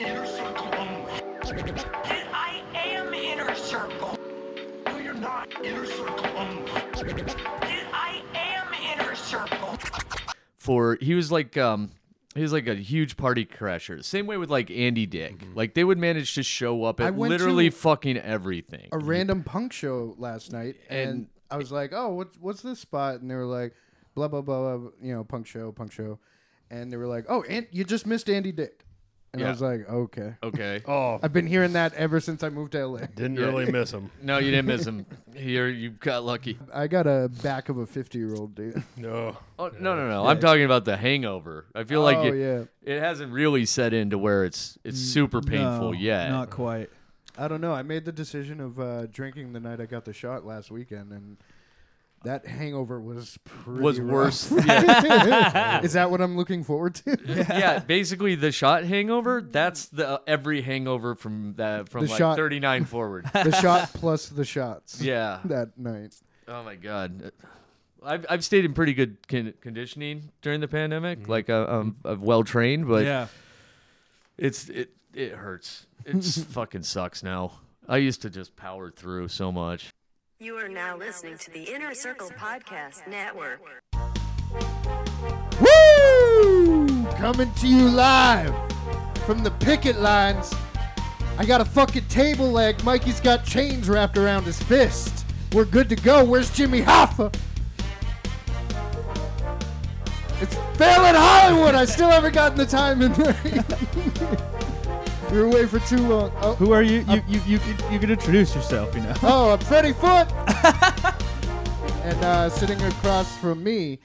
inner circle only. And I am inner circle. No, you're not inner circle only. And I am inner circle. for he was like um he was like a huge party crasher. Same way with like Andy Dick. Like they would manage to show up Mm-hmm. I at went literally to- fucking everything. a random punk show last night, and, And- I was like, "Oh, what's what's this spot?" And they were like, "Blah blah blah, blah you know, punk show, punk show," and they were like, "Oh, and you just missed Andy Dick," and I Yeah. was like, "Okay." Okay. Oh, I've been hearing that ever since I moved to LA. didn't really miss him. No, you didn't miss him. Here you got lucky. I got a back of a fifty-year-old dude. No. Oh no no no. I'm talking about the hangover. I feel like Oh, it, yeah. it hasn't really set in to where it's it's super painful No, yet. Not quite. I don't know. I made the decision of uh, drinking the night I got the shot last weekend, and that hangover was pretty was rough. worse. yeah. Is that what I'm looking forward to? yeah, basically the shot hangover, that's the every hangover from that from The like shot- 39 forward. the shot plus the shots. yeah. That night. Oh my god. I've, I've stayed in pretty good con- conditioning during the pandemic. Like uh, um, I'm well trained, but Mm-hmm. yeah. it's it it hurts. It's fucking sucks now. I used to just power through so much. You are now listening to the Inner Circle Podcast Network. Woo! Coming to you live from the picket lines. I got a fucking table leg. Mikey's got chains wrapped around his fist. We're good to go. Where's Jimmy Hoffa? It's failing Hollywood. I still haven't gotten the time in we were away for too long. Oh, Who are you? You you you could, you could introduce yourself. You know. Oh, I'm Freddie Foot. and uh, sitting across from me,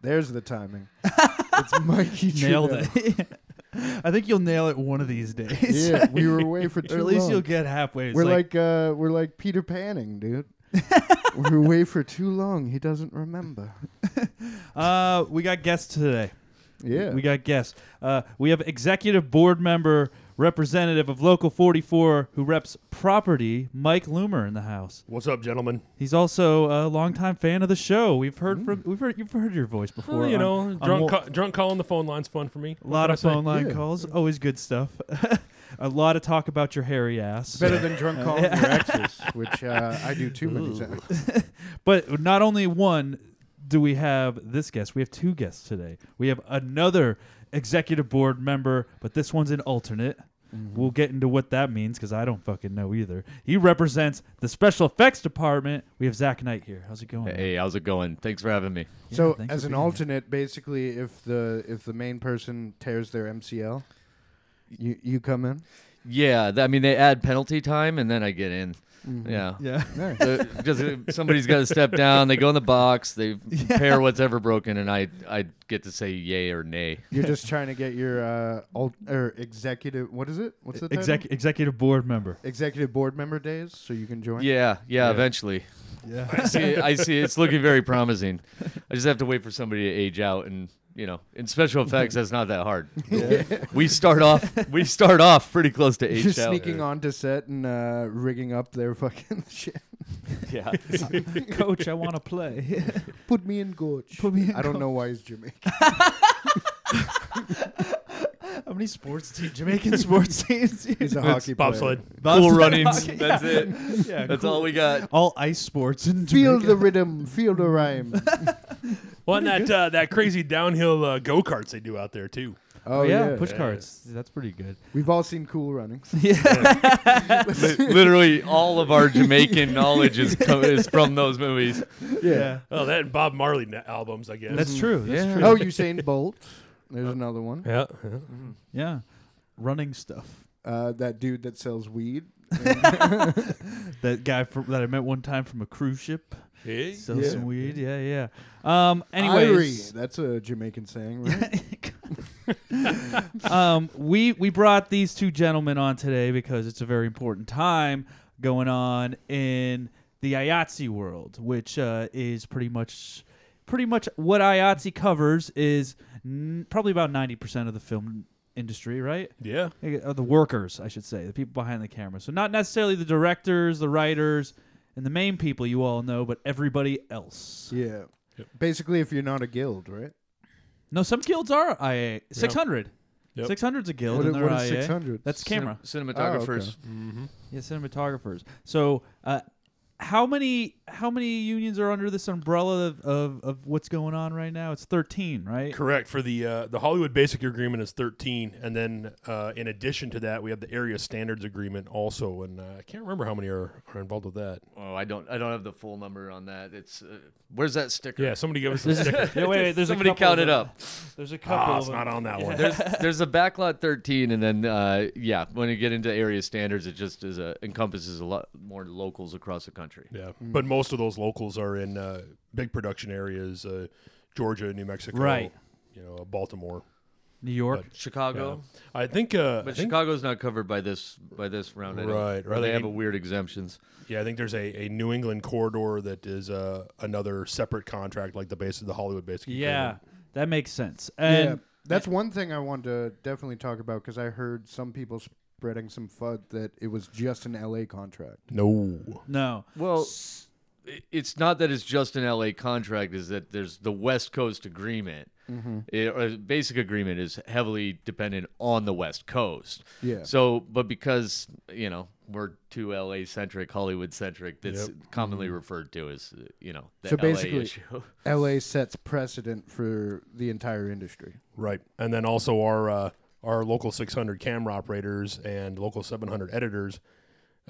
there's the timing. It's Mikey. Nailed Trudeau. it. I think you'll nail it one of these days. Yeah, we were away for too or at least long. you'll get halfway. It's We're like, uh, we're like Peter Panning, dude. we were away for too long. He doesn't remember. uh, we got guests today. Yeah, We got guests. Uh, we have executive board member representative of Local 44 who reps property, Mike Loomer, in the house. What's up, gentlemen? He's also a longtime fan of the show. We've heard from Mm. we've heard you've heard your voice before. you on- know, on drunk wa- ca- drunk calling the phone line's fun for me. a lot of phone line Yeah. calls, always good stuff. a lot of talk about your hairy ass. better than drunk calling your exes, which uh, I do too many times. But not only one do we have this guest, we have two guests today. We have another executive board member, but this one's an alternate. We'll get into what that means because I don't fucking know either. He represents the special effects department. We have Zach Knight here. How's it going? man? Hey, how's it going? Thanks for having me. Yeah, so, thanks as for an being here. alternate, basically, if the if the main person tears their MCL, you you come in. Yeah, th- I mean they add penalty time and then I get in. Yeah. Mm-hmm. Yeah. Nice. The- just uh, somebody's got to step down. They go in the box. They pair what's ever broken, and I I get to say yay or nay. You're just trying to get your uh, alt- or executive. What is it? What's the title? Exec- executive board member. executive board member days, so you can join. Yeah, yeah, eventually. Yeah. I see. I see. It's looking very promising. I just have to wait for somebody to age out, and you know, in special effects, that's not that hard. We start off. We start off pretty close to age Just out. sneaking onto set and uh, rigging up their fucking shit. Yeah. Coach, I want to play. Put me in gorge. Put me in I don't know why he's Jamaican. How many sports teams? Jamaican sports teams. He's a hockey player. Bobsled. Cool runnings. That's it. Yeah, That's cool. all we got. All ice sports in Feel Jamaica. the rhythm. Feel the rhyme. Well, and that uh, that crazy downhill uh, go karts they do out there too. Oh yeah, yeah. push cards. That's pretty good. We've all seen Cool Runnings. Li- Literally, all of our Jamaican knowledge is co- is from those movies. Yeah, Oh, that and Bob Marley na- albums, I guess. that's true. That's Yeah. true. Oh, Usain Bolt. There's another one. yeah. yeah. Yeah, running stuff. Uh, that dude that sells weed. That guy from, that I met one time from a cruise ship Hey. sells Yeah. some weed. Yeah, yeah. Um. Irie. Anyways, that's a Jamaican saying, right? um, we we brought these two gentlemen on today because it's a very important time going on in the IATSE world, which uh, is pretty much pretty much what IATSE covers is n- probably about ninety percent of the film industry, right? yeah. Uh, the workers, I should say, the people behind the camera. So not necessarily the directors, the writers, and the main people you all know, but everybody else. yeah. Basically, if you're not a guild, right? No, some guilds are IA six hundred. Yep. Six hundred's a guild What in i- their what is IA. 600? That's camera. Cin- cinematographers. Yeah, cinematographers. So, uh, how many how many unions are under this umbrella of, of, of what's going on right now? It's thirteen, right? Correct. For the uh, the Hollywood Basic Agreement is 13, and then uh, in addition to that, we have the Area Standards Agreement also, and uh, I can't remember how many are, are involved with that. Oh, I don't. I don't have the full number on that. It's uh, where's that sticker? Yeah, somebody give us a sticker. Yeah, wait, wait, there's Somebody a couple count of it them. up. There's a Ah, couple. of it's them. not on that one. There's there's a backlot 13, and then uh, yeah, when you get into area standards, it just is a encompasses a lot more locals across the country. Yeah, Mm. but most of those locals are in uh, big production areas, uh, Georgia, New Mexico, Right. You know, Baltimore. New York. Chicago, I think. Uh, I but think Chicago's not covered by this by this round. I don't- Right, or right, They they have a need- weird exemptions. yeah, I think there's a, a New England corridor that is uh, another separate contract, like the base of the Hollywood Basic. yeah, Agreement. that makes sense. Yeah, And that's one thing I wanted to definitely talk about because I heard some people spreading some FUD that it was just an LA contract. No. no, Well, i- it's not that it's just an LA contract; is that there's the West Coast agreement. Mm-hmm. It- or basic agreement is heavily dependent on the West Coast. Yeah. So, but because you know we're too LA centric, Hollywood centric, that's commonly referred to as uh, you know the Mm-hmm. So LA basically- issue. LA sets precedent for the entire industry. Right, and then also our uh, our local 600 camera operators and local 700 editors.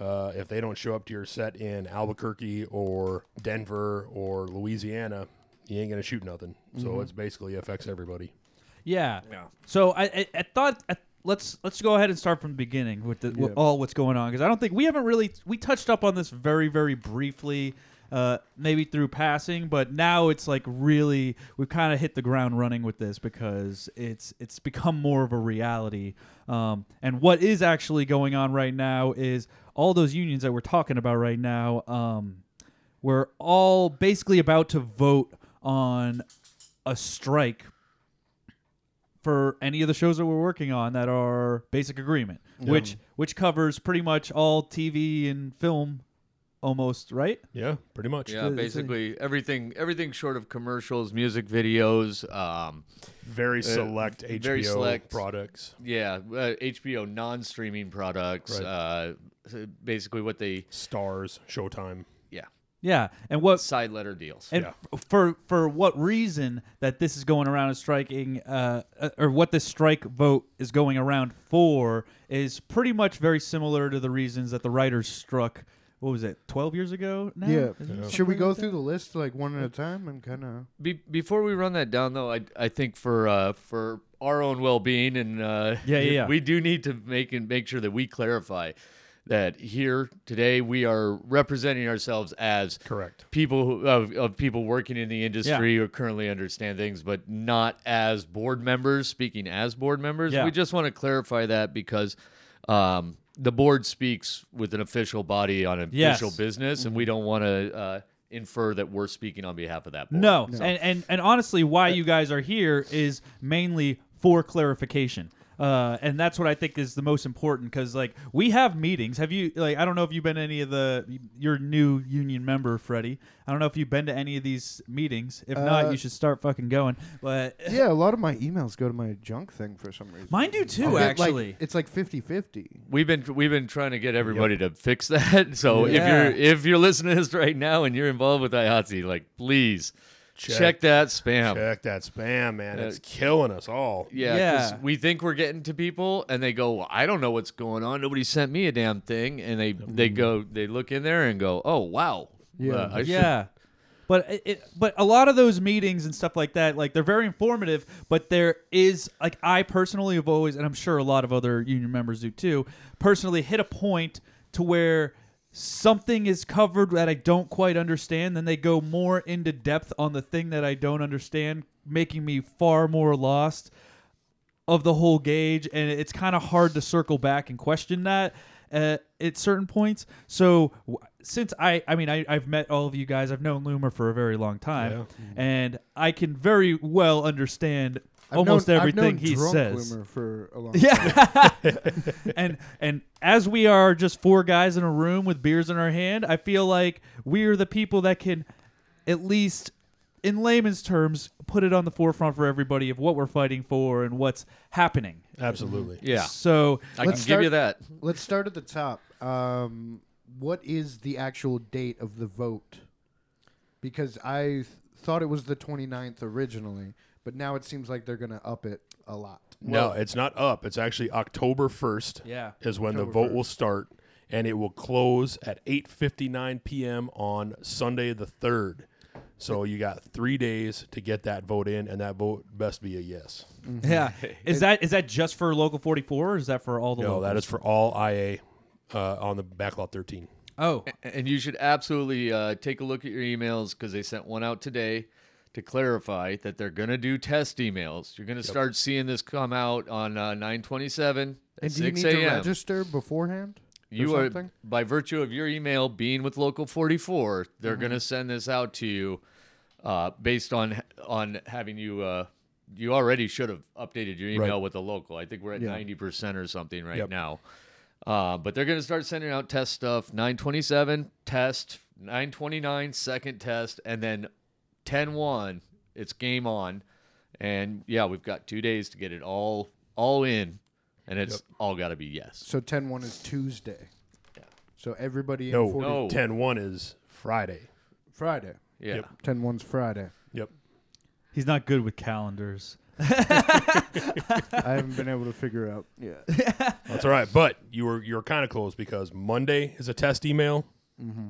Uh, if they don't show up to your set in Albuquerque or Denver or Louisiana, you ain't gonna shoot nothing. So it's basically affects everybody. yeah. So I, I, I thought I, let's let's go ahead and start from the beginning with, the, with Yeah. all what's going on because I don't think we haven't really we touched up on this very very briefly. Uh, maybe through passing, but now it's like really we've kind of hit the ground running with this because it's it's become more of a reality. Um, and what is actually going on right now is all those unions that we're talking about right now. Um, we're all basically about to vote on a strike for any of the shows that we're working on that are basic agreement, which which covers pretty much all TV and film, almost right. Yeah, pretty much. Yeah, basically everything everything short of commercials, music videos, um, Uh, Very select HBO very select. products. yeah, uh, HBO non-streaming products, Right. uh, basically what they Stars, Showtime. yeah Yeah, and what side letter deals. And f- for for what reason that this is going around and striking, uh, uh, or what this strike vote is going around for, is pretty much very similar to the reasons that the writers struck. What was it? Twelve years ago? Now? Yeah. Is it something Should we go like that? through the list like one at a time and kind of Be- before we run that down, though, I I think for uh, for our own well being and uh, Yeah, yeah, yeah. we do need to make and make sure that we clarify that here today we are representing ourselves as Correct. people who, of, of people working in the industry who currently understand things, but not as board members speaking as board members. Yeah. We just want to clarify that because um, the board speaks with an official body on an Yes. Mm-hmm. official business, and we don't want to. Uh, Infer that we're speaking on behalf of that board. No, And, and and honestly, why you guys are here is mainly for clarification, uh, and that's what I think is the most important. Because like we have meetings. Have you like I don't know if you've been to any of the your new union member, Freddie. I don't know if you've been to any of these meetings. If not, Uh, you should start fucking going. But Yeah, a lot of my emails go to my junk thing for some reason. mine do I'll too, get, like- actually. it's like 50-50. We've been we've been trying to get everybody to fix that. So Yeah. if you're if you're listening to this right now and you're involved with IHOTSI, like please check, Check- that spam. Check that spam, man. It's killing us all. Yeah, 'cause Yeah. we think we're getting to people, and they go, well, "I don't know what's going on. Nobody sent me a damn thing." And they they go, they look in there and go, "Oh wow, Yeah. Uh, I should- yeah. But it- it, but a lot of those meetings and stuff like that, like they're very informative. But there is like I personally have always, and I'm sure a lot of other union members do too, personally hit a point to where something is covered that I don't quite understand. Then they go more into depth on the thing that I don't understand, making me far more lost of the whole gauge, and it's kind of hard to circle back and question that uh, at certain points. So w- since I, I mean, I, I've met all of you guys. I've known Loomer for a very long time, and I can very well understand I've almost known- I've everything known he drunk says. Bloomer for a long Yeah. and and as we are just four guys in a room with beers in our hand, I feel like we're the people that can at least in layman's terms, put it on the forefront for everybody of what we're fighting for and what's happening. Absolutely. Yeah, So I Let's can give you start- that. Let's start at the top. Um, what is the actual date of the vote? Because I th- thought it was the 29th originally, but now it seems like they're going to up it a lot. No, it's not up. It's actually October first. Yeah. is when the vote will start, and it will close at eight fifty nine p.m. on Sunday the third. So you got three days to get that vote in, and that vote best be a yes. yeah, is that is that just for local 44 or is that for all the No, locals? that is for all IA uh, on the backlot thirteen. oh And you should absolutely uh, take a look at your emails because they sent one out today to clarify that they're going to do test emails. You're going to start seeing this come out on uh, 927 at And do you 6 need to a.m. register beforehand? or You are, something? by virtue of your email being with Local 44, they're going to send this out to you uh, based on on having you. Uh, you already should have updated your email Right. with the local. I think we're at Yeah. 90% or something right Yep. now. Uh, but they're going to start sending out test stuff 927 test, 929 second test, and then 10 1. It's game on. And yeah, we've got two days to get it all all in. And it's all got to be yes. So 10 1 is Tuesday. So everybody in No, 40 No. 10-1 is Friday. Friday. Yeah. Yep. 10 1's Friday. Yep. he's not good with calendars. I haven't been able to figure out. Yeah. That's all right, but you were you're kind of close because Monday is a test email. Mm-hmm.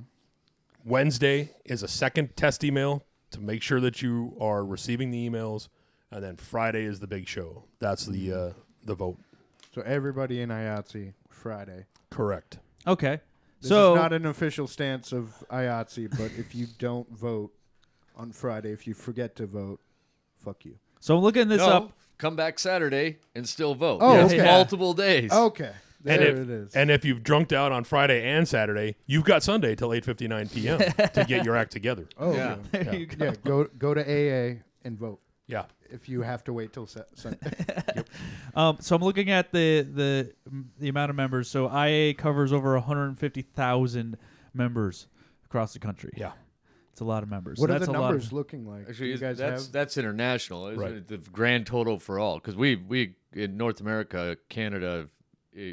Wednesday is a second test email to make sure that you are receiving the emails, and then Friday is the big show. That's the Mm-hmm. uh, the vote. So everybody in IATSE E, Friday. Correct. Okay, This so is not an official stance of IATSE, but if you don't vote on Friday, if you forget to vote, fuck you. so I'm looking this No, up. come back Saturday and still vote. Oh, Oh, okay. Oh, multiple days. Okay. There and if, it is. And if you've drunked out on Friday and Saturday, you've got Sunday till eight fifty nine p.m. to get your act together. oh, yeah. yeah. There you go. Yeah, go go to AA and vote Yeah. if you have to wait till Sa- Sunday. Um, so I'm looking at the the the amount of members. So IA covers over 150,000 members across the country. Yeah. it's a lot of members. what so are that's the a lot of- numbers looking like? Do Actually, you is- guys that's have that's international. Is Right. it the grand total for all? Because we we in North America, Canada. eh,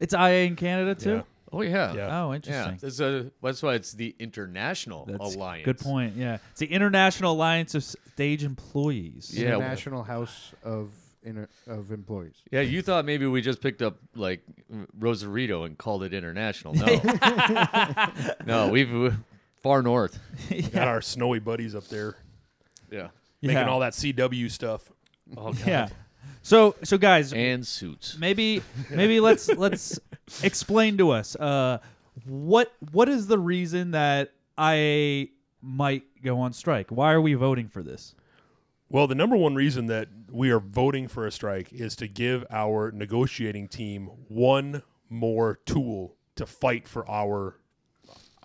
it's IA in Canada too. oh yeah, Yeah. Oh, yeah. interesting. That's, a, that's why it's the international That's alliance. Good point. Yeah, it's the International Alliance of Stage Employees. Yeah. well- International House of inter- of Employees? Yeah, you thought maybe we just picked up like Rosarito and called it international. No, no, we've we- far north. Got our snowy buddies up there Yeah, yeah. making all that CW stuff. Yeah. So so guys, and suits. maybe maybe let's let's explain to us uh, what what is the reason that IA might go on strike? Why are we voting for this? Well, the number one reason that we are voting for a strike is to give our negotiating team one more tool to fight for our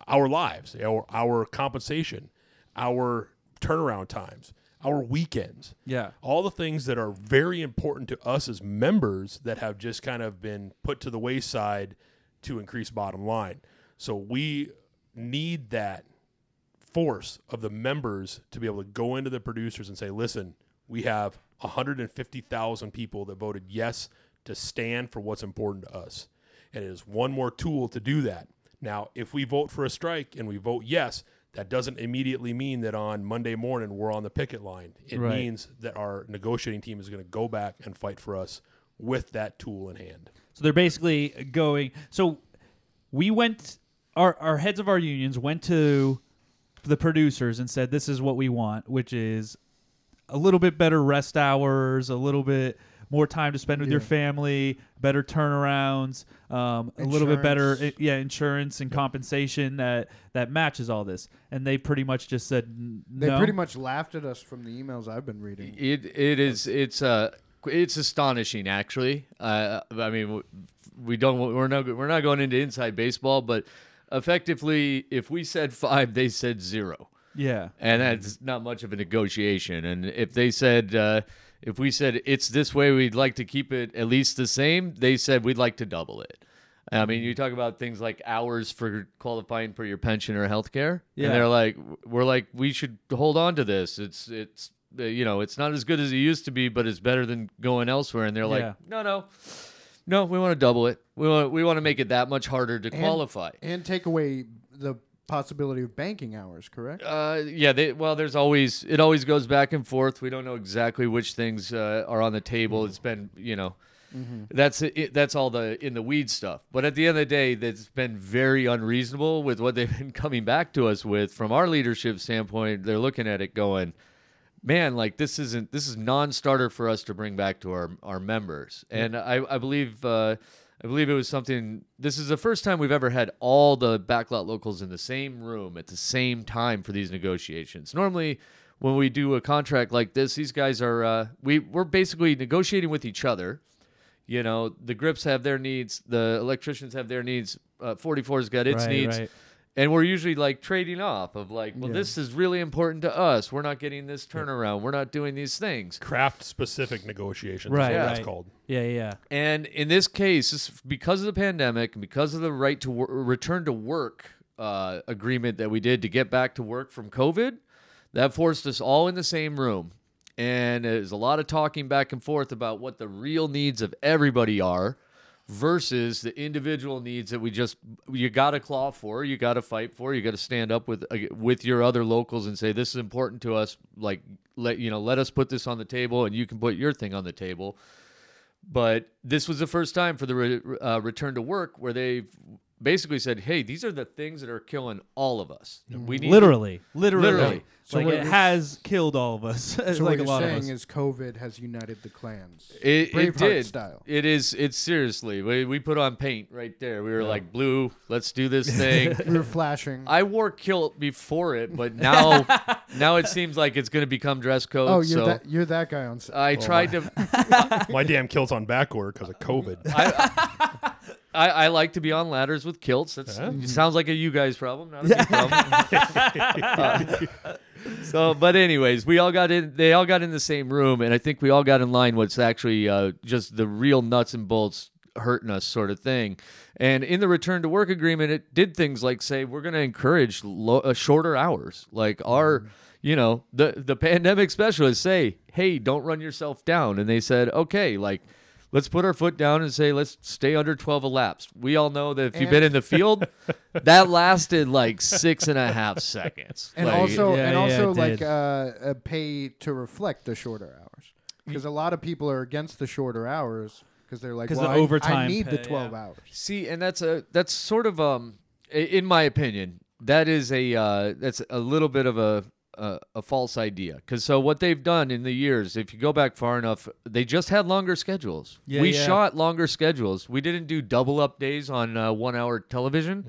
our lives, our our compensation, our turnaround times, our weekends. Yeah. All the things that are very important to us as members that have just kind of been put to the wayside to increase bottom line. So we need that force of the members to be able to go into the producers and say, listen, we have 150,000 people that voted yes to stand for what's important to us. And it is one more tool to do that. Now, if we vote for a strike and we vote yes, that doesn't immediately mean that on Monday morning we're on the picket line. It Right. means that our negotiating team is going to go back and fight for us with that tool in hand. So they're basically going. So we went. Our our heads of our unions went to the producers and said, "This is what we want, which is a little bit better rest hours, a little bit." More time to spend with your family, better turnarounds, um, a little bit better, eh, Insurance. yeah, insurance and compensation that that matches all this. And they pretty much just said, "N- They no. pretty much laughed at us from the emails I've been reading. It it is it's uh it's astonishing actually. Uh, I mean w- we don't we're not we're not going into inside baseball, but effectively if we said five, they said zero, yeah, and that's not much of a negotiation. And if they said uh, if we said it's this way, we'd like to keep it at least the same. They said we'd like to double it. I mean, Mm-hmm. you talk about things like hours for qualifying for your pension or health care. Yeah. And they're like, we're like, we should hold on to this. It's, it's, uh, you know, it's not as good as it used to be, but it's better than going elsewhere. And they're Yeah. like, no, no, no, we want to double it. We want, we want to make it that much harder to And- qualify. and take away the possibility of banking hours. Correct. Uh, yeah, they, well, there's always it always goes back and forth. We don't know exactly which things uh, are on the table. It's been you know, that's it, that's all the in the weed stuff. But at the end of the day, that's been very unreasonable with what they've been coming back to us with from our leadership standpoint. They're looking at it going, man, like this isn't this is non-starter for us to bring back to our our members. And I I believe uh, I believe it was something. This is the first time we've ever had all the backlot locals in the same room at the same time for these negotiations. Normally. When we do a contract like this, these guys are uh, we we're basically negotiating with each other, you know the grips have their needs the electricians have their needs uh, 44's got its Right, needs right. and we're usually like trading off of like well this is really important to us we're not getting this turnaround we're not doing these things Craft specific negotiations. Right, Is what right. That's called. Yeah, yeah. and in this case this, because of the pandemic and because of the right to wor- return to work uh, agreement that we did to get back to work from covid that forced us all in the same room and there's a lot of talking back and forth about what the real needs of everybody are versus the individual needs that we just you got to claw for, you got to fight for, you got to stand up with uh, with your other locals and say this is important to us. Like let you know, let us put this on the table, and you can put your thing on the table. But this was the first time for the re, uh, return to work where they've basically said, "Hey, these are the things that are killing all of us. Mm-hmm. We need Literally, literally. Literally. So like what it you're- has killed all of us. So like what you're a lot of us. saying is COVID has united the clans. It, it Braveheart did. style. It is. It's seriously. We, we put on paint right there. We were like, blue. Let's do this thing. we were flashing. I wore kilt before it, but now, now it seems like it's going to become dress code. oh, you're so Uh, that you're that guy on. s- I tried to. My damn kilt's on back order because of COVID. I, I like to be on ladders with kilts. That's, It sounds like a you guys problem, not a me problem. so, but anyways, we all got in. They all got in the same room, and I think we all got in line. What's actually uh, just the real nuts and bolts hurting us, sort of thing. And in the return to work agreement, it did things like say we're going to encourage lo- uh, shorter hours, like our. You know, the the pandemic specialists say, "Hey, don't run yourself down." And they said, "Okay, like let's put our foot down and say let's stay under 12 elapsed we all know that if you've been in the field that lasted like six and a half seconds and Like, also, Yeah, and yeah, also, it like did. uh, uh, pay to reflect the shorter hours, because a lot of people are against the shorter hours because they're like, 'Cause well, the I- I, overtime need pay, the yeah. twelve hours. see and that's a that's sort of um i- in my opinion that is a uh, that's a little bit of a a, a false idea because so what they've done in the years if you go back far enough they just had longer schedules Yeah, we yeah. shot longer schedules we didn't do double up days on uh, one hour television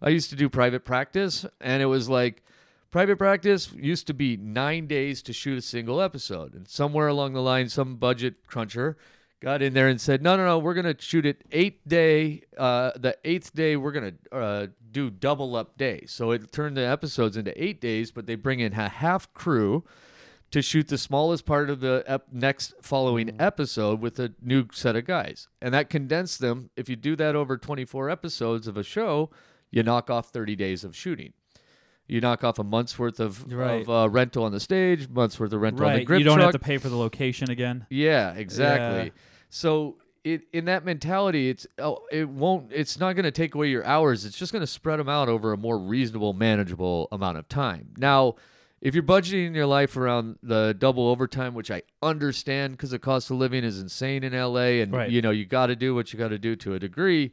i used to do private practice and it was like Private practice used to be nine days to shoot a single episode. And somewhere along the line, some budget cruncher got in there and said, no, no, no, we're going to shoot it eight day. Uh, the eighth day, we're going to uh, do double up days. So it turned the episodes into eight days, but they bring in a half crew to shoot the smallest part of the ep- next following Mm-hmm. episode with a new set of guys. And that condensed them. If you do that over 24 episodes of a show, you knock off 30 days of shooting. You knock off a month's worth of, Right. of uh, rental on the stage, month's worth of rental on the right. grip You don't truck. have to pay for the location again. Yeah, exactly. Yeah. So it in that mentality, it's oh, it won't. It's not going to take away your hours. It's just going to spread them out over a more reasonable, manageable amount of time. Now, if you're budgeting your life around the double overtime, which I understand because the cost of living is insane in LA, and Right. you know you got to do what you got to do to a degree.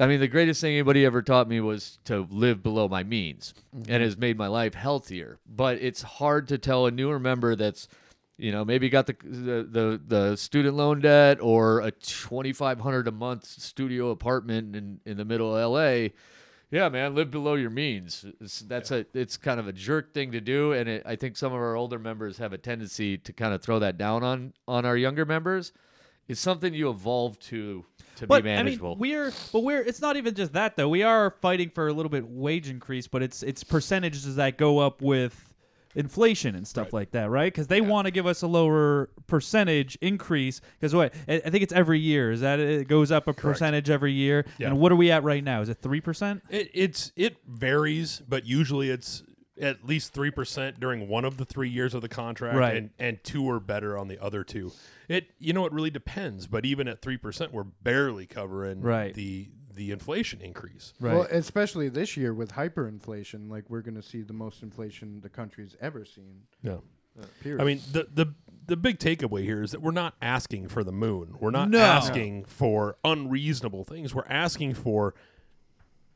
I mean, the greatest thing anybody ever taught me was to live below my means Mm-hmm. and has made my life healthier. But it's hard to tell a newer member that's, you know, maybe got the the, the, the student loan debt or a 2500 a month studio apartment in, in the middle of LA. Yeah, man, live below your means. It's, that's a it's kind of a jerk thing to do, and it, I think some of our older members have a tendency to kind of throw that down on on our younger members. It's something you evolve to to But be manageable. I mean, we're but we're it's not even just that though. We are fighting for a little bit wage increase, but it's it's percentages that go up with inflation and stuff like that, right? Because they want to give us a lower percentage increase. Because what I, I think it's every year is that it goes up a percentage every year. Yeah. And what are we at right now? Is it three percent? It, it's it varies, but usually it's at least three percent during one of the three years of the contract, Right. and and two or better on the other two. It you know it really depends, but even at three percent, we're barely covering Right. the the inflation increase. Right. Well, especially this year with hyperinflation, like we're going to see the most inflation the country's ever seen. No, Period. I mean the the the big takeaway here is that we're not asking for the moon. We're not No. asking for unreasonable things. We're asking for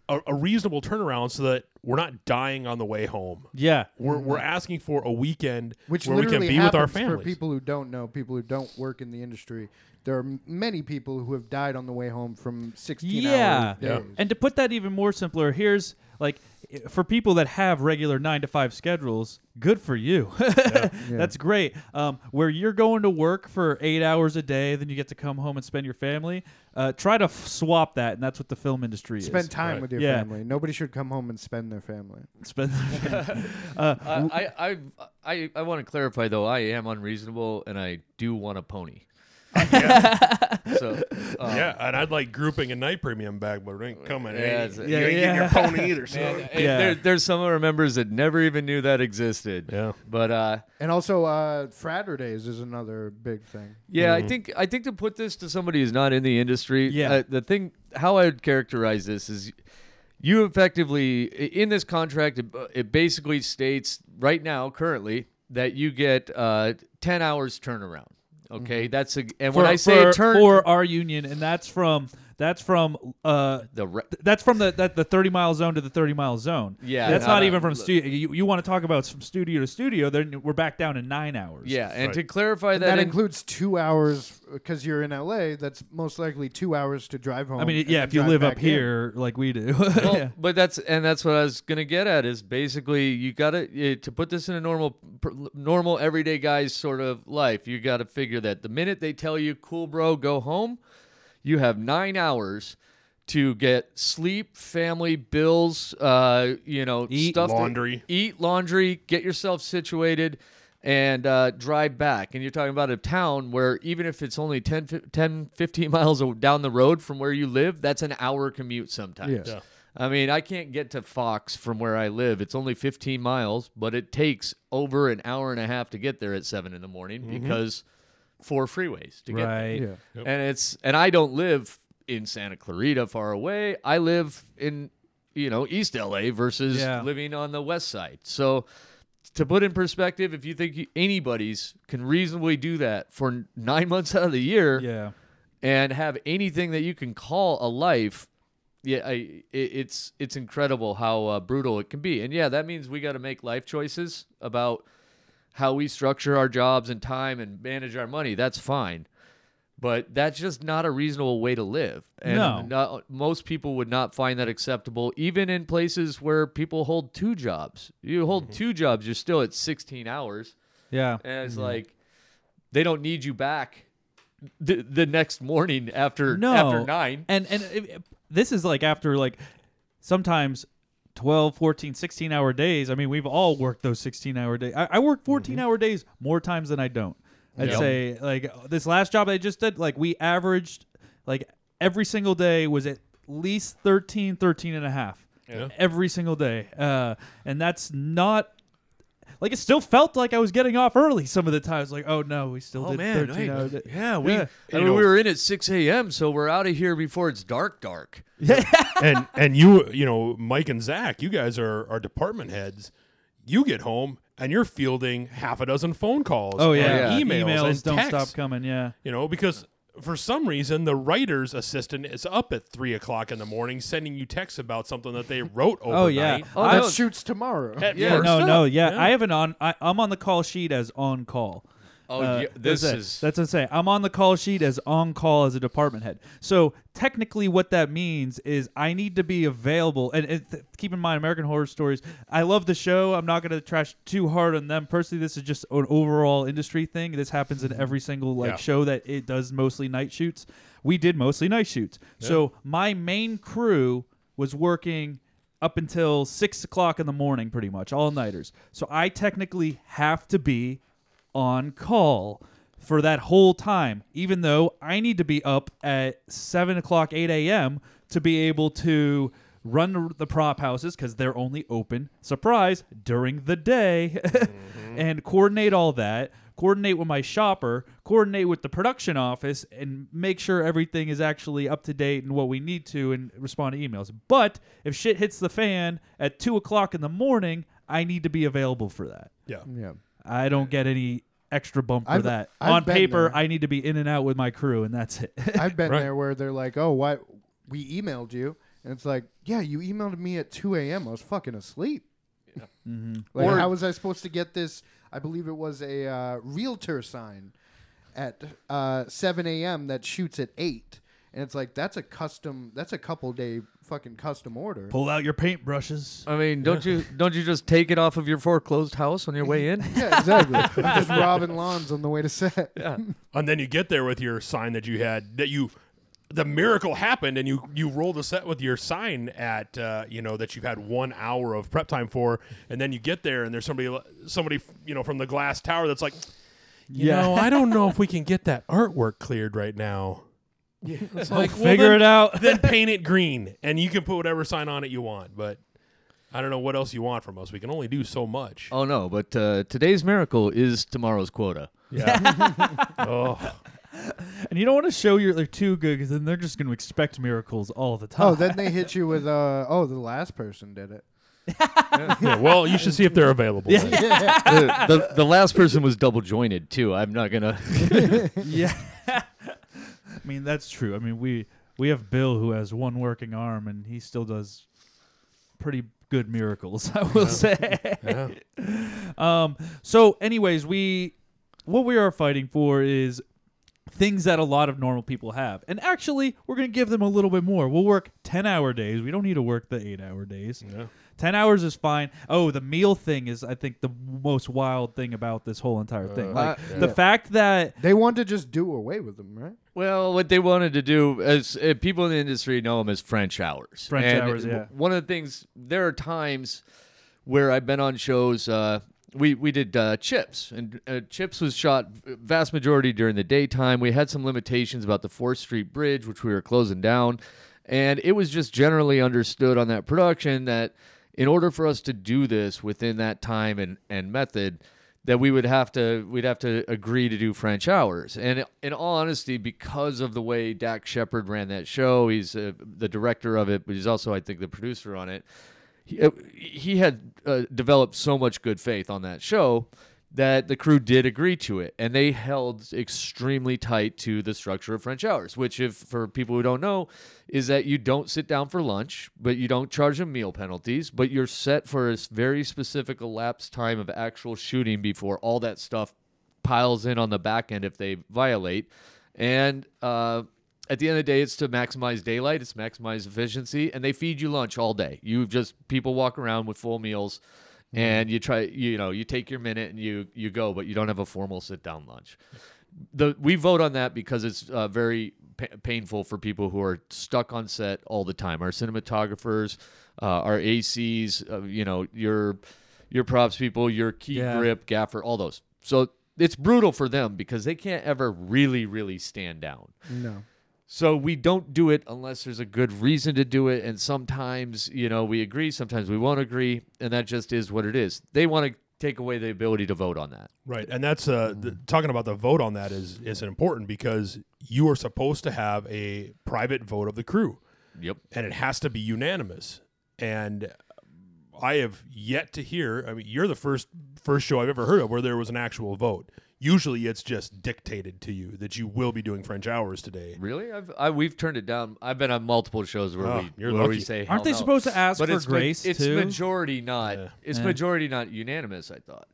a, a reasonable turnaround so that we're not dying on the way home. yeah. We're, we're asking for a weekend Mm-hmm. which where we can literally be with our happens families. for people who don't know, people who don't work in the industry. There are m- many people who have died on the way home from 16 Yeah. hour Yeah. days. And to put that even more simpler, here's like i- for people that have regular nine to five schedules, good for you. That's great. Um, where you're going to work for eight hours a day, then you get to come home and spend your family. Uh, try to f- swap that, and that's what the film industry Spend is. time Right. with your Yeah. family. Nobody should come home and spend their family. Spend. I, I, I, I, I want to clarify though. I am unreasonable, and I do want a pony. so uh, yeah, and I'd like grouping and night premium back, but it ain't coming. Yeah, Yeah, it's- you yeah, ain't getting your pony either, son. and Yeah. there, there's some of our members that never even knew that existed. Yeah. But uh, And also, uh, Fraterdays is another big thing. Yeah, I think I think to put this to somebody who's not in the industry, Mm-hmm. Yeah. uh, the thing how I would characterize this is you effectively i- in this contract it, it basically states right now currently that you get uh, 10 hours turnaround. Okay? That's a and when I say Mm-hmm. for, turn for our union, and that's from that's from uh, the re- Th- that's from the that the 30 mile zone to the 30 mile zone. Yeah, that's no, not no. even from studio. You, you want to talk about from studio to studio? Then we're back down in nine hours. yeah, and to clarify that that, in- includes two hours because you're in LA. That's most likely two hours to drive home. I mean, and yeah, then if you drive live back up in. here like we do. Well, yeah. but that's and that's what I was gonna get at is basically you gotta eh, to put this in a normal, pr- normal everyday guy's sort of life. You gotta figure that the minute they tell you, "Cool, bro, go home," you have nine hours to get sleep, family, bills, uh, you know, Eat. stuff, that- Laundry. eat laundry, get yourself situated. And uh, drive back. And you're talking about a town where even if it's only 10, fif- 10 15 miles o- down the road from where you live, that's an hour commute sometimes. Yeah. I mean, I can't get to Fox from where I live. It's only 15 miles, but it takes over an hour and a half to get there at seven in the morning because four freeways to get there. Right. Yeah. And it's and I don't live in Santa Clarita, far away. I live in you know East LA versus Yeah. living on the West Side. So to put in perspective, if you think you- anybody's can reasonably do that for nine months out of the year, Yeah. and have anything that you can call a life yeah I, i- it's it's incredible how uh, brutal it can be and yeah that means we got to make life choices about how we structure our jobs and time and manage our money that's fine but that's just not a reasonable way to live and No. not- most people would not find that acceptable even in places where people hold two jobs you hold two jobs you're still at 16 hours Yeah. and it's like they don't need you back the, the next morning after No. after nine. And and it- it- this is like after like sometimes 12, 14, 16 hour days. I mean, we've all worked those 16 hour days. I, I work 14 hour days more times than I don't. I'd Yep. say like this last job I just did, like we averaged like every single day was at least 13, 13 and a half. Yeah. Every single day. Uh, and that's not like it still felt like I was getting off early some of the times. Like, oh no, we still did 13 hour day. yeah, we I mean, we were in at six a.m., so we're out of here before it's dark. Dark. and and you you know Mike and Zach, you guys are are department heads. You get home and you're fielding half a dozen phone calls. Oh and yeah, emails, and don't texts, stop coming. Yeah, You know because. For some reason, the writer's assistant is up at three o'clock in the morning, sending you texts about something that they wrote overnight. Oh yeah. Oh, I- That no. shoots tomorrow. At Yeah, first. no, up. no, yeah. I have an on. I, I'm on the call sheet as on call. Oh, Uh, yeah, this that's it. is that's what I'm saying. I'm on the call sheet as on call as a department head. So technically, what that means is I need to be available. And, and th- keep in mind, American Horror Stories. I love the show. I'm not going to trash too hard on them personally. This is just an overall industry thing. This happens in every single like Yeah. show that it does mostly night shoots. We did mostly night shoots. So my main crew was working up until six o'clock in the morning, pretty much all nighters. So I technically have to be on call for that whole time, even though I need to be up at seven o'clock, eight a.m. to be able to run the- the prop houses because they're only open surprise during the day, and coordinate all that. Coordinate with my shopper, coordinate with the production office, and make sure everything is actually up to date and what we need to, and respond to emails. But if shit hits the fan at two o'clock in the morning, I need to be available for that. Yeah. Yeah. I don't get any extra bump for I've- that. I've On been paper, there. I need to be in and out with my crew, and that's it. I've been there where they're like, "Oh, why we emailed you," and it's like, "Yeah, you emailed me at 2 a.m. I was fucking asleep." Like, Or- how was I supposed to get this? I believe it was a uh, realtor sign at uh, 7 a.m. that shoots at eight, and it's like that's a custom. That's a couple day fucking custom order. Pull out your paintbrushes. I mean, don't you don't you just take it off of your foreclosed house on your way in? yeah, exactly. I'm just robbing lawns on the way to set. And then you get there with your sign that you had that you the miracle happened and you you rolled a set with your sign at uh, you know that you've had one hour of prep time for and then you get there and there's somebody somebody you know from the glass tower that's like you Yeah. know I don't know if we can get that artwork cleared right now it's Oh, like well, Figure then- it out. then paint it green and you can put whatever sign on it you want but I don't know what else you want from us we can only do so much Oh no, but uh, today's miracle is tomorrow's quota. yeah oh and you don't want to show your they're too good because then they're just going to expect miracles all the time. Oh, then they hit you with, uh, "Oh, the last person did it." yeah, well you should see if they're available then. the, the the last person was double jointed too. I'm not gonna. yeah. I mean, that's true. I mean, we we have Bill who has one working arm, and he still does pretty good miracles. I will say. um. So, anyways, we what we are fighting for is things that a lot of normal people have. And actually, we're going to give them a little bit more. We'll work 10 hour days. We don't need to work the eight hour days. 10 hours is fine. Oh, the meal thing is, I think, the most wild thing about this whole entire thing. Like, the fact that. They want to just do away with them, right? Well, what they wanted to do is uh, people in the industry know them as French hours. French And hours, w- yeah. One of the things there are times where I've been on shows. Uh, we we did uh, Chips, and uh, Chips was shot v- vast majority during the daytime. We had some limitations about the Fourth Street Bridge, which we were closing down, and it was just generally understood on that production that in order for us to do this within that time and and method, that we would have to we'd have to agree to do French hours. And in all honesty, because of the way Dak Shepard ran that show, he's uh, the director of it, but he's also I think the producer on it. He, uh, he had uh, developed so much good faith on that show that the crew did agree to it and they held extremely tight to the structure of french hours which if for people who don't know is that you don't sit down for lunch but you don't charge them meal penalties but you're set for a s- very specific elapsed time of actual shooting before all that stuff piles in on the back end if they violate and uh, at the end of the day it's to maximize daylight it's maximize efficiency and they feed you lunch all day you just people walk around with full meals and you try you know you take your minute and you you go but you don't have a formal sit down lunch the we vote on that because it's uh, very pa painful for people who are stuck on set all the time our cinematographers uh, our acs uh, you know your your props people your key Yeah. grip gaffer all those so it's brutal for them because they can't ever really really stand down No. so we don't do it unless there's a good reason to do it. And sometimes, you know, we agree, sometimes we won't agree. And that just is what it is. They want to take away the ability to vote on that. Right, and that's uh, the, talking about the vote on that is is important because you are supposed to have a private vote of the crew, Yep. and it has to be unanimous. And I have yet to hear. I mean, you're the first first show I've ever heard of where there was an actual vote. Usually, it's just dictated to you that you will be doing French hours today. Really? I've I, we've turned it down. I've been on multiple shows where Oh, we you're where we lucky. say Aren't hell they no. supposed to ask but for it's ma- grace it's too? majority not. Yeah. It's Yeah. majority not unanimous. I thought.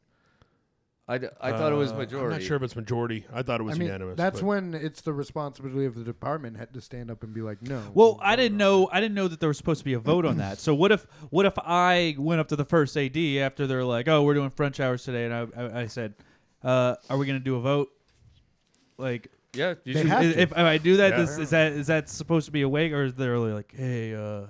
I, d- I thought it was Uh, majority. I'm not sure if it's majority. I thought it was I mean, unanimous. that's but- when it's the responsibility of the department head to stand up and be like, no. Well, I didn't know. I didn't know that there was supposed to be a vote on that. So what if what if I went up to the first AD after they're like, "Oh, we're doing French hours today," and I I, I said, uh, "Are we going to do a vote?" Like, Yeah, you They should- have if, to. if I do that, Yeah. this, is that is that supposed to be awake, or is they like, "Hey, uh,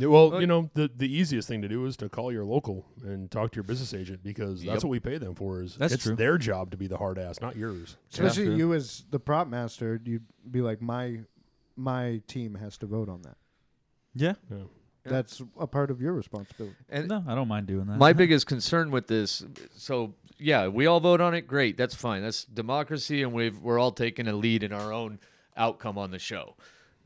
Well, you know, the, the easiest thing to do is to call your local and talk to your business agent because Yep. that's what we pay them for. Is That's it's true. their job to be the hard ass, not yours. Especially Yeah. you as the prop master, you'd be like, my my team has to vote on that. Yeah. That's a part of your responsibility. And No, I don't mind doing that. my biggest concern with this, so yeah, we all vote on it. Great, that's fine. That's democracy, and we've we're all taking a lead in our own outcome on the show.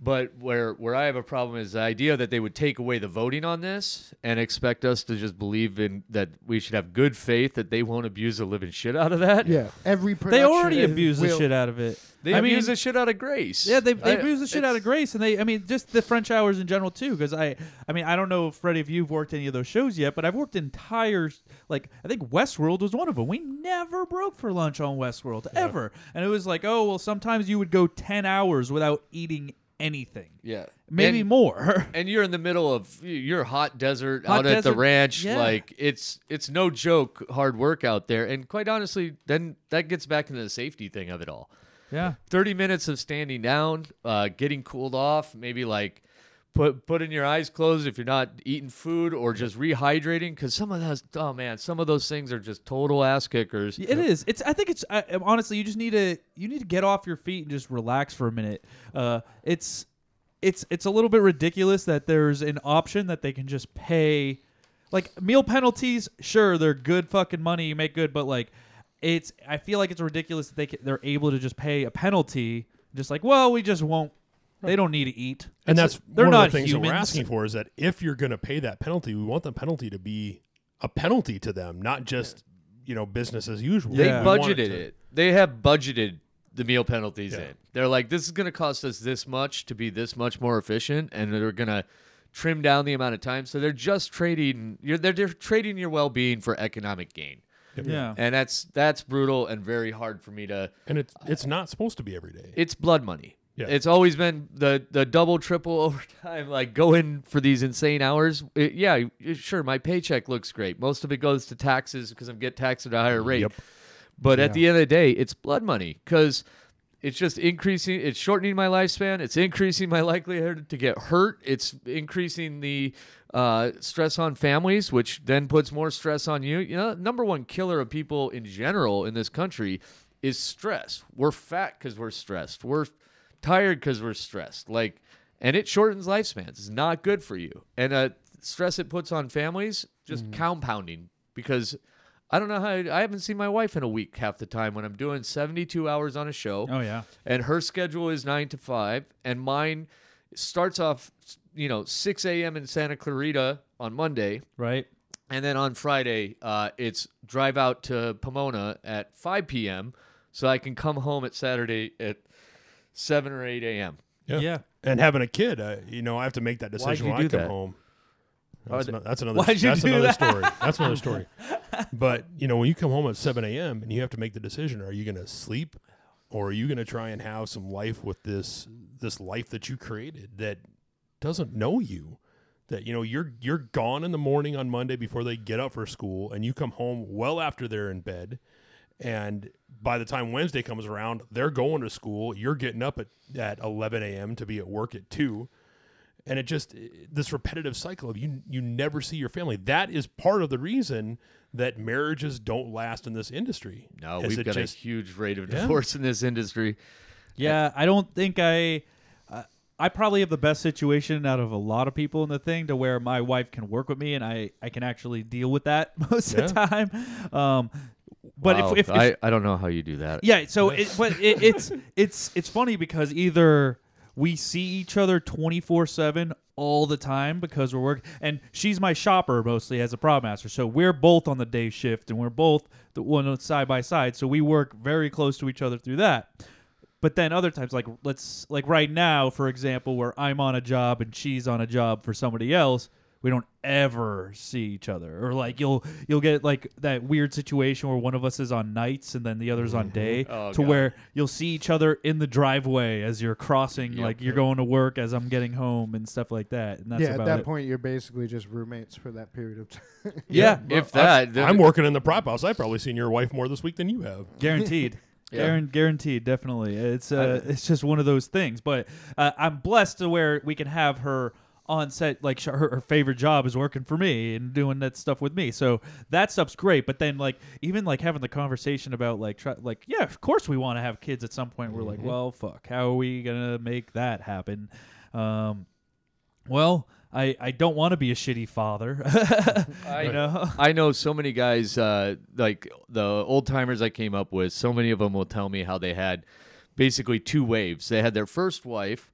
But where where I have a problem is the idea that they would take away the voting on this and expect us to just believe in that we should have good faith that they won't abuse the living shit out of that. Yeah, every they production already is- abuse the will- shit out of it. They I abuse mean, the shit out of grace. Yeah, they they I- abuse the shit out of it's- grace, and they I mean just the French hours in general too. Because I I mean I don't know Freddie if you've worked any of those shows yet, but I've worked entire like I think Westworld was one of them. We never broke for lunch on Westworld ever, and it was like oh well sometimes you would go ten hours without eating anything, Yeah, maybe And- more. and you're in the middle of you're hot desert Hot out at the desert, ranch yeah. like it's it's no joke hard work out there and quite honestly then that gets back into the safety thing of it all yeah, 30 minutes of standing down uh, getting cooled off maybe like put putting your eyes closed if you're not eating food or just rehydrating because some of those oh man some of those things are just total ass kickers It is. It's. I think it's. I, I'm- honestly, you just need to. You need to get off your feet and just relax for a minute. Uh, it's. It's. It's a little bit ridiculous that there's an option that they can just pay, like meal penalties. Sure, they're good fucking money. You make good, but like, it's. I feel like it's ridiculous that they can, they're able to just pay a penalty. Just like, well, we just won't. They don't need to eat. And It's- that's they're one not of the things humans. that we're asking for is that if you're going to pay that penalty, we want the penalty to be a penalty to them, not just you know business as usual. They Yeah. We want budgeted it, to- They have budgeted the meal penalties Yeah. in. They're like, this is going to cost us this much to be this much more efficient, and they're going to trim down the amount of time. So they're just trading. You're, they're, they're trading your well being for economic gain, Yeah. and that's that's brutal and very hard for me to. And it's it's not supposed to be every day. It's blood money. Yeah. It's always been the the double, triple overtime, like going for these insane hours. It- yeah, sure, my paycheck looks great. Most of it goes to taxes because I'm get taxed at a higher rate. Yep. But at the end of the day, it's blood money because it's just increasing. It's shortening my lifespan. It's increasing my likelihood to get hurt. It's increasing the uh, stress on families, which then puts more stress on you. You know, number one killer of people in general in this country is stress. We're fat because we're stressed. We're tired because we're stressed. Like, and it shortens lifespans. It's not good for you. And uh, stress it puts on families just compounding because I don't know how I haven't seen my wife in a week half the time when I'm doing 72 hours on a show. Oh yeah. And her schedule is nine to five, and mine starts off, you know, 6 a.m. in Santa Clarita on Monday. Right. And then on Friday, uh, it's drive out to Pomona at 5 p.m. so I can come home at Saturday at 7 or 8 a.m. Yeah. And having a kid, uh, you know, I have to make that decision you when I do come that? home. That's, Why'd- ano- that's another. Oh, why'd you that's do another that? story. That's another story. But you know, when you come home at seven a.m. and you have to make the decision: Are you going to sleep, or are you going to try and have some life with this this life that you created that doesn't know you? That you know you're you're gone in the morning on Monday before they get up for school, and you come home well after they're in bed. And by the time Wednesday comes around, they're going to school. You're getting up at, at 11 a.m. to be at work at 2. And it just, this repetitive cycle of you, you never see your family. That is part of the reason that marriages don't last in this industry. No, Is we've it got just- a huge rate of divorce in this industry. Yeah, I don't think I. I- I probably have the best situation out of a lot of people in the thing to where my wife can work with me and I, I can actually deal with that most of the time. Um, but Wow, if, if, if Oh, I, I don't know how you do that. yeah, so it, but it, it's it's it's funny because either we see each other twenty four seven all the time because we're working, and she's my shopper mostly as a prop master. So we're both on the day shift, and we're both the one side by side. So we work very close to each other through that. But then other times, like let's like right now, for example, where I'm on a job and she's on a job for somebody else, we don't ever see each other. Or like you'll you'll get like that weird situation where one of us is on nights and then the other's on day, Oh, to God. where you'll see each other in the driveway as you're crossing, like you're going to work as I'm getting home and stuff like that. And that's yeah, about at that it. point, you're basically just roommates for that period of time. yeah. If that, I'm, then- I'm working in the prop house. I've probably seen your wife more this week than you have. guaranteed Yeah. Guaran- guaranteed definitely it's uh, it's just one of those things but uh, i'm blessed to where we can have her on set, like sh- her, her favorite job is working for me and doing that stuff with me. So that stuff's great. But then, like, even like having the conversation about like, try, like, yeah, of course we want to have kids at some point. We're Mm-hmm. like, well, fuck, how are we gonna make that happen? Um, well, I I don't want to be a shitty father. I you know. I know so many guys, uh, like the old timers I came up with, so many of them will tell me how they had basically two waves. They had their first wife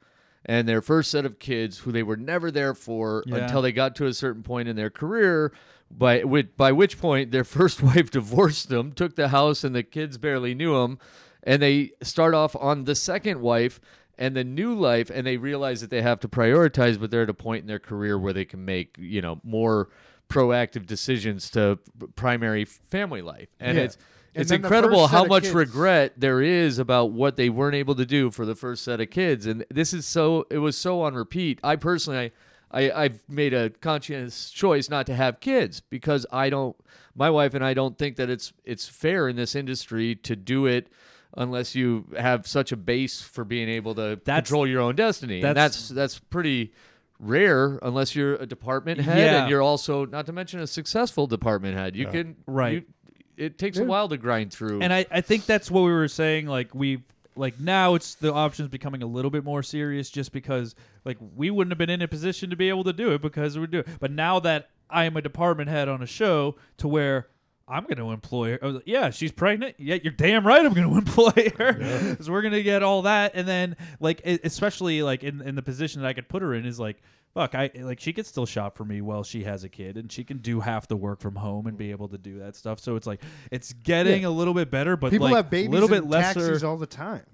and their first set of kids who they were never there for Yeah. until they got to a certain point in their career. By, which, by which point, their first wife divorced them, took the house, and the kids barely knew them. And they start off on the second wife and the new life, and they realize that they have to prioritize, but they're at a point in their career where they can make, you know, more proactive decisions to primary family life. And Yeah. it's And it's then the incredible first set how of much kids. regret there is about what they weren't able to do for the first set of kids. And this is so it was so on repeat. I personally I, I I've made a conscious choice not to have kids because I don't my wife and I don't think that it's it's fair in this industry to do it unless you have such a base for being able to That's- control your own destiny. and that's that's- that's pretty rare unless you're a department head Yeah. and you're also not to mention a successful department head. You can Right. you- it takes a while to grind through. and I, I think that's what we were saying like we like now it's the options becoming a little bit more serious just because like we wouldn't have been in a position to be able to do it because we do it but now that i am a department head on a show to where i'm going to employ her I was like, yeah she's pregnant yeah you're damn right i'm going to employ her because we're going to get all that and then like e- especially like in, in the position that i could put her in is like fuck i like she could still shop for me while she has a kid and she can do half the work from home and be able to do that stuff so it's like it's getting a little bit better but People like, have babies a little bit in lesser taxis all the time.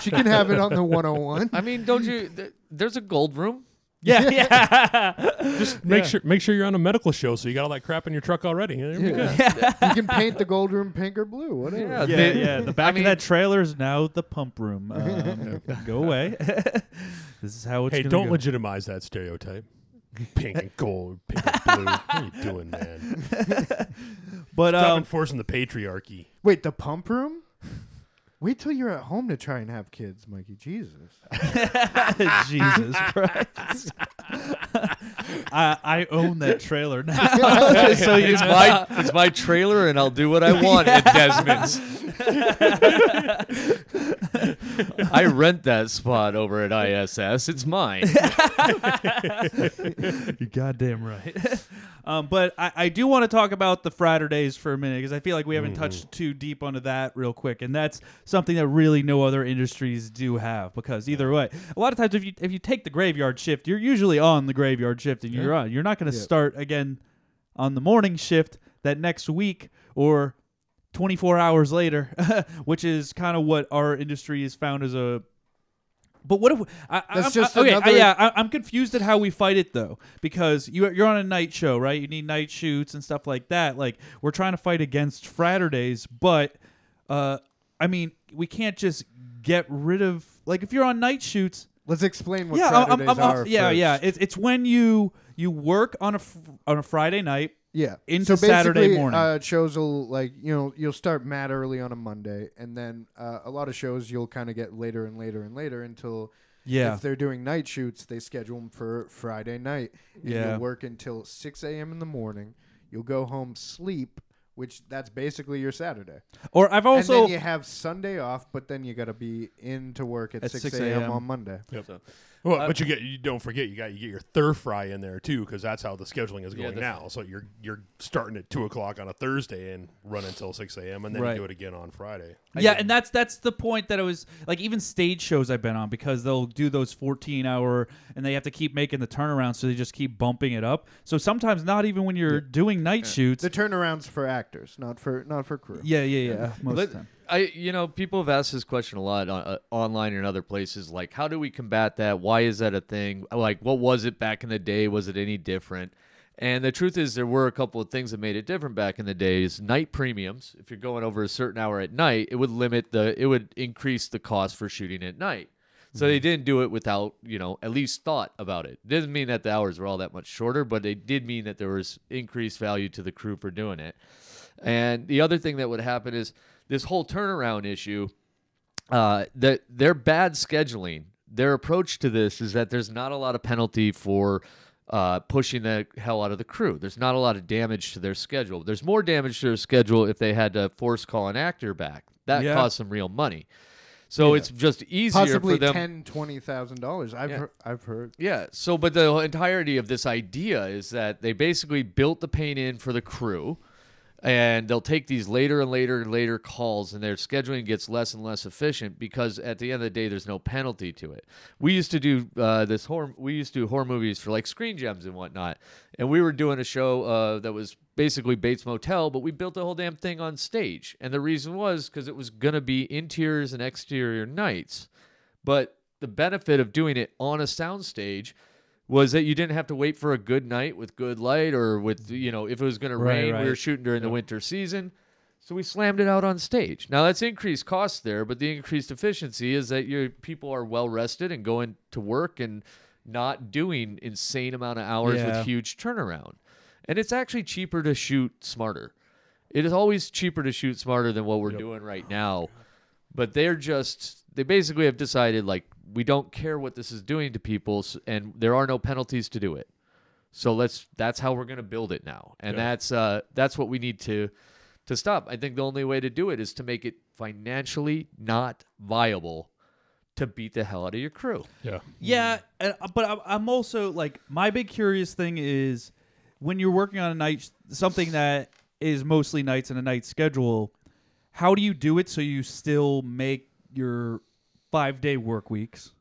she can have it on the 101. I mean, don't you? Th- there's a gold room. yeah yeah Make sure make sure you're on a medical show, so you got all that crap in your truck already. There we go. You can paint the gold room pink or blue, whatever. Yeah, yeah, they- yeah. The back of that trailer is now the pump room. Um, go away. this is how it's. Hey, gonna don't go. legitimize that stereotype. Pink and gold, pink and blue. what are you doing, man? But Stop um, enforcing the patriarchy. Wait, the pump room? Wait till you're at home to try and have kids, Mikey. Jesus. Jesus Christ. I, I own that trailer now. so it's my it's my trailer, and I'll do what I want at Desmond's. I rent that spot over at ISS. It's mine. You're goddamn right. um, but I, I do want to talk about the Fridays for a minute because I feel like we haven't touched too deep onto that real quick, and that's something that really no other industries do have. Because either way, a lot of times if you if you take the graveyard shift, you're usually on the graveyard shift, and you're on. You're not going to start again on the morning shift that next week or 24 hours later, which is kind of what our industry is found as a. But what if I, I, That's I'm- just I- okay? I- another- yeah, I, I'm confused at how we fight it though, because you you're on a night show, right? You need night shoots and stuff like that. Like we're trying to fight against Fridays, but uh, I mean, we can't just get rid of like if you're on night shoots, Let's explain what yeah, I'm- I'm- Fridays I'm- are. yeah, first. yeah. It's it's when you you work on a fr- on a Friday night. Yeah. Into so Saturday basically, morning. Uh, shows will like you know you'll start mad early on a Monday, and then uh, a lot of shows you'll kind of get later and later and later until Yeah. if they're doing night shoots, they schedule them for Friday night. And Yeah. you'll work until six a.m. in the morning. You'll go home sleep, which that's basically your Saturday. Or I've also and then you have Sunday off, but then you got to be in to work at, At 6 6 a.m. a.m. on Monday. uh, Well, but you get you don't forget you got you get your thir fry in there too because that's how the scheduling is Yeah, going that's- now. So you're you're starting at two o'clock on a Thursday and run until six a.m. and then Right. you do it again on Friday. yeah, and that's that's the point that I was like even stage shows I've been on because they'll do those 14 hour and they have to keep making the turnaround so they just keep bumping it up. So sometimes not even when you're doing night shoots. The turnarounds for actors, not for not for crew. yeah, yeah, yeah. Most Let- of the time. I, you know, people have asked this question a lot on, uh, online and other places. Like, how do we combat that? Why is that a thing? Like, what was it back in the day? Was it any different? And the truth is, there were a couple of things that made it different back in the days. Night premiums, if you're going over a certain hour at night, it would limit the, it would increase the cost for shooting at night. So Mm-hmm. they didn't do it without, you know, at least thought about it. Didn't mean that the hours were all that much shorter, but it did mean that there was increased value to the crew for doing it. And the other thing that would happen is this whole turnaround issue. Uh, that their bad scheduling their approach to this is that there's not a lot of penalty for uh, pushing the hell out of the crew. There's not a lot of damage to their schedule. There's more damage to their schedule if they had to force call an actor back. That Yeah. costs some real money. So it's just easier Possibly for them. ten, twenty thousand dollars. I've Yeah. heard, I've heard. Yeah. So, but the entirety of this idea is that they basically built the pain in for the crew, and they'll take these later and later and later calls, and their scheduling gets less and less efficient because at the end of the day, there's no penalty to it. We used to do uh, this horror. We used to do horror movies for like Screen Gems and whatnot, and we were doing a show uh, that was basically Bates Motel, but we built the whole damn thing on stage, and the reason was because it was gonna be interiors and exterior nights. But the benefit of doing it on a soundstage was that you didn't have to wait for a good night with good light or with you know if it was going to Right, rain. We were right. shooting during the winter season, so we slammed it out on stage. Now that's increased cost there, but the increased efficiency is that your people are well rested and going to work and not doing insane amount of hours Yeah. with huge turnaround. And it's actually cheaper to shoot smarter. It is always cheaper to shoot smarter than what we're doing right now but they're just they basically have decided like we don't care what this is doing to people s- and there are no penalties to do it so let's that's how we're going to build it now and that's uh that's what we need to to stop i think the only way to do it is to make it financially not viable to beat the hell out of your crew Yeah. Yeah, Mm. and, uh, but I'm- I'm also like my big curious thing is when you're working on a night something that is mostly nights and a night schedule. How do you do it so you still make your five day work weeks?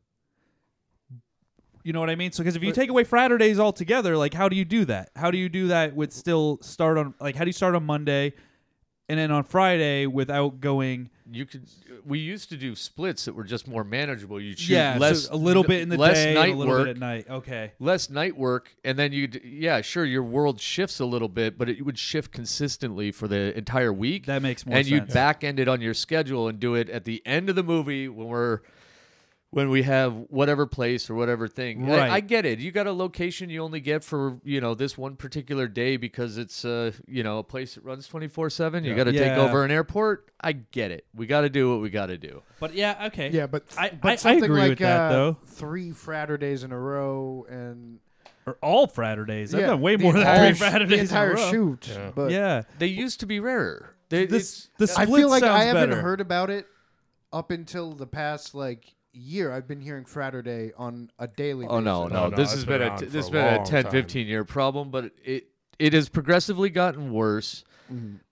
You know what I mean? So because if you take away Fridays altogether, like how do you do that? How do you do that with still start on like how do you start on Monday and then on Friday without going? you could we used to do splits that were just more manageable you shoot yeah, so less a little bit in the less day, night a little work bit at night. Okay. less night work and then you would yeah sure your world shifts a little bit but it would shift consistently for the entire week That makes more and you'd sense. back end it on your schedule and do it at the end of the movie when we're when we have whatever place or whatever thing I- Right. I, get it you got a location you only get for you know this one particular day because it's uh you know a place that runs 24-7 you got to take Yeah. over an airport i get it we got to do what we got to do But yeah, okay. Yeah, but I- but I- I something agree like with that, uh, though. three Fridays in a row and or all Fridays. I've yeah, done way the more than entire three sh- Fridays. The entire in a row. shoot, but Yeah, they used to be rarer they, this it's- the I split feel like sounds I haven't better. heard about it up until the past like year. I've been hearing Friday on a daily. Oh no, basis. no, no, this it's has been, been a on t- for this has a been a long 10 time. 15 year problem, but it it has progressively gotten worse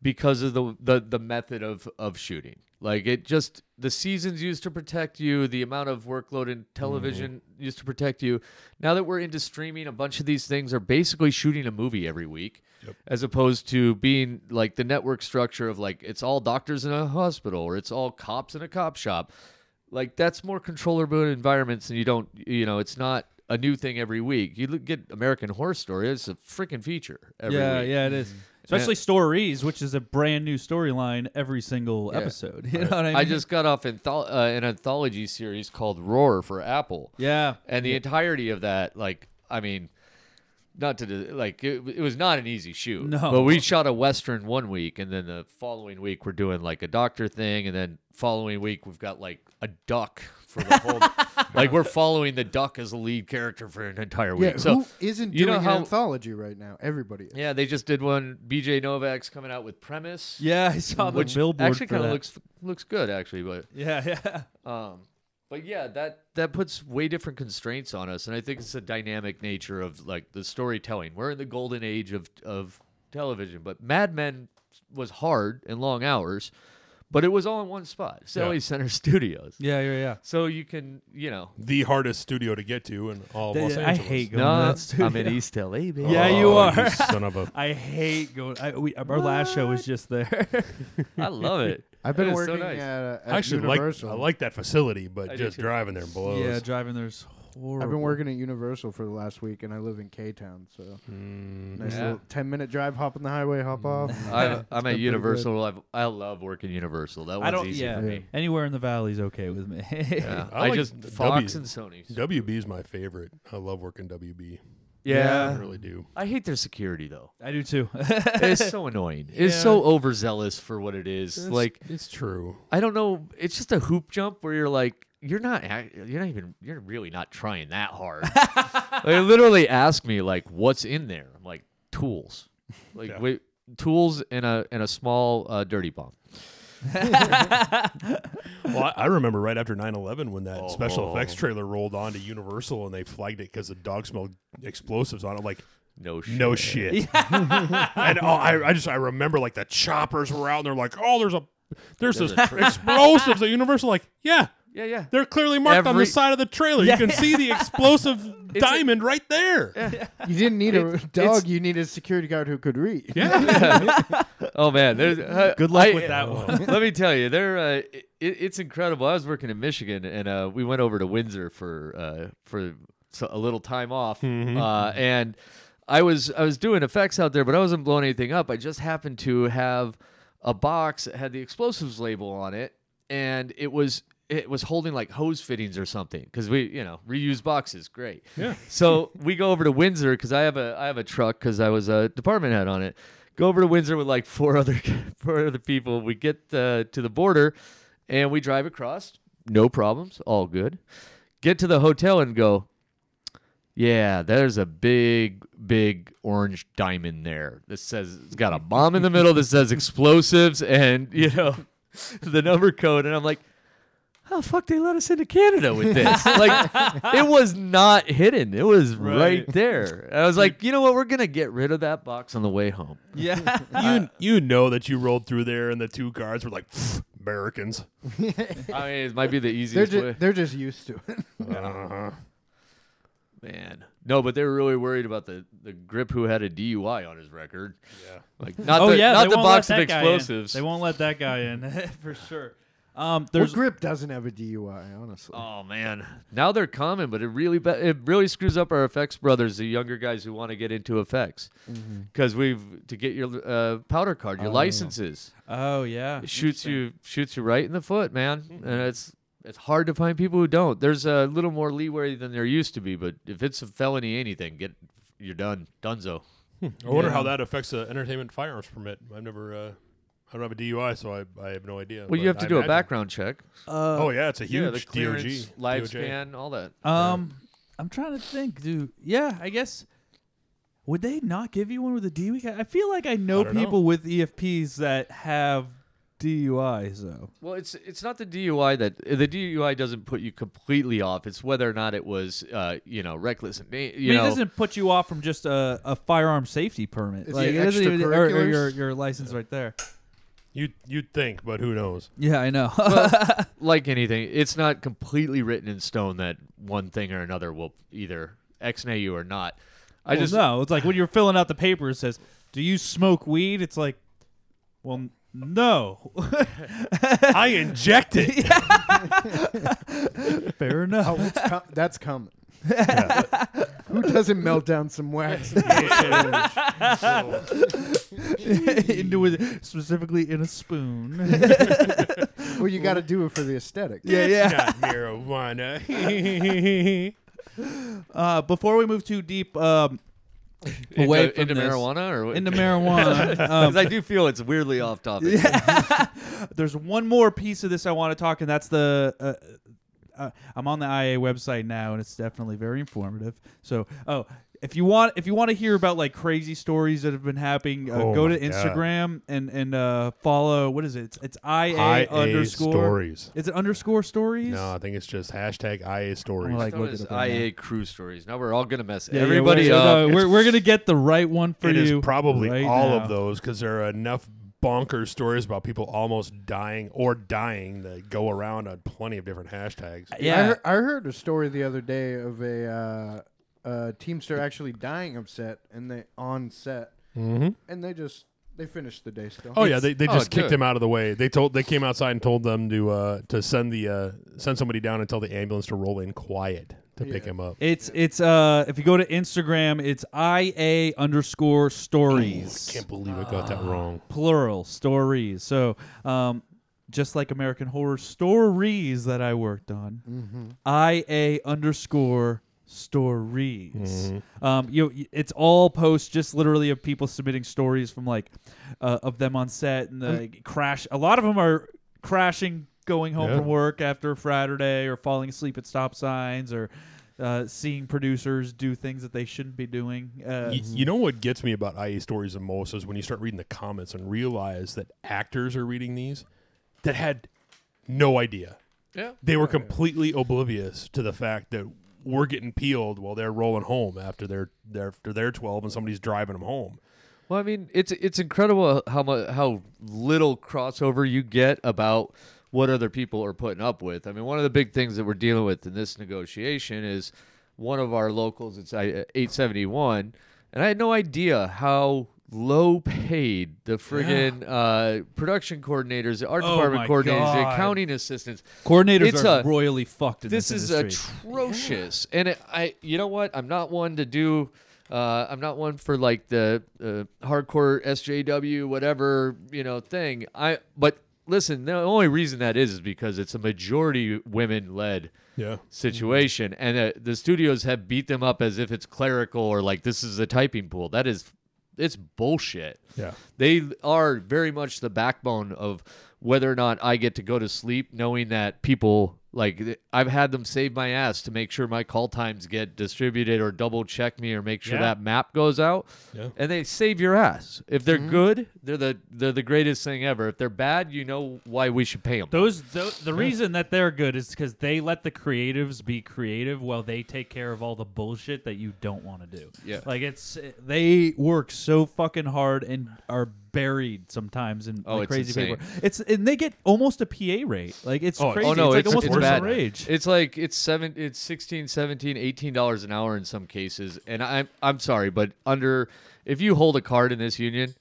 because of the, the the method of of shooting. Like it just the seasons used to protect you, the amount of workload in television Mm-hmm. used to protect you. Now that we're into streaming, a bunch of these things are basically shooting a movie every week. As opposed to being like the network structure of like it's all doctors in a hospital or it's all cops in a cop shop like that's more controllable environments and you don't you know it's not a new thing every week you look, get american horror story it's a freaking feature every yeah, week yeah, it is. Especially stories, which is a brand new storyline every single episode. You know what I mean? i just got off anthol- uh, an anthology series called roar for apple yeah, and the entirety of that like i mean not to do- like it, it was not an easy shoot No. but we shot a western one week and then the following week we're doing like a doctor thing and then following week we've got like a duck for the whole like we're following the duck as a lead character for an entire week Yeah, so who isn't you doing know an how- anthology right now? Everybody. Is. yeah they just did one bj novak's coming out with premise yeah. I saw the which billboard actually for kind of that. looks looks good actually but Yeah, yeah. um, but yeah, that that puts way different constraints on us, and I think it's the dynamic nature of like the storytelling. We're in the golden age of of television, but Mad Men was hard and long hours, but it was all in one spot, it's LA Center Studios. Yeah, yeah, yeah. So you can, you know, The hardest studio to get to in all of Th- Los I Angeles. hate going no, to that studio. I'm in East LA, baby. yeah, you Oh, are. son of a. I hate going. I, we, our last show was just there. I love it. I've been It is so working nice. at, uh, at I actually like Universal. I like that facility, but I do just too. driving there blows. yeah, driving there's horrible. I've been working at Universal for the last week, and I live in K Town, so nice Yeah. little ten minute drive. Hop on the highway, hop off. I, I'm at good. Universal. I've, I love working Universal. That one's I don't. easy Yeah, for me. anywhere in the valley's okay with me. Yeah. I I, like just the Fox W. and Sony. WB is my favorite. I love working WB. I yeah, really do. I hate their security though. I do too. it's so annoying. It's so overzealous for what it is. like it's true. I don't know. It's just a hoop jump where you're like, you're not ac- you're not even you're really not trying that hard. they literally asked me like, what's in there? I'm like, tools, like wait, tools and a and a small uh, dirty bomb. Well, I, I remember right after 9-11 when that special Oh. effects trailer rolled on to Universal and they flagged it because the dog smelled explosives on it. Like, No shit. no shit. and oh, I, I just I remember like the choppers were out and they're like, oh, there's a there's, There's this explosives at Universal. Like, yeah, Yeah, yeah. they're clearly marked on the Every- side of the trailer. You can see the explosive diamond right there. You didn't need a it's- dog. You needed a security guard who could read. Oh man, there's uh, Good luck I- with that one. Let me tell you, there uh, it, it's incredible. I was working in Michigan, and uh, we went over to Windsor for uh, for so, a little time off, uh, and I was I was doing effects out there, but I wasn't blowing anything up. I just happened to have a box that had the explosives label on it, and it was it was holding like hose fittings or something because we you know reuse boxes great yeah so we go over to windsor because i have a i have a truck because i was a department head on it go over to windsor with like four other four other people we get uh, to the border and we drive across no problems all good get to the hotel and go yeah there's a big big orange diamond there that says it's got a bomb in the middle that says explosives and you know the number code and i'm like how the fuck they let us into Canada with this? like, it was not hidden. It was right, Right. there. I was like, you know what? We're gonna get rid of that box on the way home. Yeah. You you know that you rolled through there and the two guards were like "Pfft, Americans. I mean, it might be the They're easiest way. just, they're just used to it. Man, no, but they were really worried about the the grip who had a DUI on his record. Yeah, like not oh the yeah, not they the won't let box of that guy in. explosives. They won't let that guy in for sure. Um, What there's grip doesn't have a DUI, honestly. Oh man, now they're common, but it really be- it really screws up our effects brothers, the younger guys who want to get into effects, Mm-hmm. because we've to get your uh, powder card, your licenses. oh yeah, It shoots you shoots you right in the foot, man. Hmm. And it's it's hard to find people who don't. There's a little more leeway than there used to be, but if it's a felony, anything, get you're done, dunzo. I wonder how that affects the entertainment firearms permit. I've never uh, I don't have a DUI, so I, I have no idea. Well, but you have to I do a imagine- background check. Oh yeah, it's a huge yeah, the DOG clearance, DOJ. lifespan, all that. Um, I'm trying to think, dude. Yeah, I guess. Would they not give you one with a DUI? I feel like I know I don't know. people with EFPs that have DUIs though. Well, it's it's not the DUI that the DUI doesn't put you completely off. It's whether or not it was, uh, you know, reckless. and da- I You mean, it know, doesn't put you off from just a, a firearm safety permit. It's Like, the it doesn't even- or, or extracurriculars. your your license right there. You you'd think, but who knows? Yeah, I know. like anything, it's not completely written in stone that one thing or another will either ex-nay you or not. I Well, just no. It's like when you're filling out the paper, it says, "Do you smoke weed?" It's like, well, n- no. I inject it. Fair enough. Oh, it's com- that's common. Who doesn't melt down some wax? Into a, specifically in a spoon. well, you got to do it for the aesthetic. yeah. Not marijuana. Uh, before we move too deep um, away into, from into this- marijuana or into marijuana, um, 'Cause I do feel it's weirdly off topic. there's one more piece of this I want to talk, and that's the. Uh, uh, I'm on the IA website now, and it's definitely very informative. So, oh, if you want, if you want to hear about like crazy stories that have been happening, uh, Oh go my to God. Instagram and and uh, follow. What is it? It's, it's IA, IA underscore stories. Is it underscore stories? no, I think it's just hashtag IA stories. I'm like, That look was it up right now. IA crew stories. Now we're all gonna mess Yeah, yeah, everybody we're, up. no, we're, we're gonna get the right one for It you. is probably right all now. of those because there are enough bonkers stories about people almost dying or dying that go around on plenty of different hashtags. I, Yeah, heard, I heard a story the other day of a, uh, a teamster actually dying of set and they on set, mm-hmm. and they just they finished the day still. Oh yeah, they, they oh, just do kicked it. him out of the way. They told they came outside and told them to uh, to send the uh, send somebody down and tell the ambulance to roll in quiet to pick him up. It's it's uh if you go to Instagram, it's IA underscore stories. Can't believe Oh, I got that wrong. plural stories. So um just like American Horror Stories that I worked on, IA underscore stories. Um, you, you- it's all posts, just literally of people submitting stories from like uh, of them on set and the crash. A lot of them are crashing going home Yeah. from work after Friday or falling asleep at stop signs or uh, seeing producers do things that they shouldn't be doing. Uh, Y- you know what gets me about IA stories the most is when you start reading the comments and realize that actors are reading these that had no idea. Yeah. They were completely oblivious to the fact that we're getting peeled while they're rolling home after they're, they're after they're twelve and somebody's driving them home. Well, I mean, it's it's incredible how much how little crossover you get about what other people are putting up with. I mean, one of the big things that we're dealing with in this negotiation is one of our locals. It's I- 871, and I had no idea how low paid the friggin' uh, production coordinators, the art Oh department my coordinators, the God. accounting assistants. Coordinators It's are a- royally fucked in this, this is industry. atrocious and it, i you know what i'm not one to do uh, i'm not one for like the uh, hardcore sjw whatever you know thing i but listen the only reason that is is because it's a majority women led Yeah. situation Mm-hmm. and uh, the studios have beat them up as if it's clerical or like this is a typing pool that is it's bullshit Yeah. they are very much the backbone of whether or not I get to go to sleep, knowing that people like th- I've had them save my ass to make sure my call times get distributed or double check me or make sure Yeah. that map goes out. Yeah. And they save your ass. If they're good, they're the they're the greatest thing ever. If they're bad, you know why we should pay them. Those the, the reason that they're good is because they let the creatives be creative while they take care of all the bullshit that you don't want to do. Yeah. like it's They work so fucking hard and are buried sometimes in Oh, like it's crazy paper. insane. It's and they get almost a PA rate. Like it's Oh, crazy. Oh no, it's, it's, like almost it's worse bad. than rage. It's like it's seven, it's 16, 17, 18 dollars an hour in some cases. And I'm I'm sorry, but under if you hold a card in this union,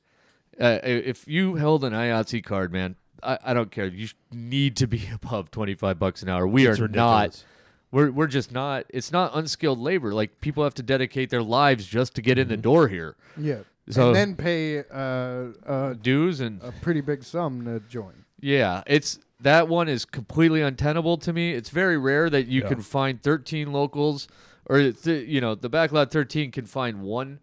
uh, i- if you held an IOTC card, man, I, I don't care. You sh- need to be above twenty five bucks an hour. We It's are ridiculous. not. We're, we're just not. It's not unskilled labor. Like people have to dedicate their lives just to get in Mm-hmm. the door here. Yeah. So- and then pay uh, uh, Dues and a pretty big sum to join. Yeah, it's that one is completely untenable to me. It's very rare that you can find 13 locals or th- you know, the backlot 13 can find one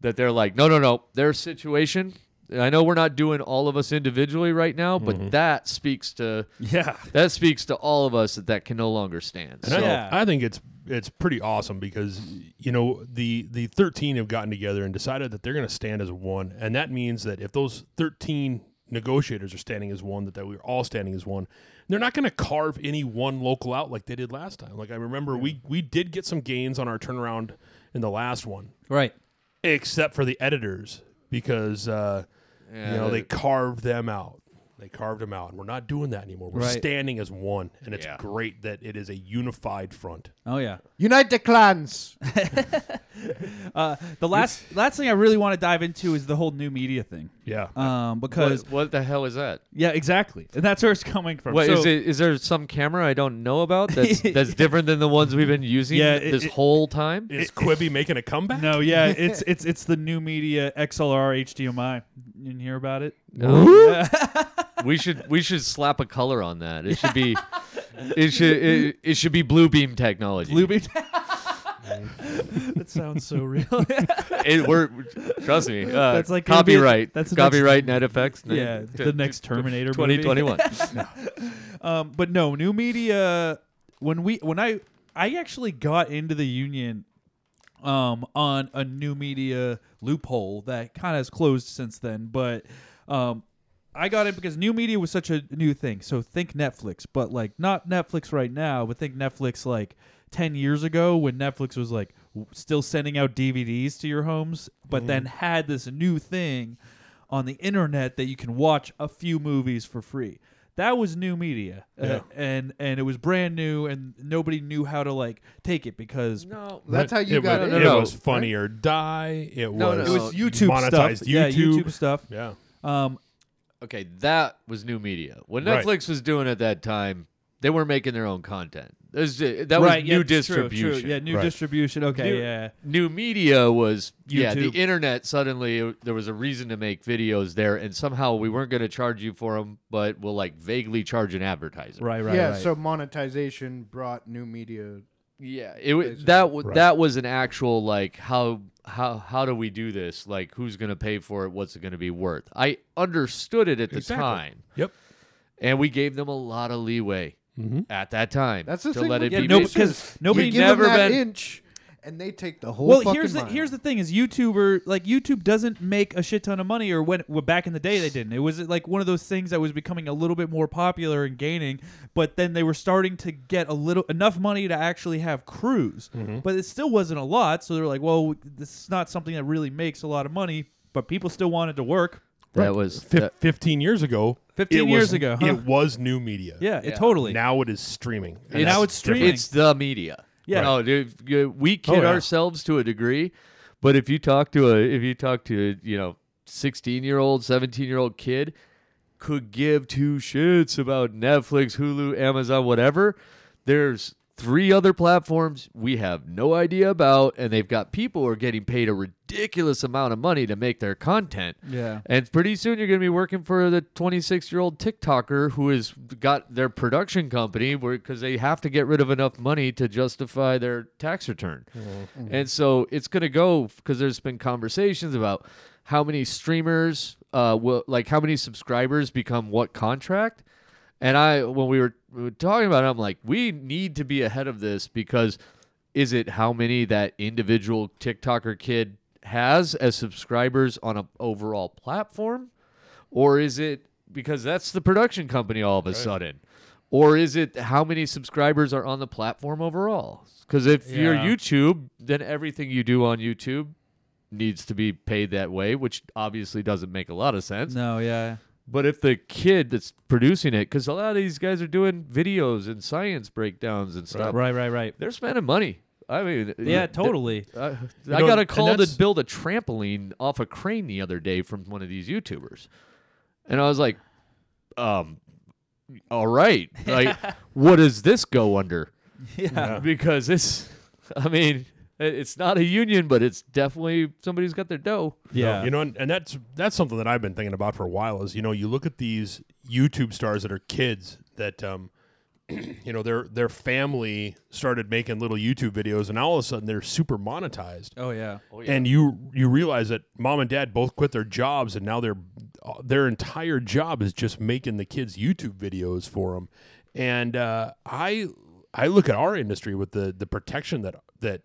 that they're like, "No, no, no, their situation. I know we're not doing all of us individually right now, but Mm-hmm. that speaks to yeah. that speaks to all of us that that can no longer stand." And So, I, Yeah. I think it's it's pretty awesome because you know the the 13 have gotten together and decided that they're going to stand as one, and that means that if those 13 negotiators are standing as one, that, that we're all standing as one. They're not going to carve any one local out like they did last time. Like I remember, we we did get some gains on our turnaround in the last one, Right. except for the editors because uh, you know they carved them out. They carved them out, and we're not doing that anymore. We're Right. standing as one, and it's Yeah. great that it is a unified front. Oh yeah. Unite the clans. The last last thing I really want to dive into is the whole new media thing. Yeah. Um, what, because what the hell is that? yeah, exactly, and that's where it's coming from. What is So- it? Is there some camera I don't know about that's that's different than the ones we've been using Yeah, it- this it- whole time? Is Quibi making a comeback? No, yeah, it's it's it's the new media XLR HDMI. You didn't hear about it? we should we should slap a color on that. It should be it should it, it should be blue beam technology. Blue beam. that sounds so real. It, we're trust me. Uh, That's like gonna be a- copyright. that's the next- copyright net effects. yeah, the next Terminator. Twenty twenty movie. one. Um, but no, new media. When we when I I actually got into the union, um, on a new media loophole that kind of has closed since then. But, um, I got it because new media was such a new thing. So think Netflix, but like not Netflix right now, but think Netflix like 10 years ago when Netflix was like w- still sending out DVDs to your homes, but then had this new thing on the internet that you can watch a few movies for free. That was new media, uh, and and it was brand new, and nobody knew how to like take it because No, That's how you it got was, no, it. it. no. was funny or die. It was, no, no. it was YouTube monetized YouTube. stuff, yeah, YouTube stuff. Yeah. Um, okay, that was new media. When Right. Netflix was doing at that time, they were making their own content. There's ju- that right, was yeah, new true, true. distribution. yeah, new Right. distribution. Okay, New- yeah, new media was yeah the YouTube. internet suddenly uh, there was a reason to make videos there and somehow we weren't going to charge you for them but we'll like vaguely charge an advertiser right, right, yeah, right. so monetization brought new media. yeah it wa- that w- that was an actual like how how how do we do this like who's going to pay for it what's it going to be worth i understood it at the Exactly. time Yep. and we gave them a lot of leeway at that time. That's the to thing. let with it Mm-hmm. Yeah, be. no, made. because nobody you give 'em never that been- inch, and they take the whole. Well, fucking here's the mile. here's the thing: is YouTuber like YouTube doesn't make a shit ton of money, or when well, back in the day they didn't. It was like one of those things that was becoming a little bit more popular and gaining, but then they were starting to get a little enough money to actually have crews, Mm-hmm. but it still wasn't a lot. So they're like, well, this is not something that really makes a lot of money, but people still wanted to work. that was Fif- that- fifteen years ago. 15 it was- years ago, huh? it was new media. Yeah, it Yeah. totally. Now it is streaming. And Now that's it's different. streaming. It's the media. Yeah. No, dude, you- we kid Oh, yeah. ourselves to a degree, but if you talk to a if you talk to you know sixteen year old, seventeen year old kid, could give two shits about Netflix, Hulu, Amazon, whatever. There's three other platforms we have no idea about, and they've got people who are getting paid a ridiculous amount of money to make their content. Yeah. And pretty soon you're going to be working for the 26 year old TikToker who has got their production company because they have to get rid of enough money to justify their tax return. And so it's going to go because there's been conversations about how many streamers, uh, will, like how many subscribers become what contract. And I, when we were, we were talking about it, I'm like, we need to be ahead of this because is it how many that individual TikToker kid has as subscribers on a overall platform? Or is it because that's the production company all of a sudden? Or is it how many subscribers are on the platform overall? Because if you're Yeah. YouTube, then everything you do on YouTube needs to be paid that way, which obviously doesn't make a lot of sense. No, yeah. But if the kid that's producing it, because a lot of these guys are doing videos and science breakdowns and stuff, Right, right, right. they're spending money. I mean, Yeah, th- totally. Uh-huh. I, You I know, got a and call to that's- build a trampoline off a crane the other day from one of these YouTubers, and I was like, um, all right, like, what does this go under? Yeah. Because this, I mean, it- it's not a union, but it's definitely somebody's got their dough. Yeah. You know, and, and that's that's something that I've been thinking about for a while. Is you know, you look at these YouTube stars that are kids that, um, you know, their their family started making little YouTube videos, and now all of a sudden they're super monetized. oh yeah. And you you realize that mom and dad both quit their jobs, and now their uh, their entire job is just making the kids YouTube videos for them. And uh, I I look at our industry with the the protection that that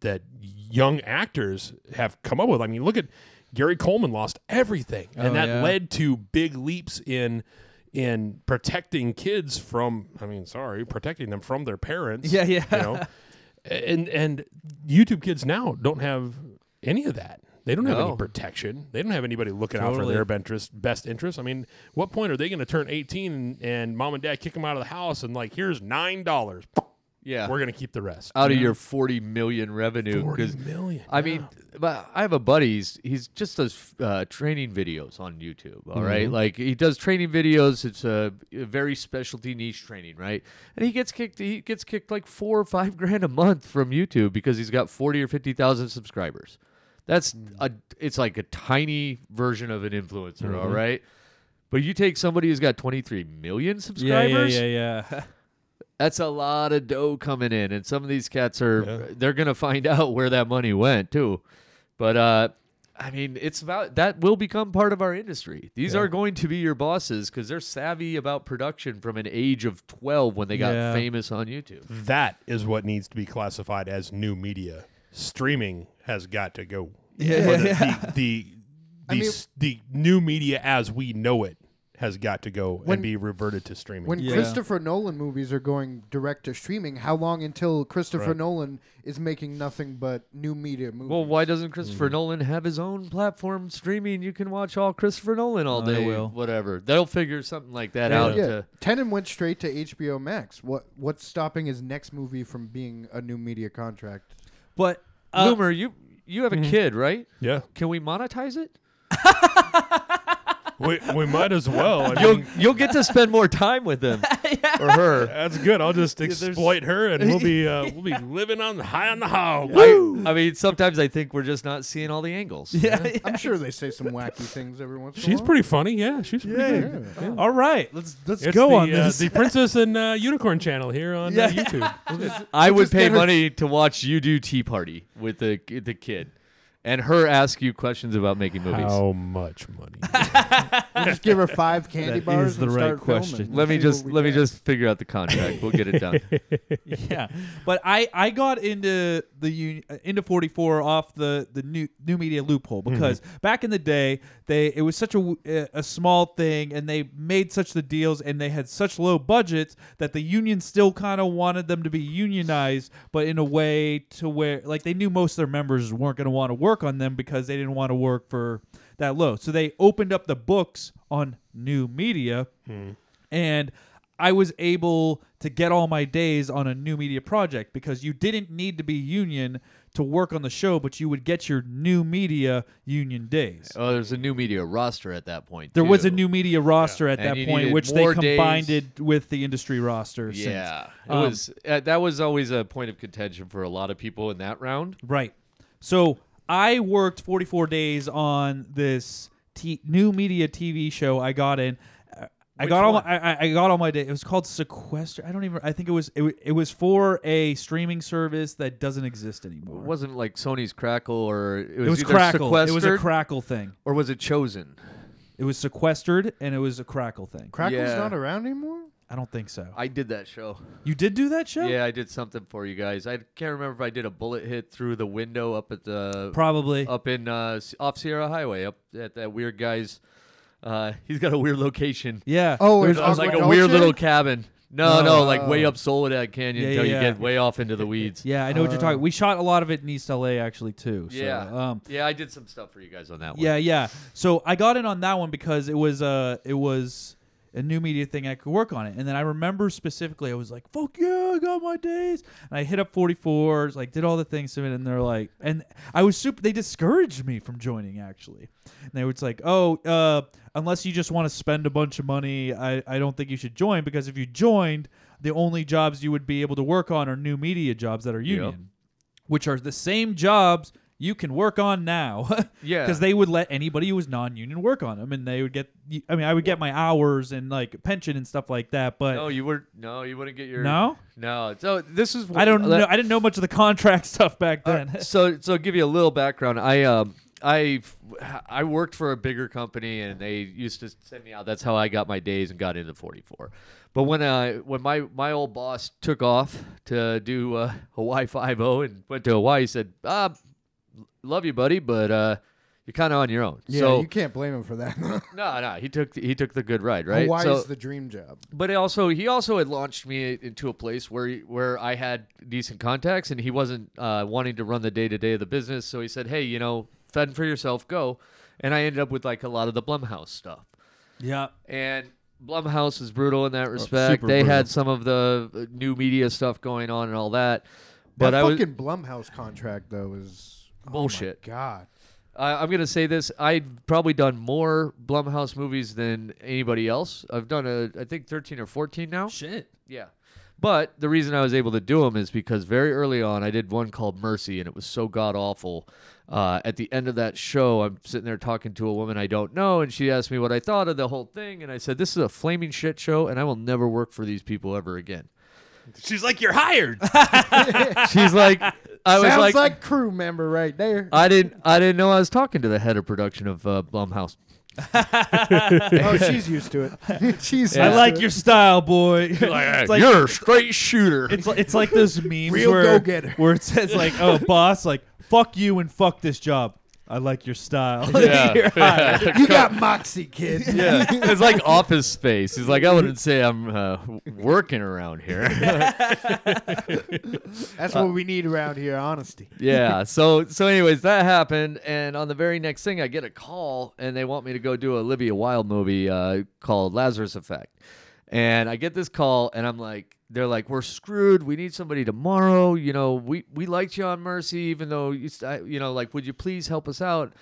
that young actors have come up with. I mean, look at Gary Coleman lost everything, Oh, and that yeah. led to big leaps in in protecting kids from. I mean, sorry, protecting them from their parents. Yeah, yeah. You know, and and YouTube kids now don't have any of that. They don't have No. any protection. They don't have anybody looking out for Totally. their best interest, best interest. I mean, what point are they going to turn 18 and, and mom and dad kick them out of the house and like, here's nine dollars. Yeah, We're going to keep the rest. out of your 40 million revenue 40 because million, i mean but i have a buddy he's, he's just does uh, training videos on youtube All right, Mm-hmm. like he does training videos it's a, a very specialty niche training right and he gets kicked he gets kicked like four or five grand a month from youtube because he's got 40 or 50 thousand subscribers that's Mm. a it's like a tiny version of an influencer all Mm-hmm. right but you take somebody who's got 23 million Yeah, yeah, subscribers yeah, yeah. that's a lot of dough coming in and some of these cats are they're gonna find out where that money went too but uh i mean it's about that will become part of our industry these are going to be your bosses because they're savvy about production from an age of 12 when they got Yeah. famous on youtube That is what needs to be classified as new media. Streaming has got to go. Yeah, Or the, yeah. The, the, the, I mean- s- the new media as we know it has got to go When- and be reverted to streaming. When Yeah. Christopher Nolan movies are going direct to streaming, how long until Christopher Nolan is making nothing but new media movies? well why doesn't christopher nolan have his own platform streaming you can watch all christopher nolan all Oh, they day will. whatever they'll figure something like that yeah, out yeah. to- Tenet went straight to HBO Max. What what's stopping his next movie from being a new media contract? But uh, loomer you you have a kid right yeah. can we monetize it we, we might as well. I you'll mean, you'll get to spend more time with him or her. that's good. I'll just exploit her, and we'll be uh, we'll be living on high on the hog. I, I mean, sometimes I think we're just not seeing all the angles. yeah, I'm sure they say some wacky things every once in a while. She's pretty funny. Yeah, she's pretty good. All right, let's let's It's go the, on uh, this. the Princess and uh, Unicorn channel here on Yeah. uh, YouTube. I would just pay get her- money to watch you do Tea Party with the the kid. and her ask you questions about making movies. How much money? You just give her five candy That bars is the and right start filming. question. Let me See what just we let me get. just figure out the contract. We'll get it done. yeah, but I I got into the uni- uh, into 44 off the the new new media loophole because back in the day they it was such a w- uh, a small thing and they made such the deals and they had such low budgets that the union still kind of wanted them to be unionized but in a way to where like they knew most of their members weren't going to want to work on them because they didn't want to work for that low. So they opened up the books on new media and I was able to get all my days on a new media project because you didn't need to be union to work on the show, but you would get your new media union days. oh, there's a new media roster at that point. There was a too. new media roster at And that you point, needed which they more combined days. it with the industry roster. since. Yeah, it Um, was uh, that was always a point of contention for a lot of people in that round. Right. So I worked 44 days on this t- new media TV show I got in. Uh, I got all my, I, I- I got all my day. It was called Sequester. I don't even. I think it was it, wa- it was for a streaming service that doesn't exist anymore. It wasn't like Sony's Crackle or it was, it was either crackle. It was a sequestered crackle thing. or was it Chosen? It was sequestered and it was a crackle thing. Crackle's Yeah. not around anymore. I don't think so. I did that show. you did do that show? Yeah, I did something for you guys. I can't remember if I did a bullet hit through the window up at the Probably. up in uh, s- off Sierra Highway up at that weird guy's. Uh, he's got a weird location. yeah. Oh, There's- it's it was like a weird little cabin. No, no, like way up Soledad Canyon uh, Yeah, until yeah. you get way off into the weeds. Yeah, I know what you're talking. We shot a lot of it in East LA actually too. So, Uh, yeah, Um, yeah. I did some stuff for you guys on that one. Yeah, yeah. So I got in on that one because it was uh it was a new media thing I could work on it. And then I remember specifically I was like, "Fuck yeah, I got my days." And I hit up 44s, like did all the things to it and they're like and I was super they discouraged me from joining actually. And they were just like, "Oh, uh unless you just want to spend a bunch of money, I I don't think you should join because if you joined, the only jobs you would be able to work on are new media jobs that are union." which are the same jobs you can work on now. Yeah. Because they would let anybody who was non union work on them and they would get, I mean, I would get my hours and like pension and stuff like that. But No, you were no, you wouldn't get your No? No, so this is I don't let- know. I didn't know much of the contract stuff back All then. right, so so give you a little background. I um I I worked for a bigger company and they used to send me out. That's how I got my days and got into 44. But when I when my my old boss took off to do uh, Hawaii 50 and went to Hawaii, he said, "Ah, love you, buddy, but uh, you're kind of on your own." Yeah, so you can't blame him for that. no, no, he took the, he took the good ride, right? Hawaii's so, the dream job. but it also he also had launched me into a place where where I had decent contacts, and he wasn't uh, wanting to run the day to day of the business. So he said, "Hey, you know, fend for yourself, go." And I ended up with like a lot of the Blumhouse stuff, yeah. and Blumhouse is brutal in that respect. super they brutal. had some of the uh, new media stuff going on and all that, but that I was fucking Blumhouse contract though is oh my Bullshit. God, I, I'm gonna say this. I've probably done more Blumhouse movies than anybody else. I've done a, I think 13 or 14 now. Shit. Yeah. But the reason I was able to do them is because very early on, I did one called Mercy, and it was so god awful. Uh, at the end of that show, I'm sitting there talking to a woman I don't know, and she asked me what I thought of the whole thing, and I said, "This is a flaming shit show, and I will never work for these people ever again." She's like, you're hired. She's like, "I was sounds like, Uh, like, crew member right there. I didn't, I didn't know I was talking to the head of production of uh, Blumhouse." oh, she's used to it. she's. I used like to your style, boy. it's like You're a straight shooter. it's, li- it's like those memes Real where, go-getter. where it says like, "Oh, boss, like fuck you and fuck this job." I like your style. Yeah. You're hired. it. You got moxie, kid. Yeah, it's like Office Space. He's like, I wouldn't say I'm uh, working around here. That's what we need around here. Honesty. yeah. So, so, anyways, that happened, and on the very next thing, I get a call, and they want me to go do a Olivia Wilde movie uh, called Lazarus Effect, and I get this call, and I'm like, they're like, we're screwed. We need somebody tomorrow. You know, we we liked you on Mercy, even though you, st- you know, like, would you please help us out?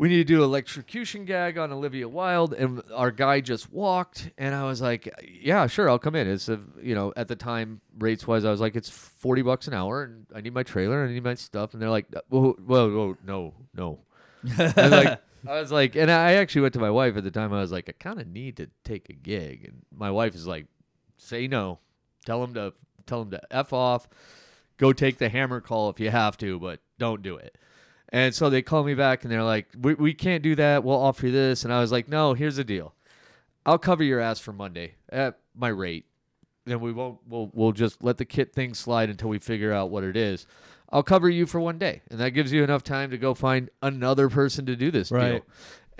we need to do electrocution gag on Olivia Wilde, and our guy just walked, and I was like, yeah, sure, I'll come in. It's a, you know, at the time rates wise, I was like, it's forty bucks an hour, and I need my trailer, and I need my stuff, and they're like, "Uh, whoa, whoa, whoa no, no, and like I was like, and I actually went to my wife at the time. I was like, I kind of need to take a gig, and my wife is like, say no, tell him to tell him to f off, go take the hammer call if you have to, but don't do it. And so they called me back and they're like, we, we can't do that. We'll offer you this. And I was like, no, here's the deal. I'll cover your ass for Monday at my rate. Then we won't, we'll, we'll just let the kit thing slide until we figure out what it is. I'll cover you for one day. And that gives you enough time to go find another person to do this deal. Right.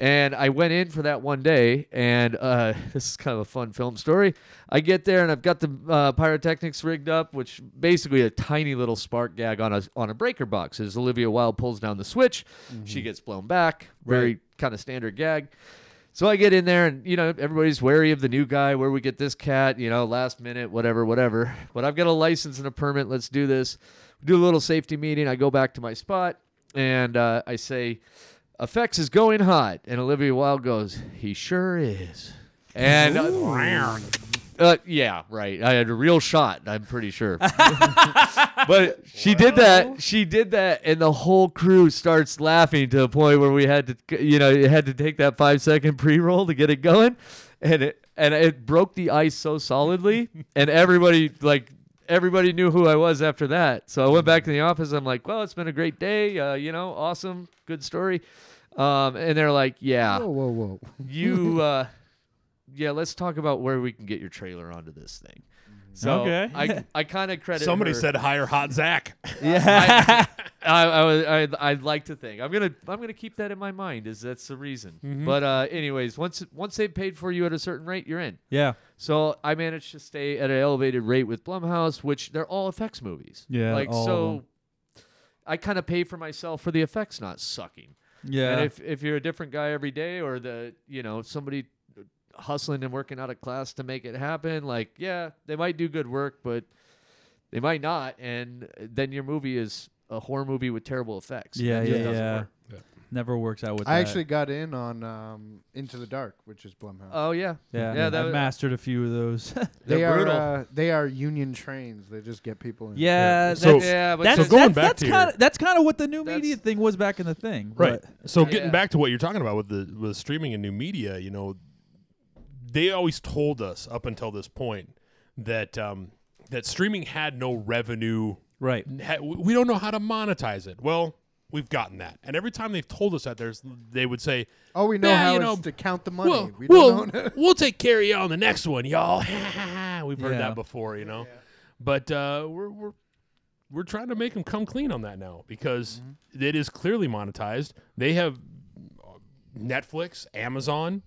And I went in for that one day, and uh, this is kind of a fun film story. I get there, and I've got the uh, pyrotechnics rigged up, which basically a tiny little spark gag on a on a breaker box. As Olivia Wilde pulls down the switch, she gets blown back. Very kind of standard gag. So I get in there, and you know everybody's wary of the new guy. Where we get this cat, you know, last minute, whatever, whatever. But I've got a license and a permit. Let's do this. We do a little safety meeting. I go back to my spot, and uh, I say, "Effects is going hot," and Olivia Wilde goes, "He sure is." And uh, uh, yeah, right. I had a real shot. I'm pretty sure. but she did that. She did that, and the whole crew starts laughing to the point where we had to, you know, had to take that five second pre roll to get it going, and it and it broke the ice so solidly, and everybody like everybody knew who I was after that. So I went back to the office. I'm like, well, it's been a great day. Uh, you know, awesome, good story. Um, and they're like, yeah, Whoa, whoa, whoa. you uh yeah let's talk about where we can get your trailer onto this thing so Okay. i i kind of credit Somebody her. said hire hot Zach. I, I, I, was- I i'd like to think i'm gonna i'm gonna keep that in my mind is that's the reason Mm-hmm. but uh anyways once once they've paid for you at a certain rate you're in Yeah. so I managed to stay at an elevated rate with Blumhouse, which they're all effects movies. Yeah, like all of so. them. I kind of pay for myself for the effects not sucking. Yeah. And if if you're a different guy every day, or the you know somebody hustling and working out of class to make it happen, like yeah, they might do good work, but they might not, and then your movie is a horror movie with terrible effects. Yeah, It just yeah, doesn't yeah. work. Never works out with I that. actually got in on um, Into the Dark, which is Blumhouse. Oh yeah, yeah, yeah. That I was, mastered a few of those. they they're are brutal. uh, they are union trains. They just get people in. yeah, So- that's, yeah, but that's, So going that's, back that's to your- kind of that's kind of what the new That's- media thing was back in the thing, Right. but- So getting Yeah. back to what you're talking about with the with streaming and new media, you know, they always told us up until this point that um, that streaming had no revenue. Right. ha- We don't know how to monetize it. Well, we've gotten that, and every time they've told us that, there's they would say, Oh, we know "Nah, how you it's know, to count the money. We'll, we don't know. we'll, we'll take care of you on the next one, y'all. We've heard Yeah. that before, you know. But uh, we're we're we're trying to make them come clean on that now because Mm-hmm. it is clearly monetized. They have uh, Netflix, Amazon,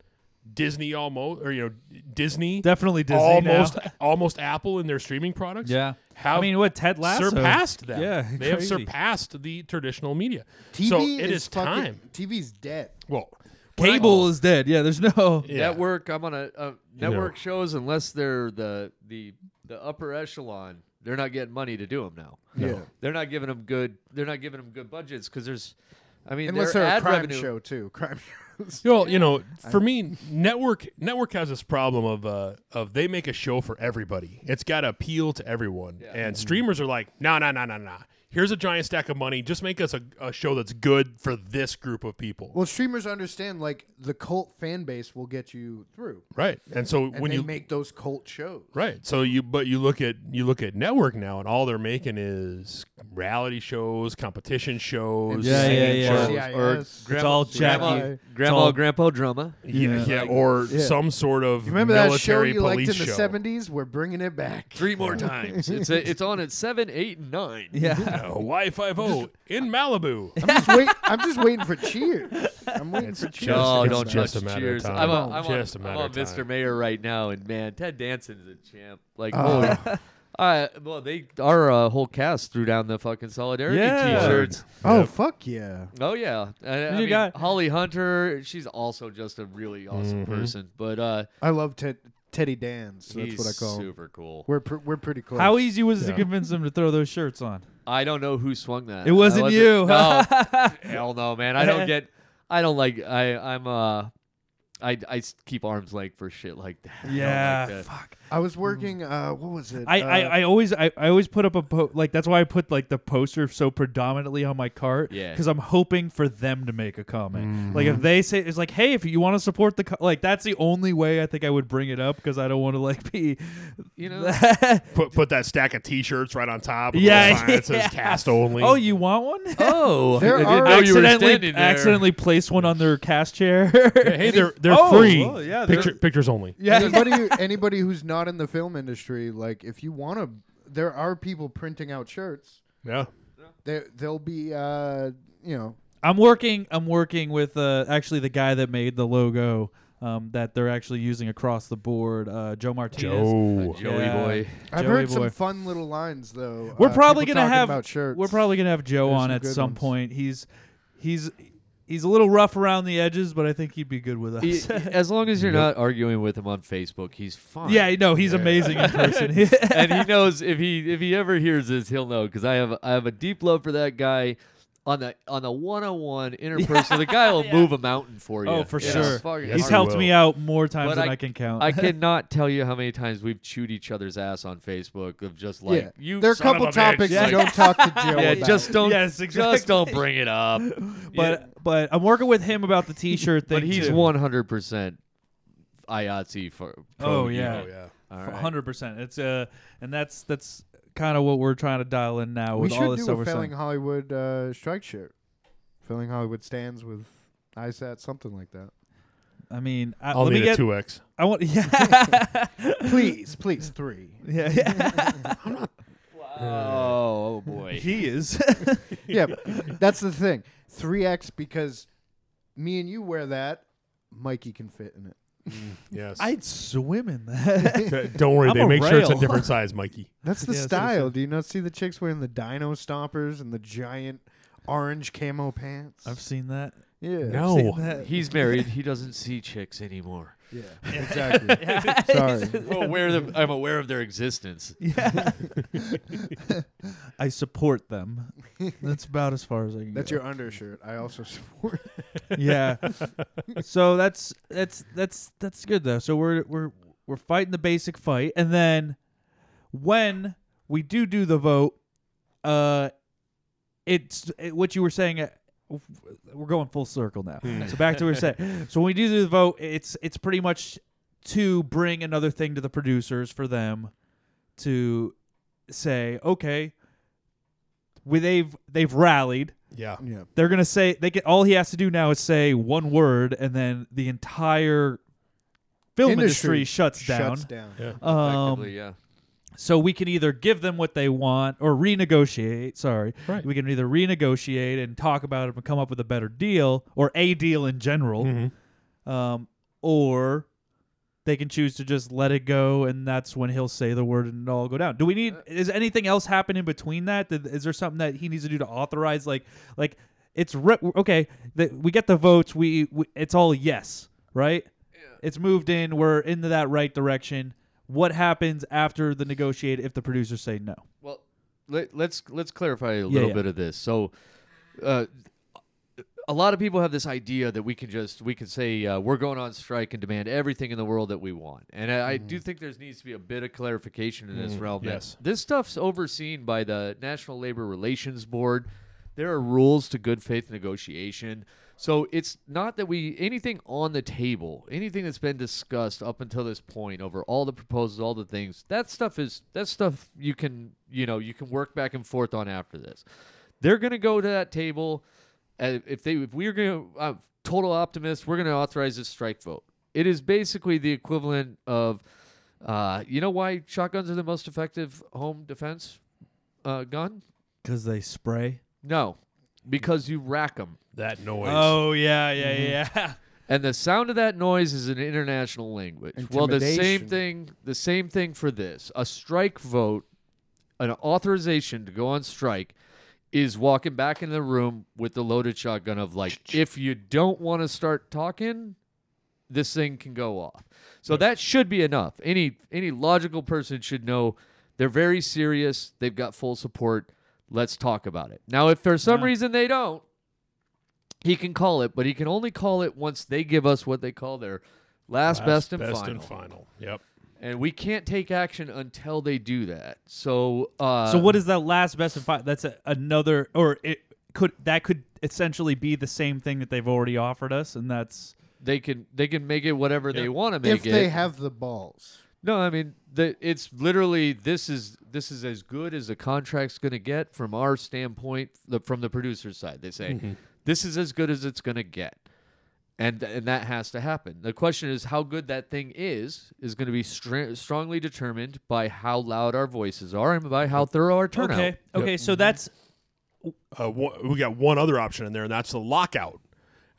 Disney almost, or you know, Disney, Definitely Disney almost now. almost Apple in their streaming products. Yeah. have I mean, what Ted Lasso surpassed that. Yeah, they have crazy. surpassed the traditional media. TV so it is, fucking- time. TV's dead. Well, when I- Cable is dead. Yeah, there's no. Yeah. network i'm on a uh, network shows unless they're the the the upper echelon they're not getting money to do them now Yeah. they're not giving them good they're not giving them good budgets because there's i mean Unless their they're a ad crime revenue show too. Crime shows. Well, you know, for me, network network has this problem of uh, of they make a show for everybody. It's got to appeal to everyone, and streamers are like, no, no, no, no, no. Here's a giant stack of money. Just make us a, a show that's good for this group of people. Well, streamers understand like the cult fan base will get you through, right, and so and when they you make those cult shows. right, so you but you look at you look at network now, and all they're making is reality shows, competition shows, Yeah, singing yeah, yeah. shows. CIS, or it's It's all grandma Jackie. grandma all- grandpa drama Yeah, yeah, or some sort of Remember that show military you liked in police the show. seventies? We're bringing it back. three more times it's a, it's on at seven eight and nine Yeah. Y five O in Malibu. I'm just, wait, I'm just waiting for Cheers. I'm waiting for Cheers. No, It's Oh, don't just touch a matter of Cheers. time. I'm, on- I'm Just a on, I'm matter on of time. Ah. Mr. Mayor right now, and man, Ted Danson is a champ. Like, holy. Uh, well, they our uh, whole cast threw down the fucking solidarity Yeah. t-shirts. Oh fuck yeah! Oh yeah, Uh, I You mean, got- Holly Hunter. She's also just a really awesome Mm-hmm. person, but uh, I love Ted, Teddy Dan. So that's he's what I call. him. super cool. We're pr- we're pretty close. How easy was it Yeah. to convince them to throw those shirts on? I don't know who swung that. It wasn't I you. No, hell no, man. I don't get. I don't like. I I'm uh, I I s- keep arms length for shit like that. I don't like Yeah. that. Fuck. I was working. Uh, what was it? I, uh, I, I always I, I always put up a po- like that's why I put like the poster so predominantly on my cart Yeah. Mm-hmm. because I'm hoping for them to make a comment like if they say it's like hey if you want to support the co-, like that's the only way I think I would bring it up because I don't want to like be Oh, You know, Put put that stack of T-shirts right on top. With Yeah, yeah, sign that says yeah. cast only. oh you want one oh, There I are- didn't know you were accidentally standing there. accidentally place one on their cast chair hey, they're they're Oh, free. well, yeah, they're- Picture, pictures only. yeah anybody, who- anybody who's not in the film industry, like if you want to, there are people printing out shirts. Yeah. There, there'll be, uh, you know, I'm working. I'm working with uh, actually the guy that made the logo um, that they're actually using across the board. Uh, Joe Martinez. Joe. Joey Yeah. boy. I've Joey heard boy. some fun little lines though. We're uh, probably people gonna talking have. about shirts. We're probably gonna have Joe There's on some at good some ones. point. He's he's he's a little rough around the edges, but I think he'd be good with us. He- as long as you're not arguing with him on Facebook, he's fine. yeah, no, he's amazing in person. and he knows if he if he ever hears this, he'll know because I have I have a deep love for that guy. On the on the one on one interpersonal, the guy will move a mountain for you. oh, for It's sure. fucking he's he hard. helped will. me out more times But than I, I- can count. I cannot tell you how many times we've chewed each other's ass on Facebook of just like yeah. you. there are a son of couple a bitch. topics Like, you oh, don't talk to Joe yeah, about. just don't. Yes, Just don't bring it up. but but I'm working with him about the T-shirt thing. but he's too. one hundred percent IATSE for. pro Oh, yeah. unit. Oh, yeah. All right. hundred percent. It's uh, and that's that's kind of what we're trying to dial in now we with all should this do stuff. a we're failing saying. Hollywood uh, strike shirt. Failing Hollywood stands with ISAT, something like that. I mean, I, I'll let me need a get. two X. I want. Yeah, Please, please, three. yeah, yeah. Oh, oh boy. he is. yeah, that's the thing. Three X because me and you wear that. Mikey can fit in it. Yes. I'd swim in that. D- Don't worry, I'm they a make sure it's a rail. different size, Mikey. That's the Yeah, that's what I style. Do you not see the chicks wearing the dino stompers and the giant orange camo pants? I've seen that. yeah, Seen No. that. He's married. He doesn't see chicks anymore. yeah, exactly. Sorry. I'm aware of them- I'm aware of their existence. Yeah. I support them. That's about as far as I can. That's go. your undershirt. I also support. yeah. So that's that's that's that's good though. So we're we're we're fighting the basic fight, and then when we do do the vote, uh, it's it, what you were saying. Uh, we're going full circle now. So back to what we were saying. So when we do do the vote, it's it's pretty much to bring another thing to the producers for them to say, okay, we they've they've rallied Yeah. Yeah. they're gonna say they can all he has to do now is say one word and then the entire film industry, shuts, Shuts down, down. Um, Effectively, yeah. so we can either give them what they want or renegotiate sorry Right. we can either renegotiate and talk about it and come up with a better deal or a deal in general um, or they can choose to just let it go and that's when he'll say the word and it'll all go down do we need is anything else happen in between that Did- is there something that he needs to do to authorize like like it's re- okay the, we get the votes we, we it's all yes right it's moved in we're into that right direction what happens after the negotiate if the producers say no Well, let, let's let's clarify a little yeah. bit of this. So, uh, a lot of people have this idea that we can just we can say uh, we're going on strike and demand everything in the world that we want, and I, I do Mm-hmm. think there needs to be a bit of clarification in Mm, this realm. that yes. this stuff's overseen by the National Labor Relations Board. There are rules to good faith negotiation. So it's not that we anything on the table, anything that's been discussed up until this point over all the proposals, all the things, that stuff is that stuff you can, you know, you can work back and forth on after this. They're going to go to that table uh, if they if we're going to uh, total optimist, we're going to authorize this strike vote. It is basically the equivalent of uh, you know why shotguns are the most effective home defense uh, gun? because they spray No, because you rack them. That noise. oh yeah yeah yeah And the sound of that noise is an international language. Well, the same Intimidation. thing, the same thing for this. A strike vote, an authorization to go on strike is walking back in the room with the loaded shotgun of like if you don't want to start talking, this thing can go off. So that should be enough. Any any logical person should know they're very serious, they've got full support. Let's talk about it. Now if for some reason they don't, he can call it, but he can only call it once they give us what they call their last, best, and, best final. and final. Yep. and we can't take action until they do that. So, uh, So what is that last best and final? That's a, another, or it could that could essentially be the same thing that they've already offered us, and that's they can they can make it whatever they want to make if it. they have the balls. No, I mean the, it's literally this is this is as good as the contract's going to get from our standpoint, the, from the producer's side. They say Mm-hmm. this is as good as it's going to get, and and that has to happen. The question is how good that thing is is going to be str- strongly determined by how loud our voices are and by how thorough our turnout. okay. Okay, so that's uh, one, we got one other option in there, and that's the lockout,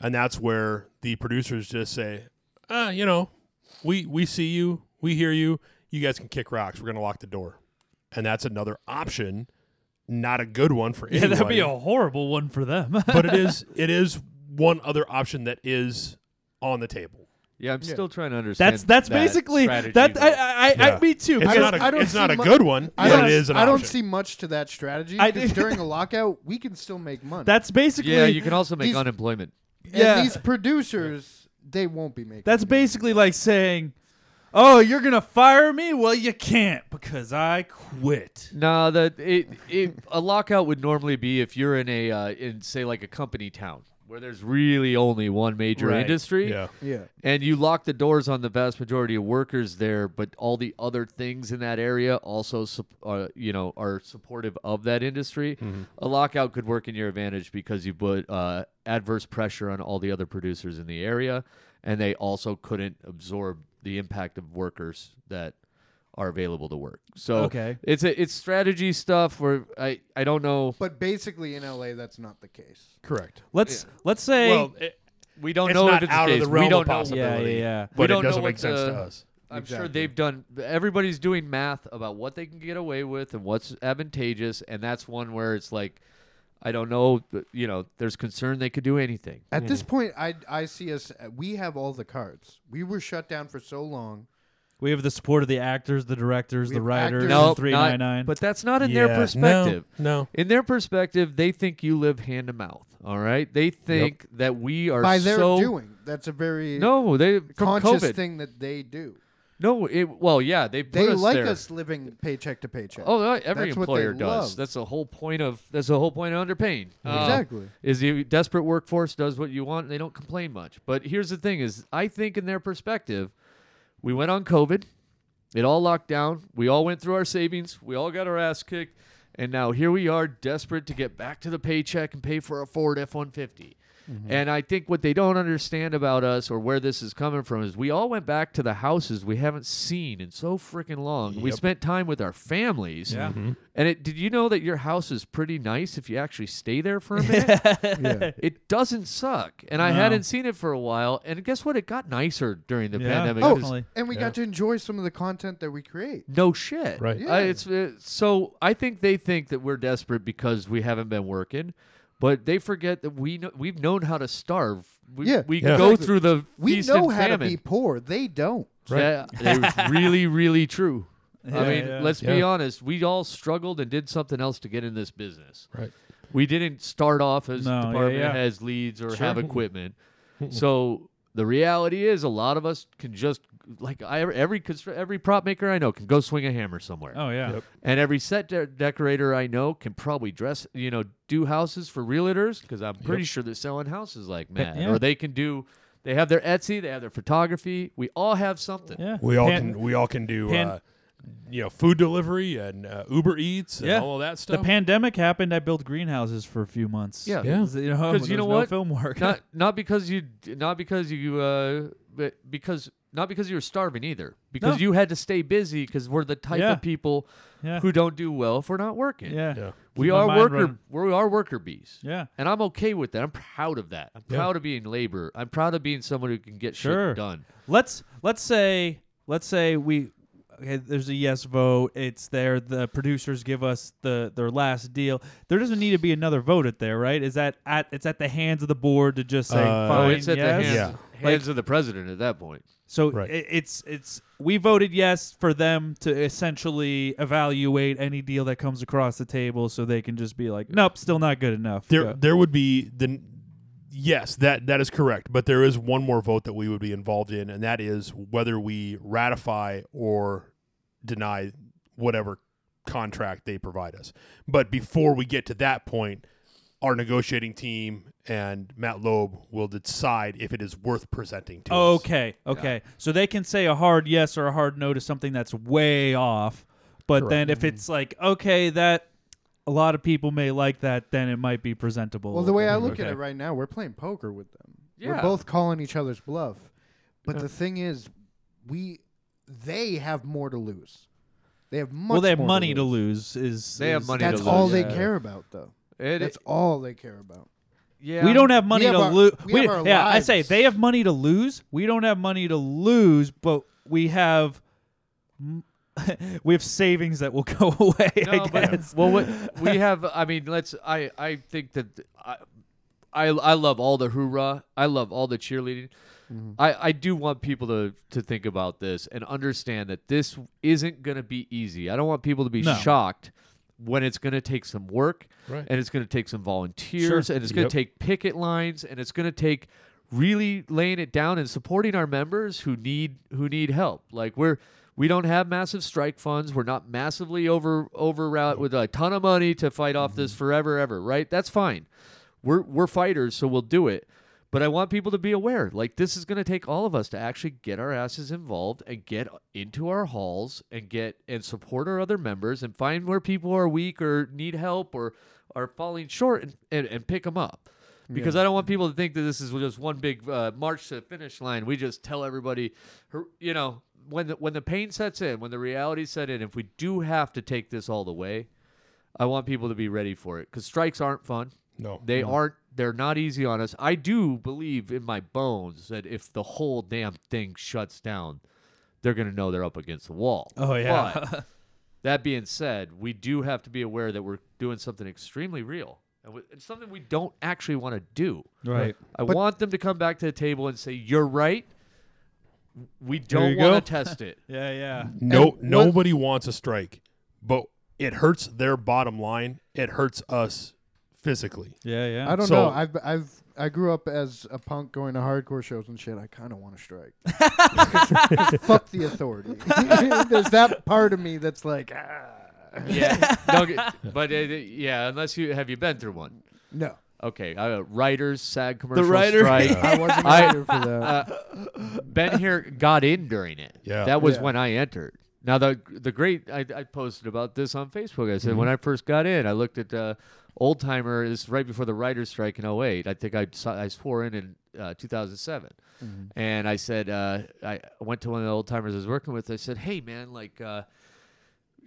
and that's where the producers just say, uh, you know, we we see you, we hear you, you guys can kick rocks. We're gonna lock the door, and that's another option, not a good one for yeah, anyone. that'd be a horrible one for them. but it is it is one other option that is on the table. Yeah, I'm still trying to understand. that's that's that basically strategy, that. I, though. I, I, Yeah. I me too. It's because- not a, I don't it's not see a mu- good one, I but don't, it is an I don't option. see much to that strategy. I 'cause do- during a lockout, we can still make money. that's basically yeah. You can also make these- unemployment. And yeah. these producers, they won't be making. That's money. basically like saying, "Oh, you're gonna fire me? Well, you can't because I quit." No, the it, it a lockout would normally be if you're in a uh, in say like a company town where there's really only one major Right. industry. yeah. yeah. And you lock the doors on the vast majority of workers there, but all the other things in that area also, sup- uh, you know, are supportive of that industry. Mm-hmm. A lockout could work in your advantage because you put uh, adverse pressure on all the other producers in the area, and they also couldn't absorb the impact of workers that are available to work. So Okay. it's a, it's strategy stuff where I I don't know. But basically, in LA, that's not the case. Correct. Let's let's say Well, it, We don't it's know not if it's out the of case. the realm we don't of know. yeah, possibility. yeah. But don't it know doesn't what make sense the- to us. I'm sure Exactly. they've done. Everybody's doing math about what they can get away with and what's advantageous, and that's one where it's like, I don't know. but, You know, there's concern they could do anything. At this point, I I see us. uh, We have all the cards. We were shut down for so long. we have the support of the actors, the directors, We the have writers, actors. No, not- three nine nine. But that's not in Yeah. their No, perspective. no. in their perspective, they think you live hand to mouth. All right, they think that we are By their so. doing, that's a very No, they from conscious COVID. thing that they do. No, it, well, yeah, they put They us like there. us living paycheck to paycheck. Oh, uh, every That's what they employer does. love. That's the whole point of that's the whole point of underpaying. Uh, Exactly. is the desperate workforce does what you want and they don't complain much. But here's the thing: is I think in their perspective, we went on COVID, it all locked down, we all went through our savings, we all got our ass kicked, and now here we are, desperate to get back to the paycheck and pay for a Ford F one fifty. And I think what they don't understand about us or where this is coming from is we all went back to the houses we haven't seen in so freaking long. We spent time with our families. Yeah. And it, did you know that your house is pretty nice if you actually stay there for a minute? It doesn't suck. And I hadn't seen it for a while. And guess what? It got nicer during the Yeah. pandemic. Oh, 'cause- definitely. and we got to enjoy some of the content that we create. No shit. Right. I- it's, uh, so I think they think that we're desperate because we haven't been working. But they forget that we know, we've known how to starve. We, Yeah, we Yeah. go exactly. through the We feast know and how famine. to be poor. They don't. Yeah, it's really, really true. I Yeah, mean, yeah. let's be Yeah. honest. We all struggled and did something else to get in this business. Right. We didn't start off as No, yeah, department yeah. heads, leads, or have equipment. so the reality is, a lot of us can just like I, every constru- every prop maker I know can go swing a hammer somewhere, oh yeah. and every set de- decorator I know can probably dress, you know, do houses for realtors because I'm pretty sure they're selling houses like mad, yeah. or they can do. They have their Etsy, they have their photography. We all have something. Yeah. We all Pan- can we all can do pan- uh, you know food delivery and uh, Uber Eats and Yeah. all of that The stuff. pandemic happened. I built greenhouses for a few months. Yeah. Yeah. because you know, 'Cause you there know was what? No film work. not not because you not because you uh but because not because you were starving either because No. you had to stay busy because we're the type Yeah. of people Yeah. who don't do well if we're not working yeah. yeah. we Keep my are mind worker running. we are worker bees Yeah. and i'm okay with that i'm proud of that i'm proud of being labor i'm proud of being someone who can get Sure. shit done Let's let's say let's say we okay, there's a yes vote. It's there. The producers give us the their last deal. There doesn't need to be another vote at there, right? Is that at it's at the hands of the board to just say Uh, oh fine, it's at yes? the hands, Yeah. hands of the president at that point So Right. i- it's it's we voted yes for them to essentially evaluate any deal that comes across the table, so they can just be like, nope, still not good enough. There Go. there would be the Yes, that that is correct. But there is one more vote that we would be involved in, and that is whether we ratify or deny whatever contract they provide us. But before we get to that point, our negotiating team and Matt Loeb will decide if it is worth presenting to us. Okay, okay. So they can say a hard yes or a hard no to something that's way off, but then if it's like okay, that a lot of people may like that, then it might be presentable. Well, the way I Mm-hmm. look at Okay. it right now, we're playing poker with them. Yeah. We're both calling each other's bluff. But the thing is, we they have more to lose. They have much well, they have more money to lose. Is They have is- money to That's lose, all they yeah. care about, though. It- That's all they care about. yeah. We don't have money have to our- lose. we have our yeah, I say lives. they have money to lose. We don't have money to lose, but we have m- we have savings that will go away. I No, but- guess. well, what, we have. I mean, let's. I I think that I I, I love all the hoorah. I love all the cheerleading. Mm-hmm. I I do want people to to think about this and understand that this isn't going to be easy. I don't want people to be No. shocked when it's going to take some work Right. and it's going to take some volunteers and it's going Yep. to take picket lines and it's going to take really laying it down and supporting our members who need who need help like we're we don't have massive strike funds we're not massively over over route with a ton of money to fight off this forever ever right that's fine we're we're fighters so we'll do it but i want people to be aware like this is going to take all of us to actually get our asses involved and get into our halls and get and support our other members and find where people are weak or need help or are falling short and, and, and pick them up because I don't want people to think that this is just one big uh, march to the finish line. We just tell everybody, hur- you know, when the, when the pain sets in, when the reality set in, if we do have to take this all the way, I want people to be ready for it because strikes aren't fun. No. They aren't. They're not easy on us. I do believe in my bones that if the whole damn thing shuts down, they're gonna know they're up against the wall. Oh, yeah. But that being said, we do have to be aware that we're doing something extremely real and we- it's something we don't actually want to do. right. I want them to come back to the table and say, "You're right. We you don't go. want to test it." Yeah, yeah. No, And what- nobody wants a strike, but it hurts their bottom line. It hurts us physically. Yeah, yeah. I don't So- know. I've I've I grew up as a punk going to hardcore shows and shit. I kind of want to strike. 'Cause fuck the authority. There's that part of me that's like, ah. yeah, No, g- but uh, yeah, unless you have you been through one. no, Okay, uh, writers, SAG commercial writer- strike. I wasn't I- uh, here for that. Ben here got in during it. Yeah. that was Yeah. when I entered. Now the the great I, I posted about this on Facebook. I said when I first got in, I looked at uh, old timer. This is right before the writers' strike in 08. I think I saw, I swore in in uh, 2007, and I said uh, I went to one of the old timers I was working with. I said, hey man, like. Uh,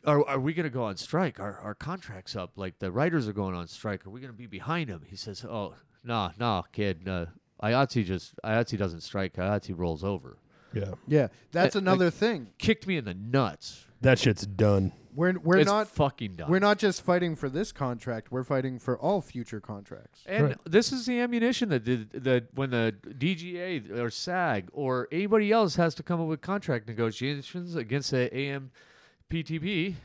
are, are we going to go on strike? Our, our contract's up. Like the writers are going on strike. Are we going to be behind them? He says, oh, nah, nah, kid. Uh, IATSE just, IATSE doesn't strike. IATSE rolls over. Yeah, yeah, that's uh, another thing. Kicked me in the nuts. that shit's done. We're we're it's not fucking done. we're not just fighting for this contract. We're fighting for all future contracts. and this is the ammunition that did that when the DGA or SAG or anybody else has to come up with contract negotiations against the AMPTP.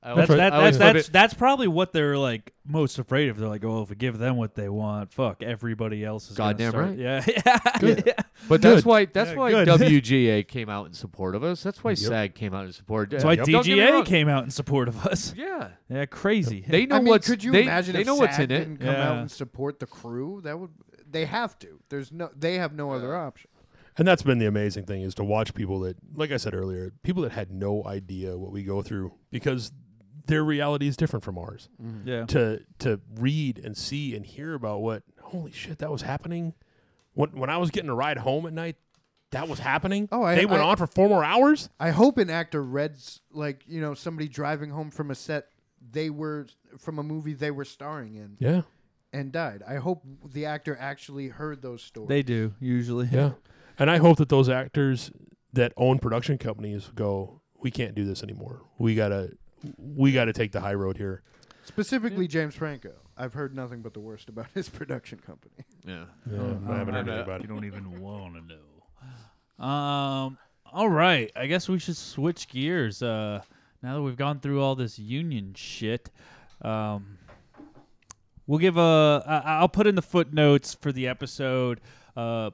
I always- That's that, I that's always flip that's, it. that's probably what they're like most afraid of. They're like, oh, if we give them what they want, fuck everybody else is gonna Goddamn start- right. Yeah, yeah, yeah. But that's why that's Yeah, why good. WGA came out in support of us. That's why SAG came out in support. That's why Don't get me DGA wrong. came out in support of us. Yeah, Yeah, crazy. they know I mean, what's. could you they, imagine they if know what's SAG in it. didn't come out Yeah. and support the crew? That would they have to. There's no they have no other option. And that's been the amazing thing is to watch people that, like I said earlier, people that had no idea what we go through because their reality is different from ours. Mm-hmm. yeah, To to read and see and hear about what holy shit that was happening. When when I was getting a ride home at night, that was happening. Oh, I- they went I- on for four more hours. I hope an actor reads like you know somebody driving home from a set they were from a movie they were starring in Yeah, and died. I hope the actor actually heard those stories. they do usually. yeah. And I hope that those actors that own production companies go, we can't do this anymore. We gotta we gotta take the high road here. Specifically, James Franco. I've heard nothing but the worst about his production company. Yeah. I haven't heard anything about You it. don't even want to know. Um. All right. I guess we should switch gears. Uh, now that we've gone through all this union shit, um, We'll give a. I- I'll put in the footnotes for the episode, uh,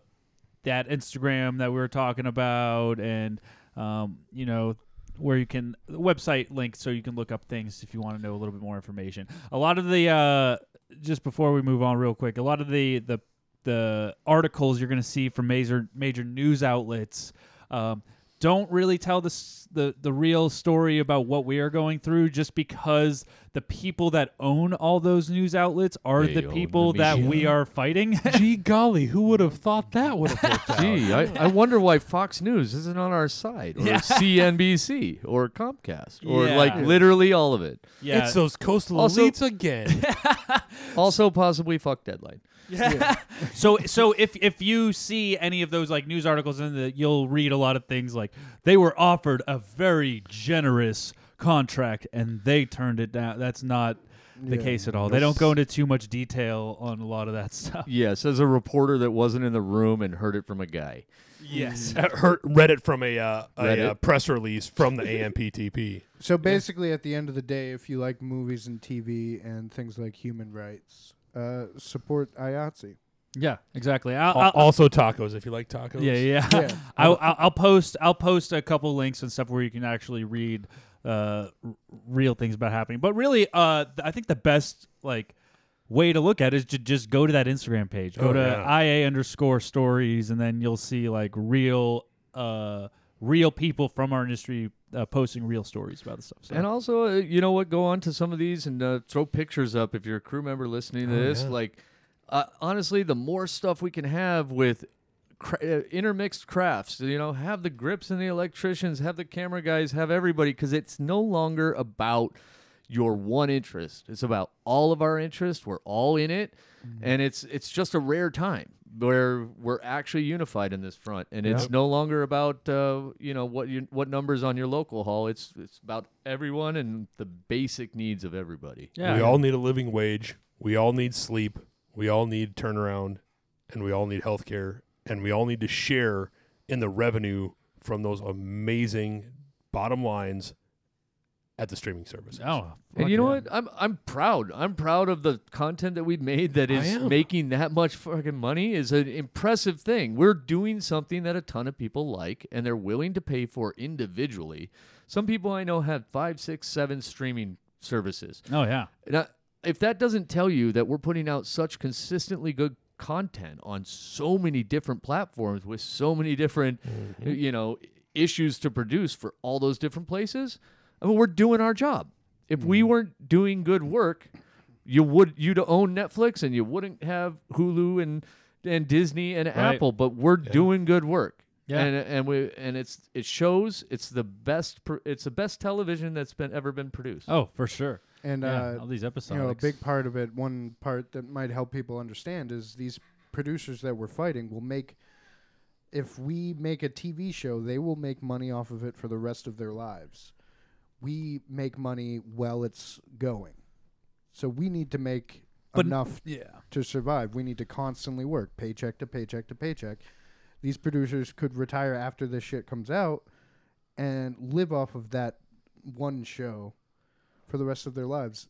that Instagram that we were talking about, and um, you know where you can the website link so you can look up things if you want to know a little bit more information. A lot of the uh, just before we move on, real quick, a lot of the the the articles you're going to see from major major news outlets um, don't really tell the, s- the the real story about what we are going through just because the people that own all those news outlets are They the own people the that media. we are fighting Gee golly, who would have thought that would have worked out? Gee, I, I wonder why Fox News isn't on our side, or CNBC, or Comcast, or Yeah. like literally all of it. yeah It's those coastal Also- elites again. Also, possibly fuck deadline. so so if if you see any of those like news articles in the you'll read a lot of things like they were offered a very generous contract and they turned it down that's not the case at all they don't go into too much detail on a lot of that stuff Yes, as a reporter that wasn't in the room and heard it from a guy. yes Uh, heard, read it from a, uh, a uh, Reddit? press release from the AMPTP. So basically, at the end of the day, if you like movies and TV and things like human rights, uh, support IATSE. yeah exactly I'll, Al I'll, also tacos, if you like tacos. yeah yeah, Yeah. I'll, I'll, I'll post i'll post a couple links and stuff where you can actually read uh r- real things about happening but really uh th- i think the best like way to look at it is to just go to that instagram page go Oh, to yeah. ia underscore stories and then you'll see like real uh real people from our industry uh, posting real stories about this stuff so. And also, uh, you know what? Go on to some of these and uh, throw pictures up if you're a crew member listening to this. Like, uh, honestly, the more stuff we can have with cra- uh, intermixed crafts, you know, have the grips and the electricians, have the camera guys, have everybody, because it's no longer about your one interest. It's about all of our interest. We're all in it, and it's it's just a rare time where we're actually unified in this front, and it's no longer about uh, you know what you, what numbers on your local hall. It's it's about everyone and the basic needs of everybody. yeah We all need a living wage. We all need sleep. We all need turnaround, and we all need healthcare, and we all need to share in the revenue from those amazing bottom lines at the streaming service. oh And fuck you know yeah. what? I'm I'm proud. I'm proud of the content that we've made that is am. making that much fucking money is an impressive thing. We're doing something that a ton of people like and they're willing to pay for individually. Some people I know have five, six, seven streaming services. oh yeah Now, if that doesn't tell you that we're putting out such consistently good content on so many different platforms with so many different, you know, issues to produce for all those different places, I mean, we're doing our job. If we weren't doing good work, you would you'd own Netflix and you wouldn't have Hulu and and Disney and Apple, but we're doing good work. Yeah. And and we and it's it shows it's the best pr- it's the best television that's been ever been produced. oh for sure And yeah, uh, all these episodes you know, a big part of it, one part that might help people understand is these producers that we're fighting will make. If we make a TV show, they will make money off of it for the rest of their lives. We make money while it's going, so we need to make But- enough yeah to survive. We need to constantly work, paycheck to paycheck to paycheck. These producers could retire after this shit comes out and live off of that one show for the rest of their lives.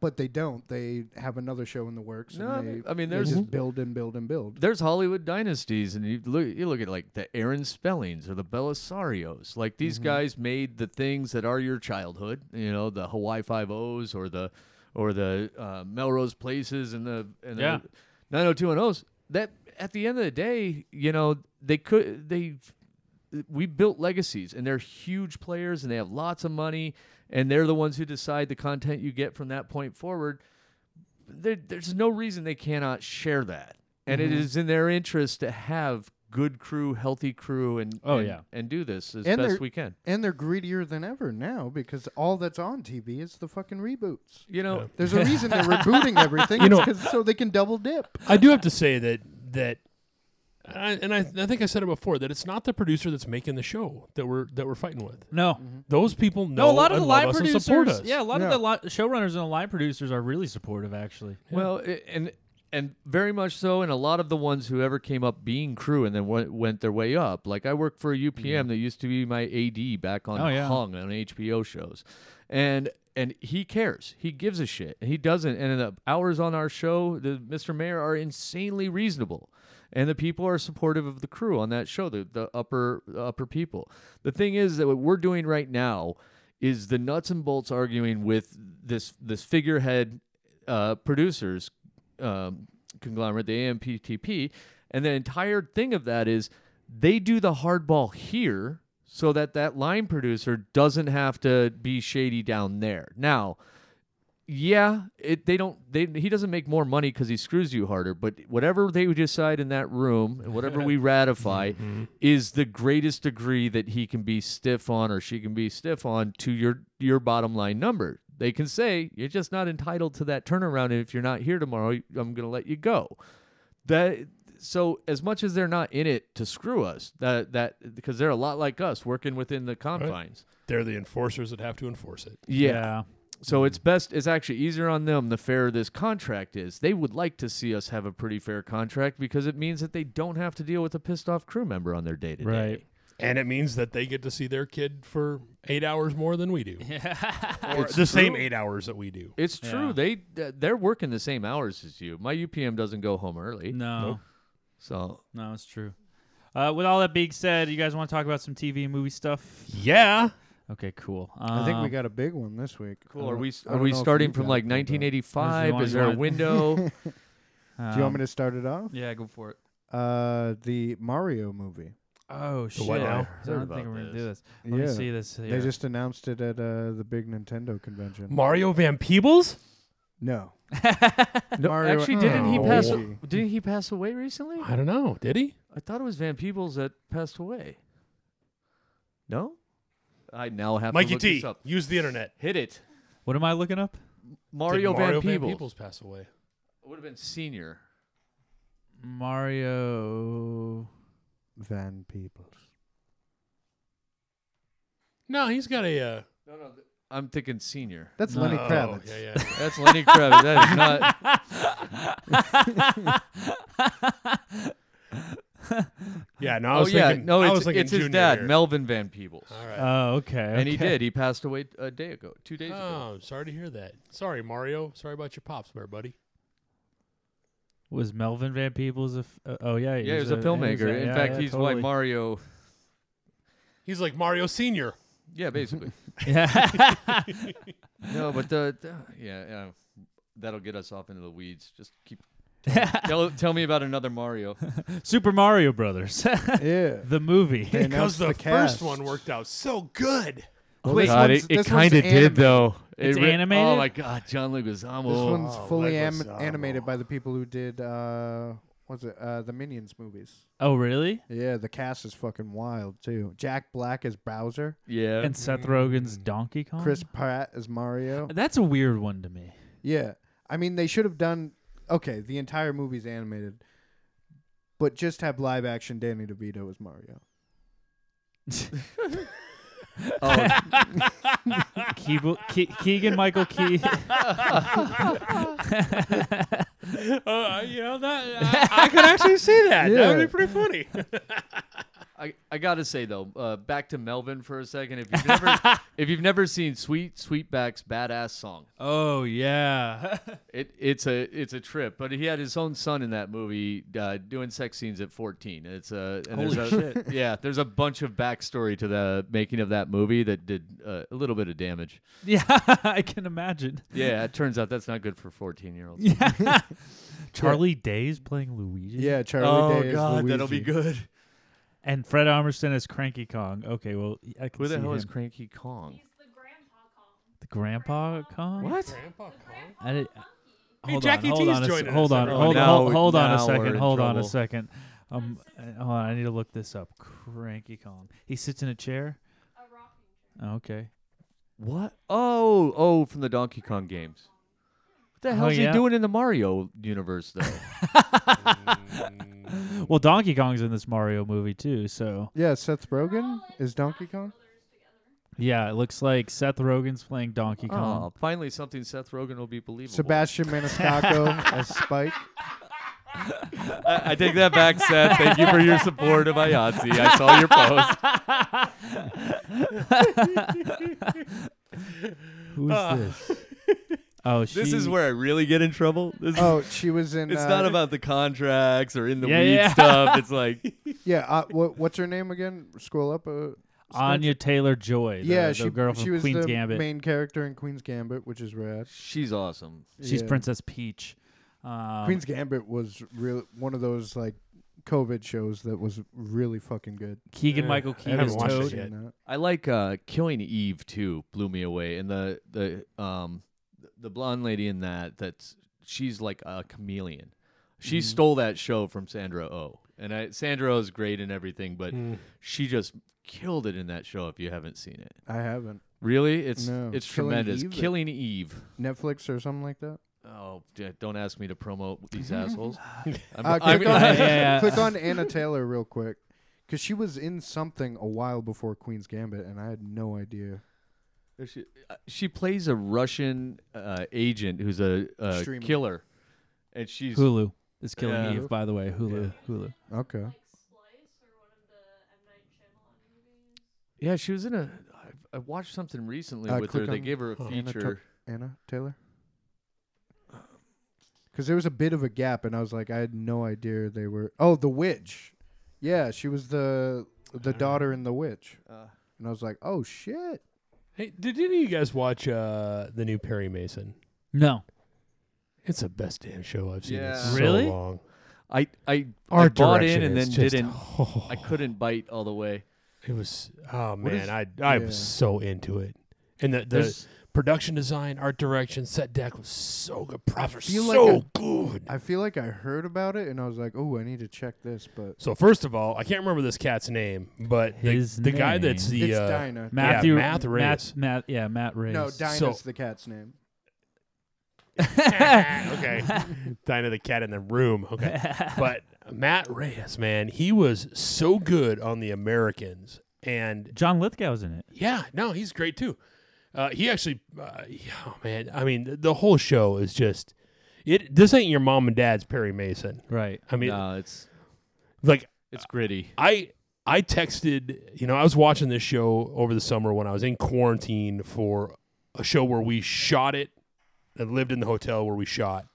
But they don't. They have another show in the works. No, I and they, mean- I mean, they there's- just build and build and build. there's Hollywood dynasties, and you look you look at like the Aaron Spellings or the Belisarios. Like these guys made the things that are your childhood. You know, the Hawaii Five O's or the or the uh, Melrose Places and the oh and Yeah. the 90210s. That at the end of the day, you know, they could they we built legacies and they're huge players and they have lots of money and they're the ones who decide the content you get from that point forward there, there's no reason they cannot share that. And Mm-hmm. it is in their interest to have good crew, healthy crew, and Oh, and, yeah. and do this as And they're- best we can. And they're greedier than ever now because all that's on TV is the fucking reboots. You know, There's a reason they're rebooting everything. You It's know- 'cause- so they can double dip. I do have to say that that, I, and I, I think I said it before that it's not the producer that's making the show that we're that we're fighting with. no Those people know No, a lot of and the love live us and support producers. us. Yeah, a lot Yeah. of the li- showrunners and the live producers are really supportive, actually. well, i- and and very much so. And a lot of the ones who ever came up being crew and then went, went their way up. Like I worked for a UPM that used to be my AD back on Mm-hmm. Oh, yeah. Hung on HBO shows, and and he cares. He gives a shit. And he doesn't. And the hours on our show, the Mr. Mayor are insanely reasonable. And the people are supportive of the crew on that show, the, the upper the upper people. The thing is that what we're doing right now is the nuts and bolts arguing with this this figurehead uh, producers um, conglomerate, the AMPTP, and the entire thing of that is they do the hardball here so that that line producer doesn't have to be shady down there. Now, yeah, it they don't they he doesn't make more money because he screws you harder. But whatever they would decide in that room and whatever we ratify is the greatest degree that he can be stiff on or she can be stiff on to your your bottom line number. They can say you're just not entitled to that turnaround, and if you're not here tomorrow, I'm gonna let you go. That so as much as they're not in it to screw us, that that because they're a lot like us working within the confines. They're the enforcers that have to enforce it. yeah. So it's best it's actually easier on them the fairer this contract is. They would like to see us have a pretty fair contract because it means that they don't have to deal with a pissed off crew member on their day to day. Right. And it means that they get to see their kid for eight hours more than we do. or It's the same true. eight hours that we do. It's true. They th- they're working the same hours as you. My UPM doesn't go home early. No. So No, it's true. Uh, with all that being said, you guys want to talk about some TV and movie stuff? Yeah. Okay, cool. I think we Um, got a big one this week. cool. I Are don't- we I are don't we know if you starting from got like it, but- one 1985? Is you there a want? window? Do you want me um, to start it off? Yeah, go for it. Uh, the Mario movie. Oh shit! what now? I Heard don't about think we're gonna do this. this. Let Yeah. me see this. Here. They just announced it at uh, the big Nintendo convention. Mario Van Peebles? No. No, Mario- actually, didn't he pass? No. Oh. Didn't he pass away recently? I don't know. Did he? I thought it was Van Peebles that passed away. No, I now have to Mikey look T, this up. use the internet. Hit it, what am I looking up? Mario, Van Did Peebles. pass away? Would have been senior. Mario. Van Peebles. No, he's got a. Uh, No, no, th- I'm thinking senior. That's Lenny oh, Kravitz. Yeah, yeah. That's Lenny Kravitz. That is not. Yeah, no, I oh was yeah, thinking, no, I it's, was thinking it's his junior dad, year. Melvin Van Peebles, All right. Oh, okay. and he okay. did. He passed away a day ago, two days ago. Oh, sorry to hear that. Sorry, Mario. Sorry about your pops, there, buddy. Was Melvin Van Peebles a? F- uh, oh yeah. Yeah, he was a filmmaker. In yeah, fact, yeah, he's totally. why Mario. He's like Mario Senior. Yeah, basically. Yeah. no, but the, the yeah, yeah, that'll get us off into the weeds. Just keep. Tell, tell, tell me about another Mario. Super Mario Brothers, Yeah. the movie. They announced Because the, the first cast. one worked out so good. Well, Oh, this one's- this one's animated. though. It's re- Oh animated? my god, John Leguizamo. This one's Oh, fully Lego am- Sabo. animated by the people who did uh, what's it? Uh, the Minions movies. Oh really? Yeah, the cast is fucking wild too. Jack Black as Bowser. yeah. And Seth Rogen's Donkey Kong. Chris Pratt as Mario. That's a weird one to me. Yeah. I mean, they should have done. Okay, the entire movie's animated, but just have live action Danny DeVito as Mario. Oh, Keeble, Ke- Keegan Michael Key. Uh, you know that I, I could actually see that. That Yeah. would be pretty funny. I, I gotta say though, uh, back to Melvin for a second. If you've never if you've never seen Sweet Sweetback's badass song, oh yeah. it it's a it's a trip. But he had his own son in that movie uh, doing sex scenes at fourteen. It's a and there's Holy a, yeah. There's a bunch of backstory to the making of that movie that did uh, a little bit of damage. yeah, I can imagine. Yeah, it turns out that's not good for fourteen year olds. Yeah. Charlie Day's playing Luigi. Yeah, Charlie Oh Day as god, that'll be Luigi. good. And Fred Armisen as Cranky Kong. Okay, well, I can Who the see hell is him. Cranky Kong? the Grandpa Kong? What? I did, hold Jackie on, hold T's on, a, joining se- us, hold on, everyone. hold, Now hold, we- hold on a now we're second, in hold on a trouble. second. Um, uh, hold on, I need to look this up. Cranky Kong. He sits in a chair. A rocking chair. Okay. What? Oh, oh, from the Donkey Kong games. What the hell's Oh, yeah. he doing in the Mario universe though? Oh, Well, Donkey Kong's in this Mario movie too, so Yeah, Seth Rogen is Donkey Kong. yeah, it looks like Seth Rogen's playing Donkey Kong. oh, finally something Seth Rogen will be believable. Sebastian Maniscalco as Spike. I, I take that back, Seth. Thank you for your support of IATSE. I saw your post. Who's Ah. this? Oh, she, This is where I really get in trouble. This is- Oh, she was in. it's uh, not about the contracts or in the Yeah, weed yeah. stuff. It's like Yeah. Uh, what, what's her name again? Scroll up. Uh, Anya Taylor Joy. The, yeah, the she girl from she was Queen's the Gambit. main character in Queen's Gambit, which is rad. she's awesome. She's Yeah. Princess Peach. Um, Queen's Gambit was real one of those like COVID shows that was really fucking good. Keegan Michael I Key haven't is watched it Toad. yet. Seen that. I like uh, Killing Eve too. Blew me away, and the the um the blonde lady in that that's she's like a chameleon. She Mm-hmm. stole that show from Sandra Oh, and I, Sandra Oh is great and everything, but Hmm. she just killed it in that show. If you haven't seen it, I haven't. really, it's No, it's Killing tremendous. Eve? Killing Eve. Netflix or something like that. Oh, d- don't ask me to promote these assholes. I'm, Uh, I'm- click, on, yeah, yeah. click on Anna Taylor real quick, because she was in something a while before Queen's Gambit, and I had no idea. She, uh, she plays a Russian uh, agent who's a, a Streamer. killer, and she's Hulu is killing Yeah. Eve, by the way. Hulu, Hulu. Okay. yeah, she was in a. I, I watched something recently Uh, with her. click They on- gave her a huh. Anna Tor- feature. Anna Taylor. Because there was a bit of a gap, and I was like, I had no idea they were. Oh, The Witch. Yeah, she was the the daughter in The Witch, Uh. and I was like, oh shit. Hey, did any of you guys watch uh, the new Perry Mason? No. It's the best damn show I've seen Yeah. in so Really? long. I I, I Art bought in direction and then is just- didn't. I couldn't bite all the way. It was oh What man, is- I I yeah. was so into it, and the, the There's- production design, art direction, set deck was so good. Props were feel so like good. I feel like I heard about it, and I was like, oh, I need to check this, but so first of all, I can't remember this cat's name, but the, His the guy that's name- the it's uh, Dinah. Matthew. Matt Matt- Reyes. Matt, yeah, Matt Reyes. No, Dinah's So- the cat's name. okay. Dinah the cat in the room. Okay. But Matt Reyes, man, he was so good on the Americans. And John Lithgow's in it. yeah, no, he's great too. Uh, he actually, uh, oh man, I mean, th- the whole show is just it. This ain't your mom and dad's Perry Mason. Right. I mean, no, it's like it's gritty. I I texted, you know, I was watching this show over the summer when I was in quarantine for a show where we shot it and lived in the hotel where we shot.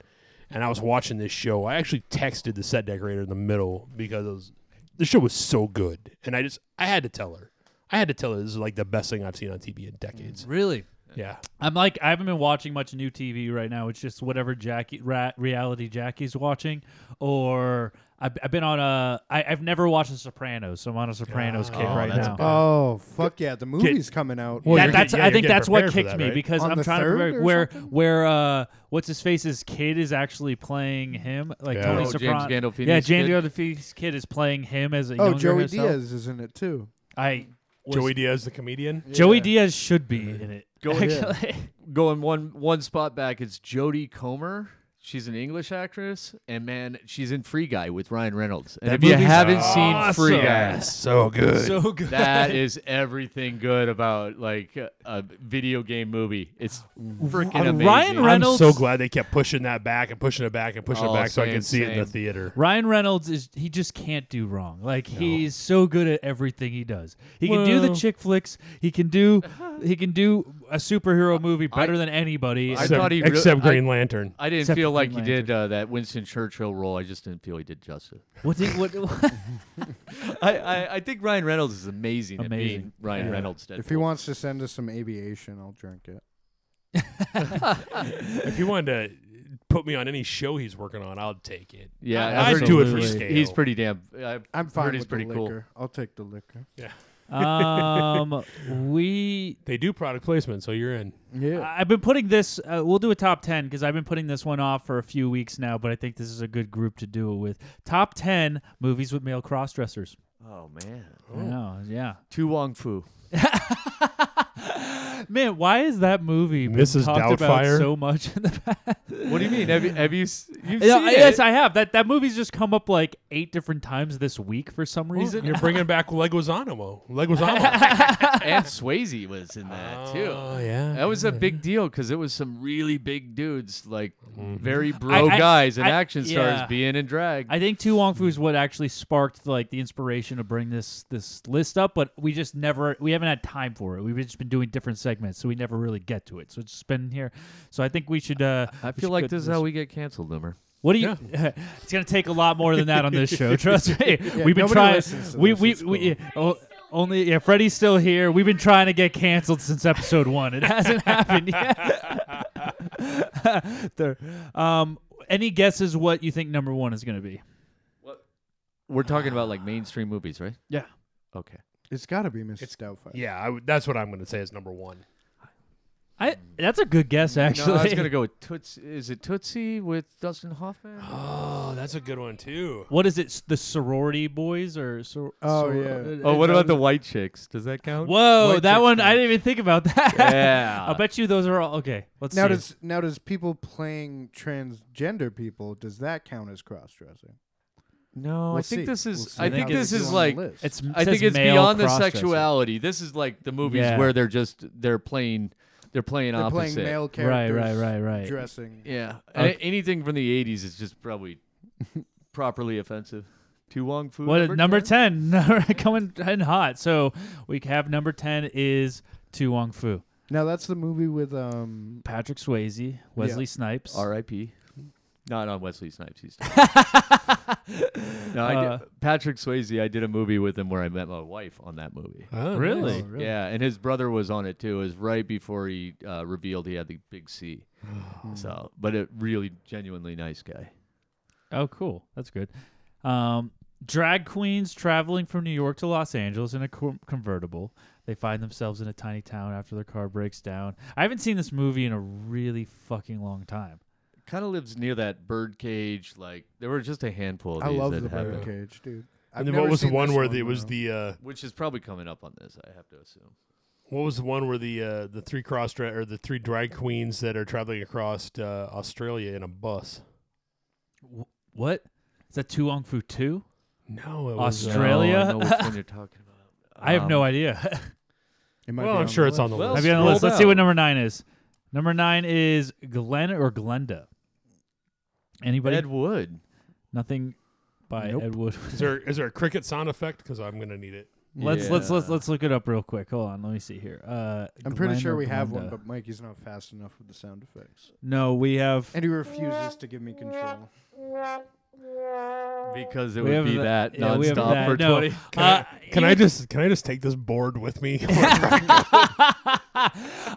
And I was watching this show. I actually texted the set decorator in the middle because it was, the show was so good. And I just I had to tell her. I had to tell her this is like the best thing I've seen on TV in decades. Mm, Really? Yeah. I'm like I haven't been watching much new TV right now. It's just whatever Jackie ra- reality Jackie's watching, or I've, I've been on a I, I've never watched The Sopranos, so I'm on a Sopranos kick Oh, right that's now. bad. Oh fuck yeah, the movie's coming out. Well, That- you're that's getting- yeah, I you're think getting that's what prepared for kicked that, me right? because On I'm the trying to third prepare or where something? where uh what's his face's kid is actually playing him like Yeah. Tony Oh, James Soprano. Gandolfini's yeah, James kid? Gandolfini's kid is playing him as a Oh, younger Joey herself. Diaz is in it too. I was, Joey Diaz, the comedian. Joey Yeah. Diaz should be in it. Go actually. Going one one spot back, it's Jodie Comer. She's an English actress, and man, she's in Free Guy with Ryan Reynolds. And if you movie's haven't seen Free awesome. Guy, so good. so good. That is everything good about like a- a video game movie. It's freaking Uh, amazing. Ryan I'm Reynolds- so glad they kept pushing that back and pushing it back and pushing Oh, it back so I same, could see it in the same. theater. Ryan Reynolds is he just can't do wrong. Like he's so good at everything he does. He can do the Well- chick flicks. He can do he can do a superhero movie better than I anybody. And- except, thought he re- except I- Green Lantern. I didn't Except feel for like he Green did uh, that Winston Churchill role. I just didn't feel he did justice. what did what, what- I, I, I think Ryan Reynolds is amazing, at being Amazing. Ryan Reynolds. If he wants to send us some aviation, I'll drink it. if you wanted to put me on any show he's working on, I'll take it. yeah, I- I've I'd do it for heard he's- scale. He's pretty damn. I've I'm fine heard he's with pretty the cool. liquor. I'll take the liquor. um we They do product placement, so you're in. Yeah. I've been putting this. Uh, we'll do a top ten because I've been putting this one off for a few weeks now. But I think this is a good group to do it with. Top ten movies with male crossdressers. Oh man, I know. Yeah. Tu Wong Fu. Man, why is that movie been Mrs. talked Doubtfire? about so much in the past? What do you mean? Have you have you s- you've Yeah, seen I- it? yes, I have. That that movie's just come up like eight different times this week for some reason. You're bringing back Leguizamo. Leguizamo. and Swayze was in that too. Oh, yeah. That was a big deal because it was some really big dudes, like very I- bro guys and I- action yeah. stars being in drag. I think Tu Wong Fu is what actually sparked like the inspiration to bring this this list up, but we just never we haven't had time for it. We've just been doing different segments, so we never really get to it. So it's just been here. So I think we should. Uh, I we feel should like cut this is how we get canceled, Loomer. What do you? it's gonna take a lot more than that on this show. Trust me. We've been nobody trying. listens to We this, we it's we. oh, only yeah, Freddie's still here. We've been trying to get canceled since episode one. It hasn't happened yet. there, um, any guesses what you think number one is gonna be? We're talking about like mainstream movies, right? Yeah. Okay. It's got to be Mrs. Doubtfire. yeah, I w- that's what I'm going to say is number one. I that's a good guess actually. no, I was gonna go with Tootsie. Is it Tootsie with Dustin Hoffman? Oh, that's a good one, too. What is it? s- The sorority boys or sor- Oh, sor- yeah. Oh, oh, what about the white chicks? Does that count? Whoa, White that chicks one do. I didn't even think about that. Yeah. I bet you those are all okay. Let's Now see. does now does people playing transgender people does that count as cross dressing? No, I We'll think see. this We'll is. see I how think they this do is on the like. list. it's it I think says it's male beyond the cross-dressing. sexuality. This is like the movies Yeah. where they're just they're playing they're playing They're opposite. playing male Right, characters. right, right, right. Dressing. Yeah, A- anything from the '80s is just probably properly offensive. Tu Wong Fu. What number, ten? coming in hot. So we have number ten is Tu Wong Fu, Now that's the movie with um. Patrick Swayze, Wesley Snipes. R.I.P. Not on Wesley Snipes. He's dead. no, I Uh, did, Patrick Swayze. I did a movie with him where I met my wife on that movie. Oh, Really? Oh, Yeah, and his brother was on it too. It was right before he uh, revealed he had the big C. so, but a really genuinely nice guy. Oh, cool. That's good. Um, drag queens traveling from New York to Los Angeles in a co- convertible. They find themselves in a tiny town after their car breaks down. I haven't seen this movie in a really fucking long time. Kind of lives near that bird cage. Like there were just a handful of I these love that the happened, birdcage, dude. I've And then never what was the seen one this where the, it was though. the uh, which is probably coming up on this. I have to assume. what was the one where the uh, the three cross dra- or the three drag queens that are traveling across uh, Australia in a bus? Wh- what? Is that Tu Wong Fu 2? No, it uh, Austra- Australia? No, I know which one you're talking about. I have no Um, idea. It might Well, be I'm the sure it's on the Well, list. Maybe on the Scroll list. Let's see down. what number nine is. Number nine is Glenn or Glenda. Anybody? Ed Wood. Nothing by Nope. Ed Wood. Is there is there a cricket sound effect? Because I'm gonna need it. let's let's let's Yeah. let's look it up real quick. Hold on, let me see here. Uh, I'm pretty Glenn sure or we have one, Glenda. but Mikey's not fast enough with the sound effects, no, we have. and he refuses to give me control. Because it We would have be the- that yeah, we have nonstop that. for No. 20. Can, Uh, I, can I just can I just take this board with me?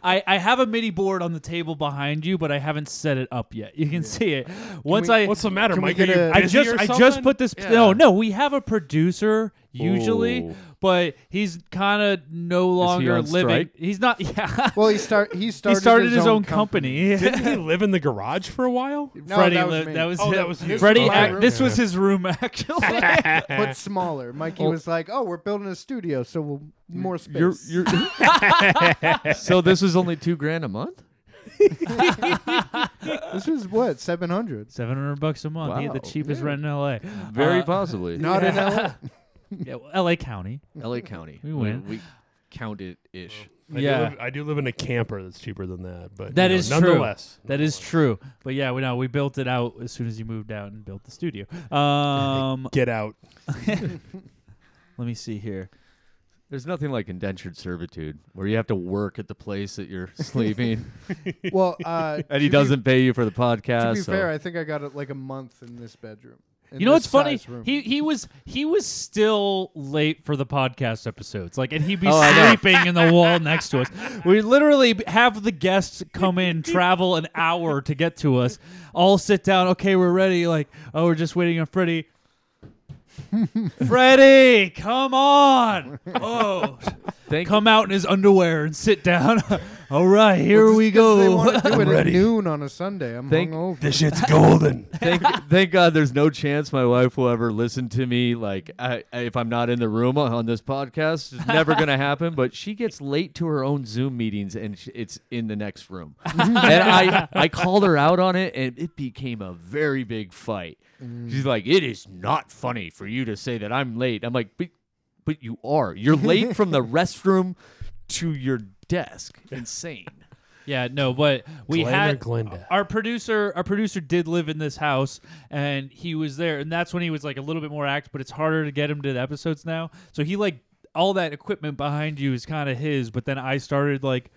I, I have a MIDI board on the table behind you, but I haven't set it up yet. You can see it. Once we- I What's the matter, Can we Mike? get Are you a- I busy just or I just something? put this Yeah. No, no, we have a producer usually, Ooh. but he's kind of no longer on living. strike? He's not yeah. Well, he start he he started started his, own company. Didn't he live in the garage for a while? No, Freddie that was lived- me. that was Oh, him. that was you. Freddie. My act- room. this was his room actually. but smaller. Mikey was like, "Oh, we're building a studio, so we'll more space." You're, you're so this is only two grand a month? this was what seven hundred. Seven hundred bucks a month. He had the Wow. cheapest rent in L.A. Very Uh, possibly. Not in LA. yeah, well, L.A. County. LA County. We win. We, count it ish. I Yeah. do live, I do live in a camper that's cheaper than that, but That you know, is nonetheless, true. That is true. But yeah, we know we built it out as soon as you moved out and built the studio. Um, Get out. let me see here. There's nothing like indentured servitude where you have to work at the place that you're sleeping Well, uh, and he to be- doesn't pay you for the podcast. to be so- fair, I think I got it like a month in this bedroom. in You know what's this funny? size room. He he was he was still late for the podcast episodes. Like, and he'd be Oh, I know. sleeping in the wall next to us. We literally b- have the guests come in, travel an hour to get to us. All sit down. Okay, we're ready. Like, oh, we're just waiting on Freddie. Freddie, come on! Oh, Thank come out in his underwear and sit down. All right, here Well, we just 'cause They go. want to do it at ready. noon on a Sunday. I'm Thank- hungover. This shit's golden. thank, thank God there's no chance my wife will ever listen to me. Like, I, I- if I'm not in the room on this podcast, it's never going to happen. But she gets late to her own Zoom meetings and sh- it's in the next room. and I, I called her out on it and it became a very big fight. She's like, it is not funny for you to say that I'm late. I'm like, but, but you are. You're late from the restroom to your desk. Insane. Yeah, no, but we Glenn had or Glenda? our producer. Our producer did live in this house, and he was there, and that's when he was like a little bit more active. But it's harder to get him to the episodes now. So he like all that equipment behind you is kind of his. But then I started like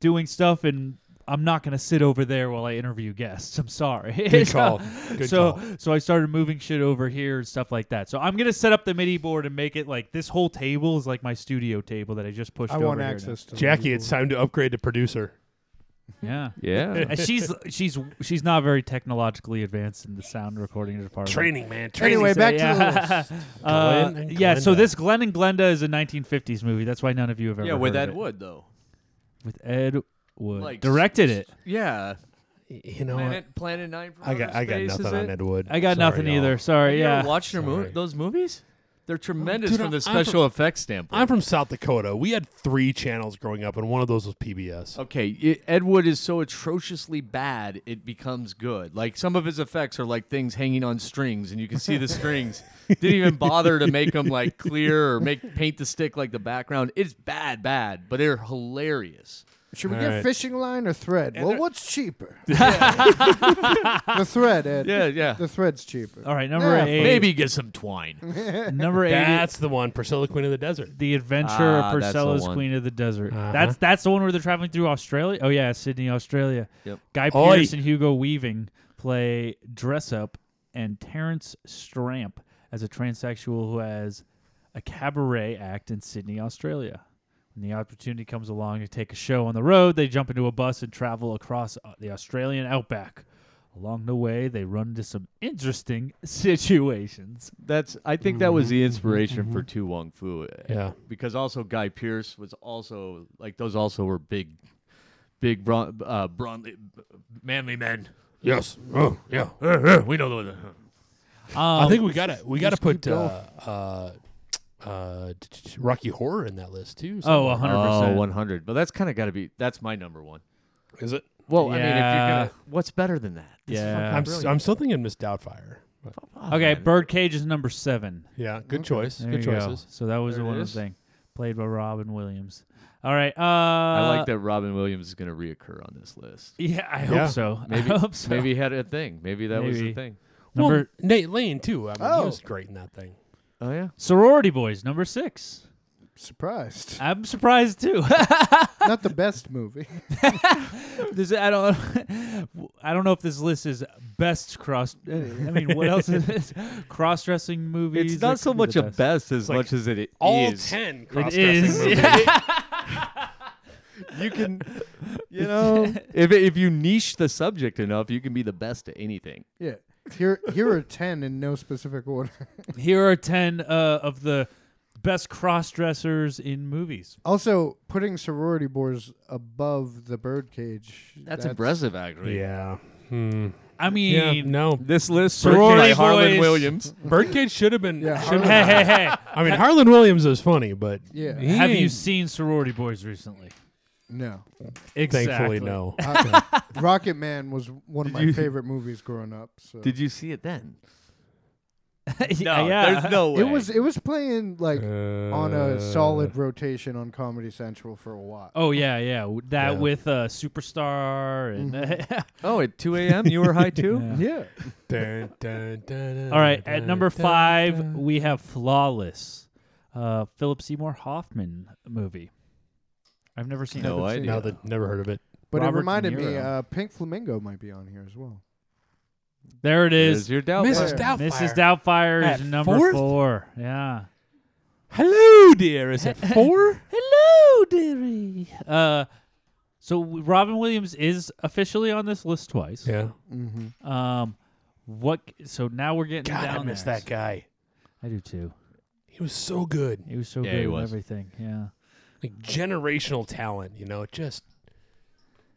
doing stuff, and I'm not gonna sit over there while I interview guests. I'm sorry. Good call. Good so call. so I started moving shit over here and stuff like that. So I'm gonna set up the MIDI board and make it like this whole table is like my studio table that I just pushed. I over want here now. access to Jackie, it's time to upgrade to producer. Yeah. Yeah. Uh, she's she's she's not very technologically advanced in the sound recording department. Training, man. Training. Anyway, back to the Yeah. list. Uh, Glenn and yeah, so Glenda. this Glenn and Glenda is a 1950s movie. That's why none of you have ever Yeah, with heard Ed it. Wood, though. With Ed Wood. Like, Directed it. Yeah. You know what? Planet, Planet Nine. From I got, Outer I got Space, nothing is on it? Ed Wood. I got Sorry, nothing y'all. either. Sorry, You ever yeah. watched your mo- Sorry. those movies? They're tremendous dude, from the I'm from- special effects standpoint. I'm from South Dakota. We had three channels growing up, and one of those was PBS. okay, i Ed Wood is so atrociously bad it becomes good. Like some of his effects are like things hanging on strings, and you can see the strings. Didn't even bother to make them like clear or make paint the stick like the background. It's bad, bad, but they're hilarious. Should we All get right. fishing line or thread? well, what's cheaper? the thread, Ed. Yeah, yeah. The thread's cheaper. All right, number Yeah, eight. Maybe get some twine. Number eight. That's the one, Priscilla Queen of the Desert. The Adventure Ah, of that's the Priscilla's one. Queen of the Desert. Uh-huh. That's that's the one where they're traveling through Australia. Oh yeah, Sydney, Australia. Yep. Guy Oi. Pearce and Hugo Weaving play dress up, and Terrence Stramp as a transsexual who has a cabaret act in Sydney, Australia. When the opportunity comes along to take a show on the road, they jump into a bus and travel across uh, the Australian outback. Along the way, they run into some interesting situations. That's. I think that was the inspiration for Tu Wong Fu. Yeah. because also Guy Pierce was also like those also were big, big bron- uh, bronly, manly men. Yes. Oh, yeah. We know those. I think we gotta we gotta put uh, uh, uh, t- t- t- Rocky Horror in that list too. Oh, somewhere. 100%. Oh, 100. But that's kind of got to be. That's my number one. is it? Well, I mean, if Yeah. you're gonna, what's better than that? This is Yeah. fucking I'm s- brilliant. I'm still thinking Miss Doubtfire. But- Oh, Okay, Birdcage is number seven. Yeah, good choice. There good you go. choices. So that was There the it one is. thing. Played by Robin Williams. All right. Uh, I I like that Robin Williams is gonna reoccur on this list. Yeah, I Yeah. hope so. Maybe, I hope so. maybe he had a thing. Maybe that was the Maybe. thing. Number well, Nate Lane too. I mean, Oh. he was great in that thing. Oh yeah. sorority boys, number six. Surprised. I'm surprised too. Not the best movie. This- I don't. I don't know if this list is best cross. I mean, what else is this? Cross-dressing movies. It's not that so could be much the a best as like much as it is. All ten It cross-dressing is. movies. You can, you know, if if you niche the subject enough, you can be the best at anything. Yeah. Here, here are ten in no specific order. Here are ten uh, of the best cross-dressers in movies. Also, putting sorority boards above the birdcage. That's, impressive, actually. Yeah. Hmm. I mean, Yeah. No. This list Sorority by Harlan boys. Williams. Birdcage should have been. Yeah, should have hey, been- hey, hey. I mean, Harlan Williams is funny, but Yeah. he Have you ain't- seen Sorority Boys recently? No. Exactly. Thankfully, no. I- Rocket Man was one of Did my you- favorite movies growing up. So. Did you see it then? uh, no, there's no way. it was it was playing like on Uh, a solid rotation on Comedy Central for a while. Oh yeah, yeah. W- That Yeah. with uh, superstar and Oh, at 2 a.m. You were high too. Yeah. Dun, dun, dun, dun, all right. At dun, number Oh dun, five, dun. we have Flawless, uh, Philip Seymour Hoffman movie. I've never seen No it. idea. No, that never heard of it. But Robert it De reminded me Niro. uh, Pink Flamingo might be on here as well. There it There's is. your doubt. Mrs. Doubt. Mrs. Doubtfire At is number fourth? four. Yeah. Hello, dear. Is it four? Hello, dearie. Uh, so w- Robin Williams is officially on this list twice. yeah. Um, what? c- So now we're getting God, down I miss there. that guy. I do too. He was so good. He was so Yeah, good he at was. everything. Yeah. Like generational talent, you know, just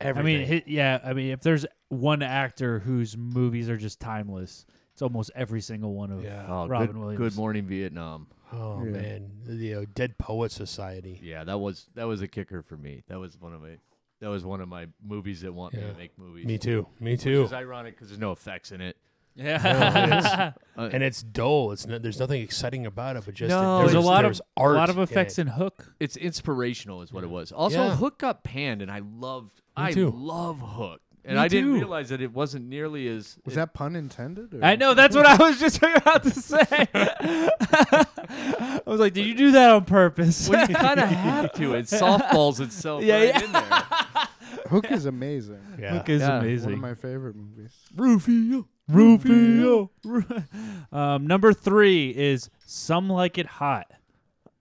I everything. mean, hi yeah. I mean, if there's one actor whose movies are just timeless, it's almost every single one of yeah. Oh, Robin good, Williams. Good Morning Vietnam. Oh man, the uh, Dead Poet Society. Yeah, that was that was a kicker for me. That was one of my that was one of my movies that want me Yeah. to make movies. Me too. Me Which too. is ironic because there's no effects in it. Yeah. and it's dull. It's no, there's nothing exciting about it, but just No, there's, there's a lot there's of art a lot of in effects it. in Hook. It's inspirational, is what it was. Also, Yeah. Hook got panned, and I loved. I too. love Hook, and Me I didn't too. realize that it wasn't nearly as. it- Was that pun intended? or- I know. That's what I was just about to say. I was like, "Did you do that on purpose?" well, you kind of have to. It softballs itself Yeah, right yeah. in there. Hook is amazing. Yeah. is Yeah. One of amazing. my favorite movies. Rufio, Rufio. um, number three is "Some Like It Hot."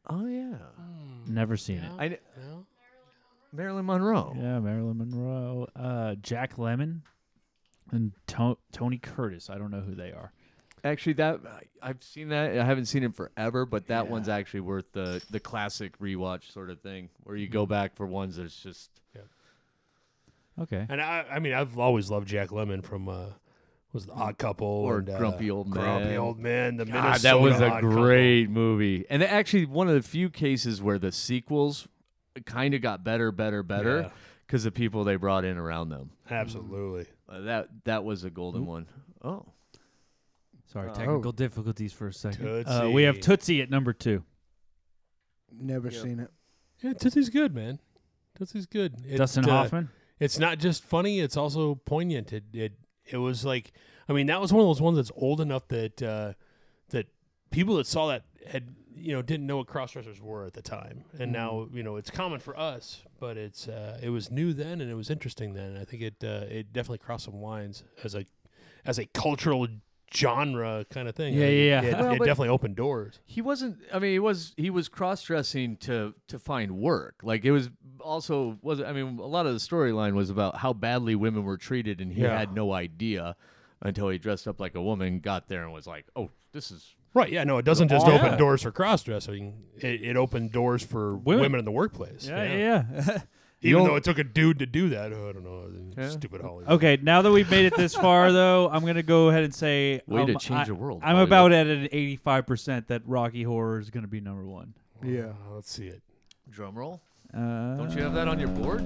Oh yeah, Never seen it. I kn- Marilyn Monroe. Oh. Yeah, Marilyn Monroe, uh, Jack Lemon, and to- Tony Curtis. I don't know who they are. Actually, that I- I've seen that. I haven't seen it forever, but that one's actually worth the the classic rewatch sort of thing, where you go back for ones that's just. Okay. And I, I mean, I've always loved Jack Lemmon from uh, was the Odd Couple Or and, uh, Grumpy Old Grumpy Man. Old Man. The God, Minnesota ah, that was a Odd Couple. great movie, and actually one of the few cases where the sequels kind of got better, better, better Yeah. because of people they brought in around them. Absolutely. Uh, that that was a golden one. Oh, Sorry, technical difficulties for a second. Uh, uh, Tootsie. we have Tootsie at number two. Never seen it. Yeah, Tootsie's good, man. Tootsie's good. It, Dustin uh, Hoffman. It's not just funny; it's also poignant. It it it was like, I mean, that was one of those ones that's old enough that uh, that people that saw that had you know didn't know what crossdressers were at the time, and now Mm-hmm. you know it's common for us, but it's uh, it was new then and it was interesting then. and I think it uh, it definitely crossed some lines as a as a cultural genre kind of thing. I Yeah, think yeah, it- yeah. It, Well, it but- definitely opened doors. he wasn't. I mean, he was he was cross dressing to to find work. Like it was also was. I mean, a lot of the storyline was about how badly women were treated, and he Yeah. had no idea until he dressed up like a woman, got there, and was like, "Oh, this is." Right. Yeah. No, it doesn't just Yeah. open doors for cross dressing. It, it opened doors for women. in the workplace. yeah. Even You'll- though it took a dude to do that. Oh, I don't know. Stupid Hollywood. okay, now that we've made it this far, though, I'm gonna go ahead and say Way to um, change I- the world, I'm Hollywood. about at an 85 percent that Rocky Horror is gonna be number one. Yeah. Uh, let's see it. Drum roll. Uh, Don't you have that on your board?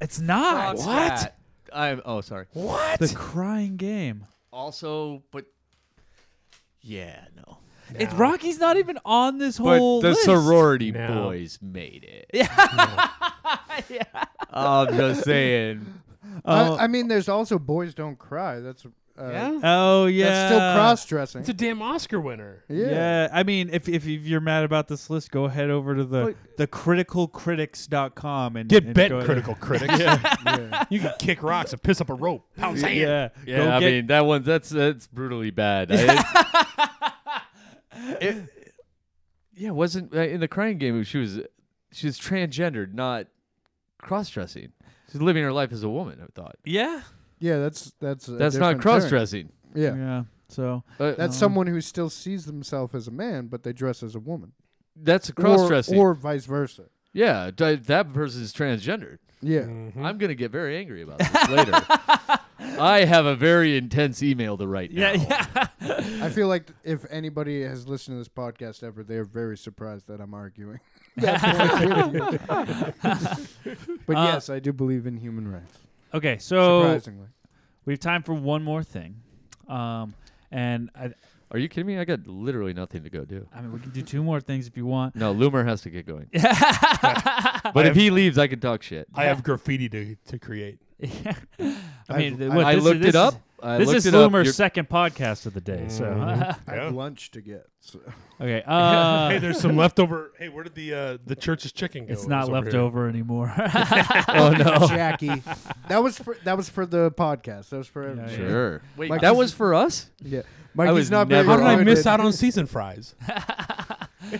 It's not Fox hat. I'm. Oh, sorry. What? the Crying Game. Also, but yeah, no. It's Rocky's not even on this But whole the list. sorority No. boys made it. Yeah. I'm just saying. Oh. I, I mean, there's also Boys Don't Cry. That's uh, yeah. Oh yeah, that's still cross dressing. It's a damn Oscar winner. yeah. Yeah, I mean, if, if if you're mad about this list, go ahead over to the the criticalcritics.com and Get and bent, go ahead- critical critics. You can kick rocks and piss up a rope. Pound sand. Yeah, Yeah, I go get- mean that one. That's that's brutally bad. I- it- yeah, wasn't uh, in the crying game. She was she was transgendered, not cross dressing. She's living her life as a woman. I thought yeah, Yeah, that's that's a that's not different cross term. dressing. Yeah. yeah. So That's someone who still sees themselves as a man, but they dress as a woman. that's Or- cross dressing. or, vice versa. Yeah, d- that person's transgendered. Yeah, I'm going to get very angry about this later. I have a very intense email to write now. yeah, yeah. I feel like if anybody has listened to this podcast ever, they are very surprised that I'm arguing. that point with you. but Uh, yes, I do believe in human rights. okay, so surprisingly, we have time for one more thing, um, and I Are you kidding me? I got literally nothing to go do. I mean we can do two more things if you want. No, Loomer has to get going. but if he leaves, I can talk shit. I have graffiti to, to create. I mean, I've- what, I this is- looked this it up. Is, I this looked is it up. You're- Mm. Loomer's second podcast of the day. So I Yeah. have lunch to get. So. okay, hey, uh, there's some leftover. Hey, where did the uh, the church's chicken go? it's not was over left here. over anymore. Oh no. Jackie, that was for, that was for the podcast. That was for Yeah, yeah. Sure. Wait, Mike, that this was is- for us. Yeah, Mikey's was not. never very on How did I miss good. out on season fries?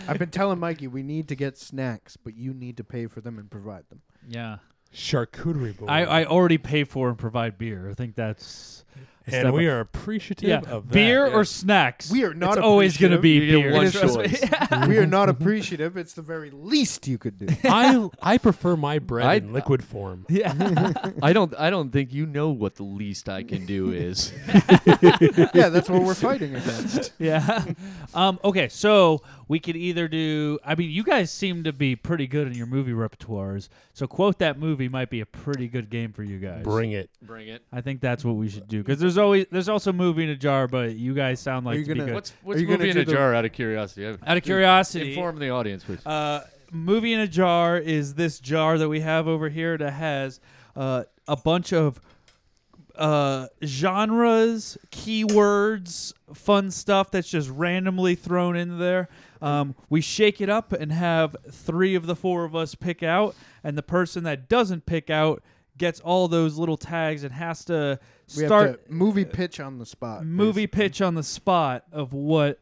I've been telling Mikey we need to get snacks, but you need to pay for them and provide them. yeah. Charcuterie board. I, I already pay for and provide beer. I think that's step and we up. are appreciative Yeah, of that. beer yeah. or snacks. We are not It's always gonna be You get beer. one It's just- choice. we are not appreciative. It's the very least you could do. I I prefer my bread I- in liquid form. yeah. I don't. I don't think you know what the least I can do is. yeah, that's what we're fighting against. yeah. Um, okay, so we could either do. I mean, you guys seem to be pretty good in your movie repertoires, so quote that movie might be a pretty good game for you guys. Bring it. Bring it. I think that's what we should do because there's always there's also movie in a jar, but you guys sound like you to be gonna- good. What's what's Are you gonna movie in do a the- jar? Out of curiosity, I- Out of curiosity, inform the audience, please. Uh, movie in a jar is this jar that we have over here that has uh, a bunch of uh, genres, keywords, fun stuff that's just randomly thrown in there. Um, we shake it up and have three of the four of us pick out, and the person that doesn't pick out gets all those little tags and has to We start have to movie pitch on the spot. movie pitch on the spot of what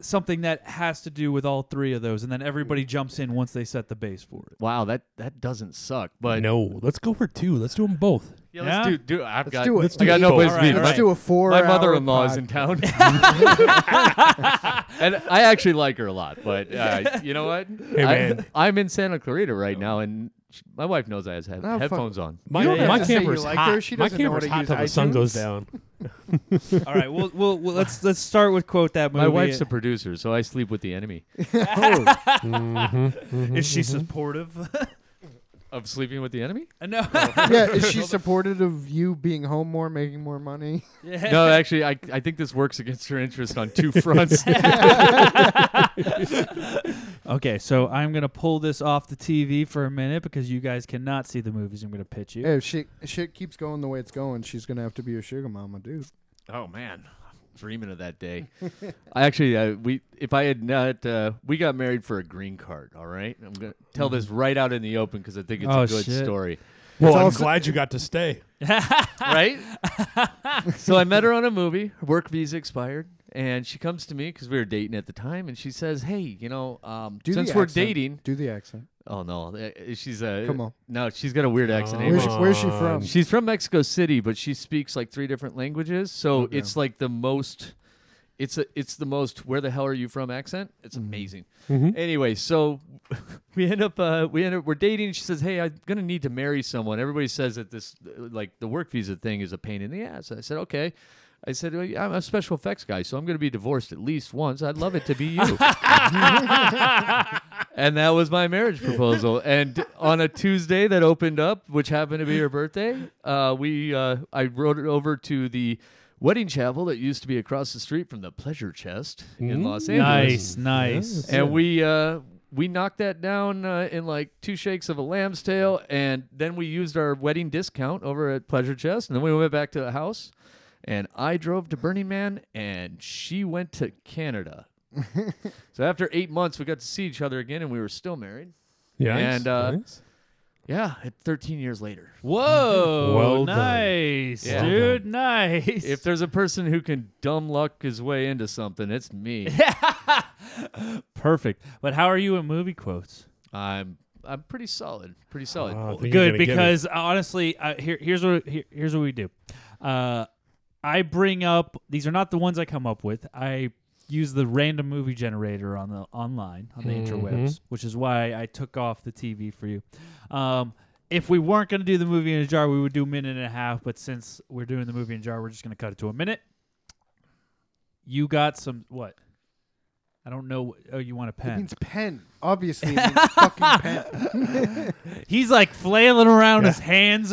something that has to do with all three of those and then everybody jumps in once they set the base for it wow, that that doesn't suck. But No, let's go for two. Let's do them both. yeah, let's Yeah? do. do I've got. do it. Let's I got do no it. place to Alright, be. Let's alright. do a four. My mother-in-law is in town, and I actually like her a lot. But uh, you know what? Hey, man. I, am in Santa Clarita right now, and sh my wife knows I have head- Oh, fuck. headphones on. My, don't have my to say you camera's like hot. her. She my doesn't know camera's how to hot use till the sun goes iTunes. down. all right we'll, we'll, we'll let's let's start with quote that movie My wife's a producer, so I sleep with the enemy Oh. is she supportive Oh. of sleeping with the enemy. no yeah, is she supportive of you being home more, making more money? No, actually, I, I think this works against her interest on two fronts. okay so i'm gonna pull this off the tv for a minute because you guys cannot see the movies i'm gonna pitch you Yeah, if shit, shit keeps going the way it's going, she's gonna have to be your sugar mama, dude. oh man, I'm dreaming of that day. I actually, uh, we if I had not, uh, we got married for a green card. All right, I'm gonna tell this right out in the open because I think it's Oh, a good shit. story. Well, I'm also- glad you got to stay. right? so I met her on a movie. Her work visa expired, and she comes to me because we were dating at the time, and she says, "Hey, you know, um, Do the since we're accent. dating, do the accent. oh no, uh, she's a Come on. no, she's got a weird accent. Where's, Hey, where's she from? She's from Mexico City, but she speaks like three different languages, so it's like the most." It's a, it's the most where the hell are you from accent. It's amazing. Anyway, so we end up uh, we end up we're dating. She says, "Hey, I'm gonna need to marry someone." Everybody says that this uh, like the work visa thing is a pain in the ass. I said, "Okay." I said, well, "I'm a special effects guy, so I'm gonna be divorced at least once. I'd love it to be you." and that was my marriage proposal. and on a Tuesday that opened up, which happened to be her birthday, uh, we uh, I rode it over to the wedding chapel that used to be across the street from the Pleasure Chest in Los Angeles. Mm-hmm. nice nice And we uh, we knocked that down uh, in like two shakes of a lamb's tail, and then we used our wedding discount over at Pleasure Chest, and then we went back to the house. And I drove to Burning Man, and she went to Canada. so after eight months, we got to see each other again, and we were still married. Yeah. And, uh, Yeah, at 13 years later. whoa Well done. nice Yeah. dude nice If there's a person who can dumb luck his way into something, it's me. perfect but how are you in movie quotes I'm I'm pretty solid, pretty solid. good because uh, honestly, uh, here, here's what here, here's what we do. Uh, I bring up these are not the ones I come up with. I use the random movie generator on the online on the interwebs, which is why I took off the TV for you. Um, if we weren't going to do the movie in a jar, we would do minute and a half. But since we're doing the movie in a jar, we're just going to cut it to a minute. You got some what? I don't know. what- Oh, you want a It pen? means pen. Obviously, it means fucking pen. He's like flailing around his hands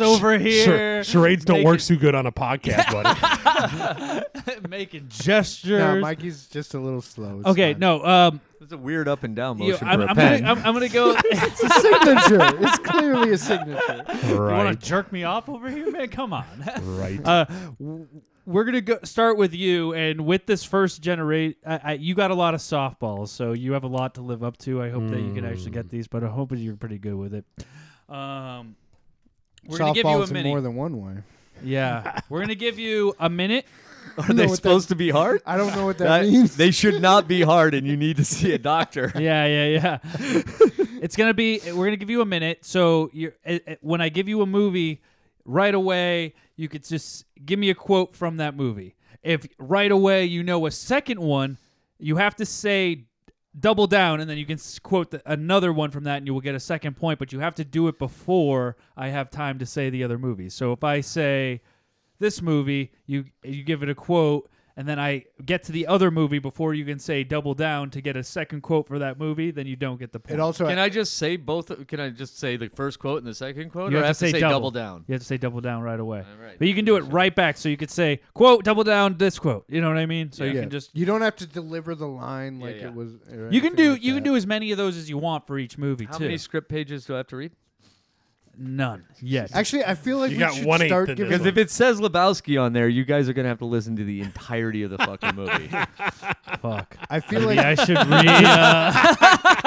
over here. charades don't Make work it- too good on a podcast, buddy. making gestures. No, Mikey's just a little slow. It's okay, fine. no. Um, It's a weird up and down you- motion I'm, for a I'm pen. gonna, I'm, I'm gonna go. It's a signature. it's clearly a signature. You want right. to jerk me off over here, man? Come on. Right. Uh, w- we're gonna go start with you, and with this first generate, I, I, you got a lot of softballs, so you have a lot to live up to. I hope that you can actually get these, but I hope that you're pretty good with it. Um, we're gonna give you a Softballs in minute. more than one way. yeah, we're gonna give you a minute. Are they what that- supposed to be hard? I don't know what that That- means. they should not be hard, and you need to see a doctor. Yeah, yeah, yeah. it's gonna be. We're gonna give you a minute. So you're, eh, eh, when I give you a movie, right away you could just give me a quote from that movie. If right away you know a second one, you have to say double down and then you can s- quote the, another one from that and you will get a second point, but you have to do it before I have time to say the other movie. So if I say this movie, you you give it a quote and then I get to the other movie before you can say double down to get a second quote for that movie, then you don't get the point. It also Can I just say both? Can I just say the first quote and the second quote? You or I have to say, double. down? You have to say double down right away. Alright. But you can do it right back. So you could say, quote, double down, this quote. You know what I mean? So you Yeah. can just. you don't have to deliver the line like yeah. it was. or You can anything do like you can that. do as many of those as you want for each movie How too. many script pages do I have to read? None yet. Actually, I feel like You we got should one-eighth start in giving. this Because if it says Lebowski on there, you guys are gonna have to listen to the entirety of the fucking movie. Fuck. I feel Maybe like I should read. Uh,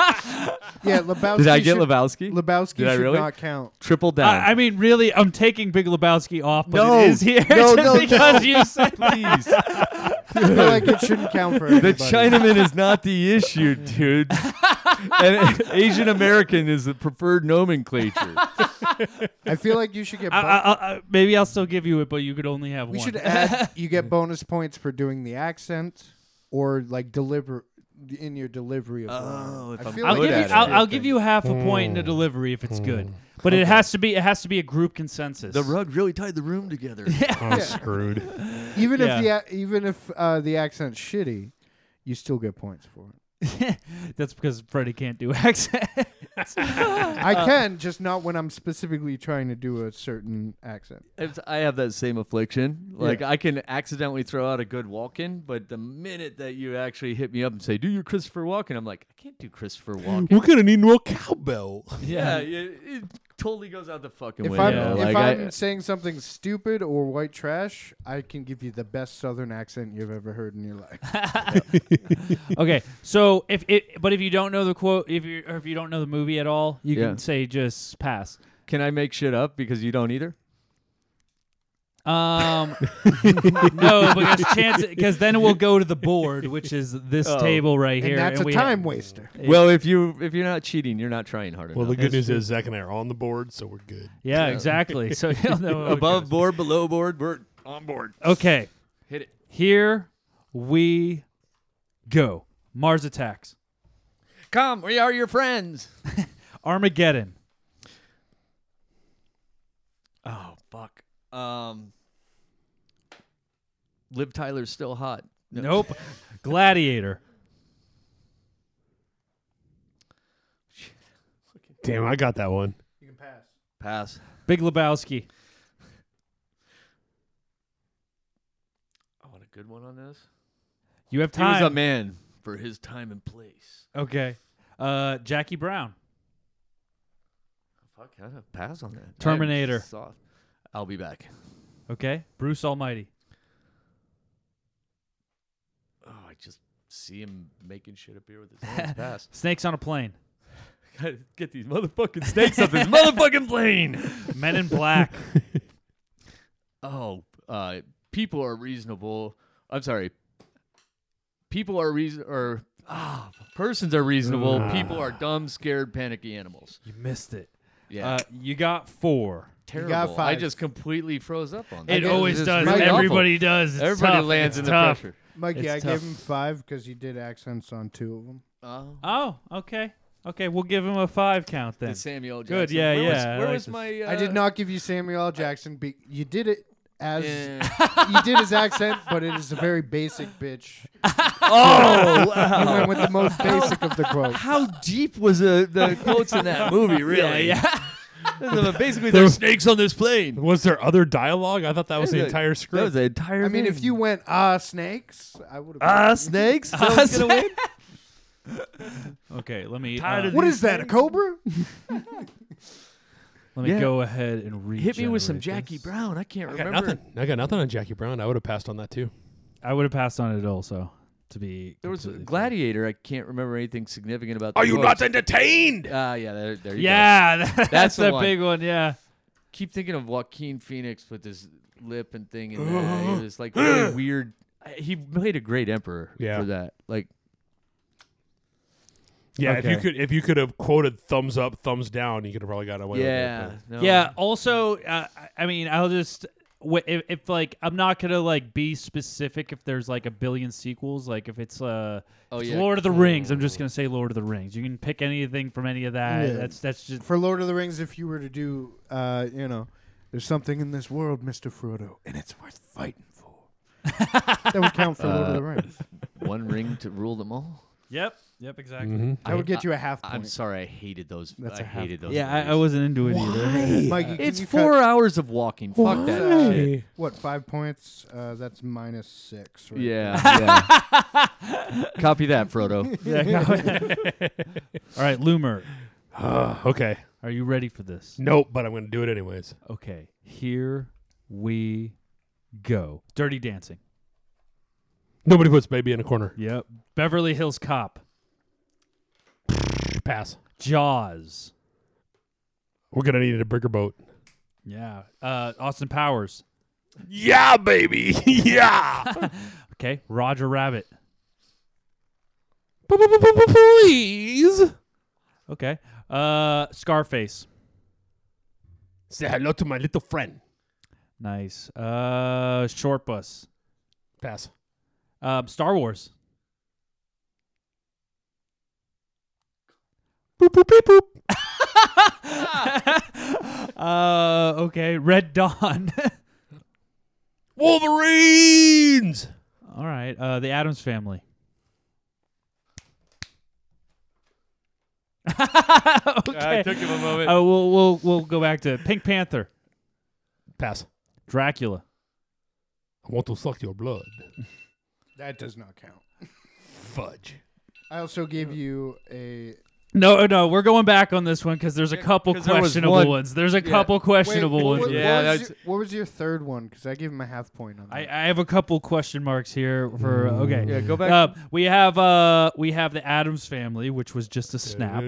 yeah, Lebowski. Did I get should, Lebowski? Lebowski Did I should really? not count. Triple down. I, I mean, really, I'm taking Big Lebowski off, but No. it is here No, just no, no. because you said that. I feel like it shouldn't count for the everybody. Chinaman is not the issue, dude. and Asian American is the preferred nomenclature. I feel like you should get. I, bo- I, I, I- maybe I'll still give you it, but you could only have we one. should add. You get bonus points for doing the accent or like deliver in your delivery of. the Oh, line. if I I'm feel good I'll like give you. that at it. I'll, should I'll be give a you half a point in a delivery if it's good, but it has to be. It has to be a group consensus. the rug really tied the room together. I'm screwed. thing. Even Yeah. if the a- even if uh, the accent's shitty, you still get points for it. That's because Freddie can't do accents. I Uh, can just not when I'm specifically trying to do a certain accent. It's- I have that same affliction. Like I can accidentally throw out a good Walken, but the minute that you actually hit me up and say, "Do your Christopher Walken," I'm like, I can't do Christopher Walken. We're gonna need more cowbell. yeah, it, it totally goes out the fucking If window. I'm Yeah, if like, I- I'm saying something stupid or white trash, I can give you the best Southern accent you've ever heard in your life. okay, so if it, but if you don't know the quote, if you or if you don't know the movie at all, you Yeah. can say just pass. can I make shit up because you don't either? Um, no, because chance because then it will go to the board, which is this Oh. table right here, and that's a we- time waster. Well, if you if you're not cheating, you're not trying hard Well, the enough. good news is Zach and I are on the board, so we're good. Yeah, exactly. So you'll know what Above goes. board, below board, we're on board. Okay, Hit it. here we go. Mars attacks. Come, we are your friends. Armageddon. Oh fuck. Um, Liv Tyler's still hot. No. Nope. Gladiator. Damn, I got that one. Pass. Big Lebowski. I want a good one on this. You have He was a time. man for his time and place. okay. Uh, Jackie Brown. Fuck, I have pass on that. Terminator. I'm soft. I'll be back. Okay. Bruce Almighty. Oh, I just see him making shit appear with his hands. pass. Snakes on a plane. Gotta get these motherfucking snakes up this motherfucking plane. Men in Black. Oh, uh, people are reasonable. I'm sorry. People are reason or ah, persons are reasonable. People are dumb, scared, panicky animals. you missed it. Yeah. Uh, you got four. Terrible. I five. just completely froze up on that. It was always just does. really awful. Everybody does. It's Everybody tough. lands It's in tough. the pressure. Mikey, It's I tough. gave him five because he did accents on two of them. Oh. Oh, okay. Okay, we'll give him a five count then. Did Samuel Jackson. Good, yeah, where yeah, I Was, where like was this. my? Uh, I did not give you Samuel L. Jackson. Be- you did it as eh. you did his accent, but it is a very basic bitch. oh, You wow. went with the most basic of the quotes. how deep was uh, the quotes in that movie? Really? yeah. Basically, there's snakes on this plane. Was there other dialogue? I thought that was the There's a- entire That was script. the entire. I mean, if you went ah snakes, I would have. ah snakes, that was gonna win. Okay, let me Tired uh, of What is that? A cobra? let me Yeah. go ahead and read. Hit me with some Jackie Brown. I can't I got remember. nothing. I got nothing on Jackie Brown. I would have passed on that too. I would have passed on it also. To be There was completely fair. Gladiator. I can't remember anything significant about. The Are you not quotes. entertained? Ah, yeah. There, there you go. Yeah, that's, the the one. big one. Yeah. Keep thinking of Joaquin Phoenix with his lip and thing, and uh, it was like really weird. He played a great emperor Yeah. for that. Like, Yeah, if you Okay. could if you could have quoted thumbs up, thumbs down, you could have probably gotten away Yeah. with it. no. Yeah. Also, uh, I- I mean, I'll just wh- if, if like I'm not gonna like be specific if there's like a billion sequels. Like if it's uh, Oh, if it's yeah. Lord of the Rings, I'm just gonna say Lord of the Rings. You can pick anything from any of that. Yeah. That's that's just For Lord of the Rings, if you were to do, uh, you know, there's something in this world, Mister Frodo, and it's worth fighting for. that would count for Lord of the Uh, Rings. One ring to rule them all. yep, yep, exactly. I would get you a half point. I'm sorry, I hated those. That's I a half- hated those. Yeah, I, I movies. wasn't into it either. Mikey, can It's you four Cut, hours of walking. Fuck that shit. Hey. what five points? Uh, that's minus six. Right? Yeah, yeah. Copy that, Frodo. All right, Loomer, Uh, okay. are you ready for this? Nope, but I'm going to do it anyways. Okay, here we go. Dirty Dancing. Nobody puts baby in a corner. Yep. Beverly Hills Cop. Pass. Jaws. We're going to need a bigger boat. Yeah. Uh, Austin Powers. Yeah, baby. yeah. Okay. Roger Rabbit. Please. Okay. Uh, Scarface. Say hello to my little friend. Nice. Uh, Short Bus. Pass. Um, Star Wars. Boop, boop, beep, boop. uh, okay. Red Dawn. Wolverines. All right. Uh, the Adams Family. okay. took him a moment. Uh, we'll we'll we'll go back to Pink Panther, Pass. Dracula. I want to suck your blood. that does not count. Fudge. I also gave you a No, uh, no, we're going back on this one because there's a couple 'cause there was questionable one- ones. There's a couple questionable Wait, ones. What, Yeah, what, was that's- your, what was your third one? Because I gave him a half point on that. I, I have a couple question marks here for okay. Yeah, go back. Uh, we have uh we have the Adams family, which was just a snap.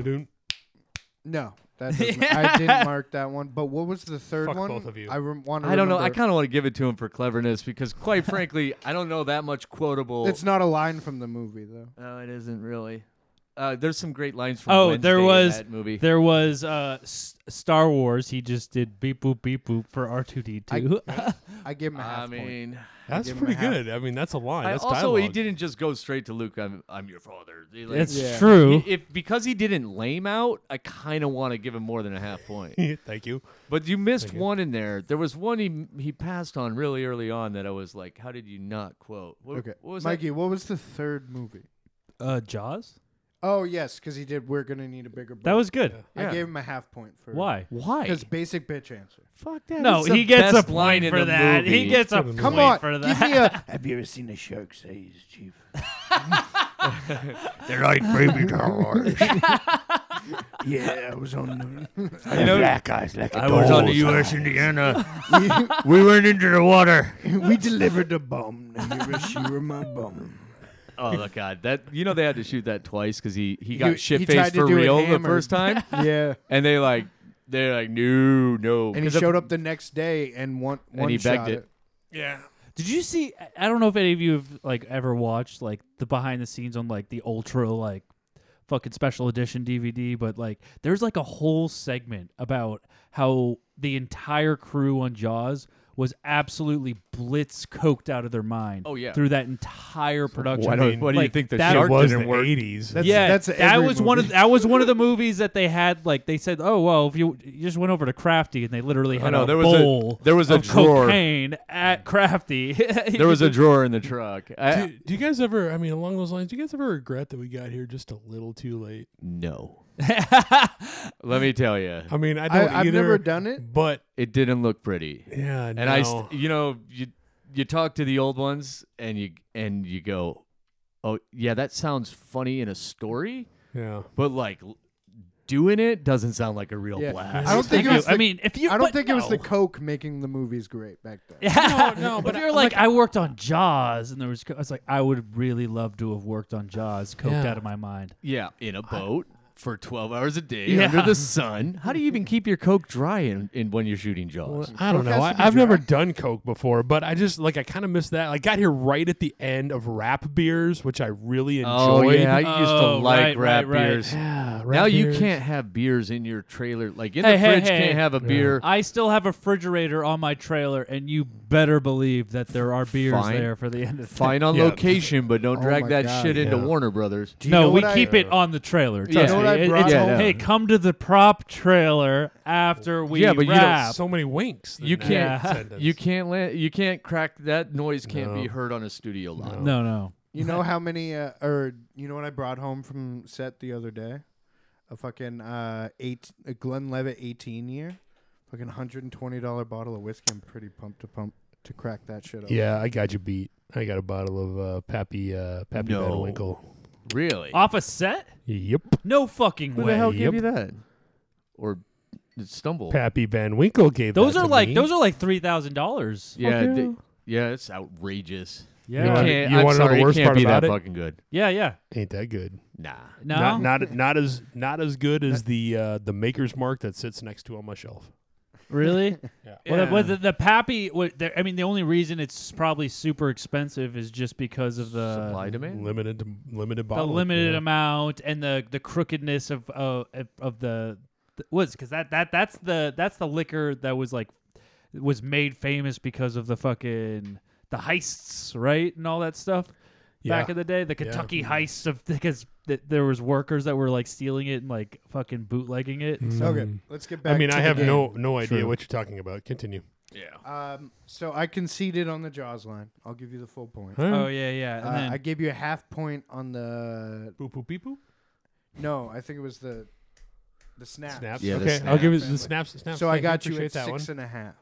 no, that doesn't, I didn't mark that one. But what was the third Fuck one? both of you. I rem- want to. I don't know. I kind of want to give it to him for cleverness because, quite frankly, I don't know that much quotable. It's not a line from the movie though. no, it isn't really. Uh, there's some great lines from Oh, Wednesday there in was that movie. there was uh S- Star Wars. He just did beep boop beep boop for R two D two. I gave him a half I mean, That's give him pretty a half. good. I mean, that's a line. I that's also dialogue. he didn't just go straight to Luke. I'm I'm your father. He, like- That's Yeah. true. If because he didn't lame out, I kind of want to give him more than a half point. Thank you. But you missed one in there. There was one he he passed on really early on that I was like, how did you not quote? What, point. Okay, what was Mikey, what was the third movie? Uh, Jaws. Oh yes, because he did. We're gonna need a bigger. Boat. That was good. I Yeah. gave him a half point for Why? that? Why? Because basic bitch answer. Fuck that. No, It's the he gets a best point line in for the that. He movie. gets a Come point on, for give that. me a. Have you ever seen a shark say his chief? They're like baby dollars. Yeah, I was on the You know, black eyes like a I was on the doll's U.S. eye. Indiana. we, we went into the water. We delivered the bomb. Now Hiroshima, my bomb. Oh my God! That you know they had to shoot that twice because he he got he shit tried faced to for do it real the hammered. first time, Yeah, and they like they're like no no. and he 'Cause if- showed up the next day and one one he shot begged it. Did you see? I- I don't know if any of you have like ever watched like the behind the scenes on like the ultra like fucking special edition DVD, but like there's like a whole segment about how the entire crew on Jaws was absolutely blitz coked out of their mind. Oh, yeah. through that entire production. Why don't- what do you think the that shark was didn't the work? 80s. That's, yeah, that's that every was one of movie. that was one of the movies that they had. Like they said, oh well, if you, you just went over to Crafty and they literally had know, a there was a- bowl. there was a of drawer. cocaine at Crafty. there was a drawer in the truck. Uh, I, do, do you guys ever? I mean, along those lines, do you guys ever regret that we got here just a little too late? no. Let me tell you, I mean, I I, don't I've either. never done it. But it didn't look pretty. yeah, And I, st- you know, you you talk to the old ones and you and you go, oh yeah, that sounds funny in a story, yeah. but like l- doing it doesn't sound like a real Yeah. blast. I don't think it was. I the- mean, if you, I don't but think it was the no. coke making the movies great back then. Yeah. No, no, but but if you're I- like, like- I worked on Jaws, and there was, co- I was like, I would really love to have worked on Jaws, coked Yeah. out of my mind. yeah, in a boat. for 12 hours a day Yeah. under the sun. How do you even keep your coke dry in, in when you're shooting jaws? Well, I don't Coke know. has I, to be I've dry. never done Coke before, but I just like I kind of missed that. I got here right at the end of rap beers, which I really enjoyed. Oh yeah, I used to Oh, like right, rap right, right. beers. Yeah, now rap you beers. can't have beers in your trailer. Like in Hey, the hey, fridge, hey. can't have a beer. I still have a refrigerator on my trailer, and you better believe that there are beers Fine. there for the end of the Fine on Yeah. location, but don't Oh drag my that God, shit into yeah. Warner Brothers. Do you no, know we what I- keep it on the trailer. Yeah. You Trust know me. what I It- brought it's- home? Yeah, no. Hey, come to the prop trailer after we Yeah, but you don't- wrap. so many winks. in You that can't- sentence. You can't land, you can't crack that noise can't be No. heard on a studio lot. no, no. You know how many, uh, or you know what I brought home from set the other day? A fucking uh, eight, a Glenn Levitt 18 year, fucking $120 bottle of whiskey. I'm pretty pumped to pump to crack that shit up. Yeah, I got you beat. I got a bottle of uh, Pappy uh, Pappy No. Van Winkle. Really? Off a set? Yep, No fucking Who way. the hell Yep. gave you that? Or stumble? Pappy Van Winkle gave. Those that are to like me. those are like three thousand dollars. yeah, d- yeah, it's outrageous. You It wanna- can't, you I'm wanna know the sorry, worst it can't part be about that it? fucking good. Yeah, yeah. ain't that good. Nah. No, Not not not as not as good as the uh, the Maker's Mark that sits next to on my shelf. really. Yeah. Well, the, well, the, the pappy. What, the, I mean, the only reason it's probably super expensive is just because of the Supply demand? Limited limited the bottle. limited yeah. amount and the the crookedness of uh, of- of the th- was because that that that's the that's the liquor that was like was made famous because of the fucking the heists right and all that stuff back Yeah. in the day the Kentucky heists of because th- there was workers that were like stealing it and like fucking bootlegging it. Mm. and stuff. Okay, let's get back. Mm-hmm. I mean, to I the have game. no no idea what you're talking about. Continue. Um, so I conceded on the Jaws line. I'll give you the full point. Oh yeah, yeah. And Uh, then I gave you a half point on the. Boop boop beep boop. No, I think it was the, the snap. Snaps. Yeah, the okay, I'll give it the snaps. snaps. the snaps. So I Thank got you Appreciate at that six and one. a half.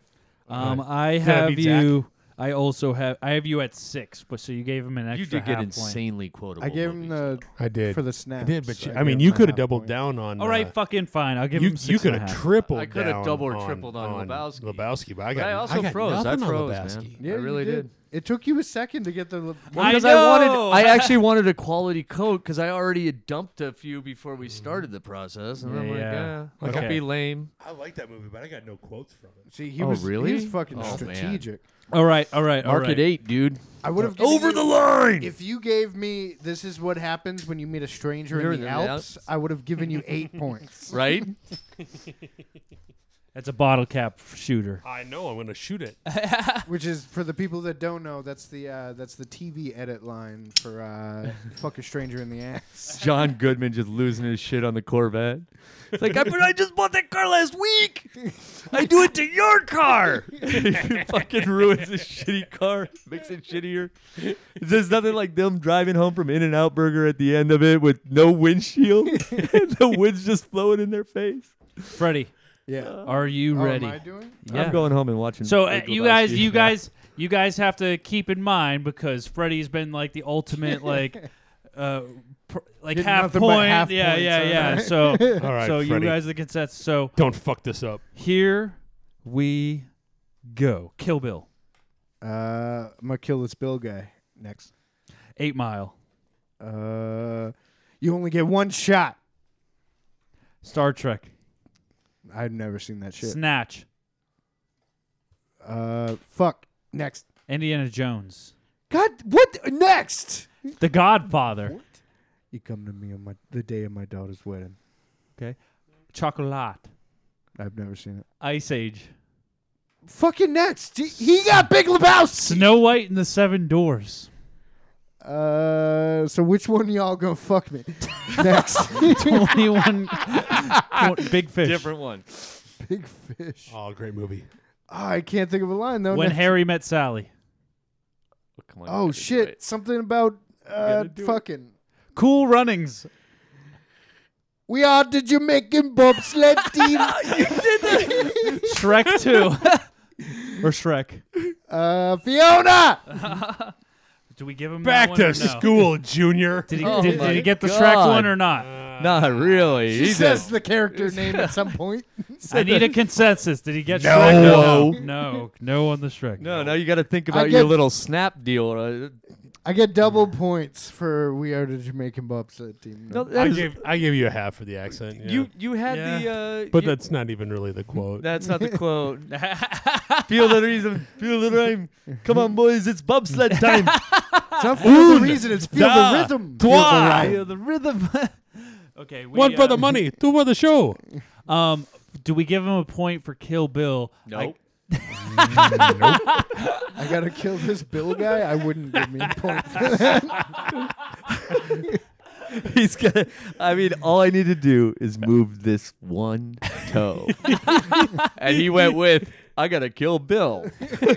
um, I that have beat Zach? you. I also have I have you at six, but so you gave him an You extra. did get half Point. insanely quotable. I gave him movies, the I did. for the snap. I did, but you, I mean, you could have doubled down on. All right, uh, fucking fine. I'll give you him six. you and could a have half. tripled. I coulda down double or tripled on Lebowski. Lebowski, but I But got. I also got froze. I nothing on froze, Lebowski. man. I really you did. It took you a second to get the. li- Well, I Because I, know. wanted, I actually wanted a quality coat because I already had dumped a few before we started the process, and Yeah, I'm like, yeah. yeah, like Okay. don't be lame. I like that movie, but I got no quotes from it. See, he Oh, was really? He was fucking Oh, man. strategic. All right, all right, all Mark right. at eight, dude. I would have Over the line. If you gave me this is what happens when you meet a stranger You're in the Alps, I would have given you eight points. right? That's a bottle cap shooter. I know. I'm gonna shoot it. Which is for the people that don't know, that's the uh, that's the TV edit line for uh, fuck a stranger in the ass. John Goodman just losing his shit on the Corvette. It's like, I, but I just bought that car last week. I do it to your car. he fucking ruins his shitty car, makes it shittier. There's nothing like them driving home from In and Out Burger at the end of it with no windshield. the wind's just blowing in their face. Freddie, Yeah. are you Oh, ready? am I doing? Yeah. I'm going home and watching. so uh, Big you Lebowski. guys, you guys, you guys have to keep in mind because Freddie's been like the ultimate like. Uh, pr- like Getting half nothing point, but half yeah, points, yeah, all yeah. right. So, All right, so you Freddie. guys the consents. So Don't fuck this up. here we go. Kill Bill, Uh, I'm gonna kill this Bill guy next. Eight Mile, Uh, you only get one shot. Star Trek, I've never seen that shit. Snatch, Uh, fuck. Next. Indiana Jones, God, what next? The Godfather, You come to me on my the day of my daughter's wedding. Chocolat, I've never seen it. Ice Age, Fucking next. He- He got Big Lebowski. Snow White and the Seven Doors. Uh, so which one of y'all gonna fuck me? next. 21 tw- big fish. Different one. Oh, Big Fish. Oh, great movie. Oh, I can't think of a line though. When Next. Harry met Sally. Oh, come on, you oh gotta do shit! it. Something about uh fucking. Cool Runnings. We are the Jamaican bobsled team. Shrek 2. or Shrek. uh, Fiona. Do we give him Back that to one or no? school, Junior. Did he, Oh did, my did he get the Shrek God. one or not? Not really. She He's says the character name at some point. I need a consensus. Did he get No. Shrek? or No. No. No on the Shrek. No, now you got to think I about get- your little snap deal. Uh, I get double points for we are the Jamaican bobsled team. No, No. that I is- gave I gave you a half for the accent. yeah. you you had the. Uh, but you- that's not even really the quote. that's not the quote. feel the reason. Feel the rhyme. Come on, boys, it's bobsled time. It's not for the reason. It's feel da, the rhythm. twa. Feel the Feel the rhythm. okay. We, One for uh, the money, two for the show. Um, do we give him a point for Kill Bill? Nope. rhyme. I gotta kill this Bill guy. I wouldn't give me a point for that. He's gonna. I mean, all I need to do is move this one toe, and he went with. I gotta kill Bill.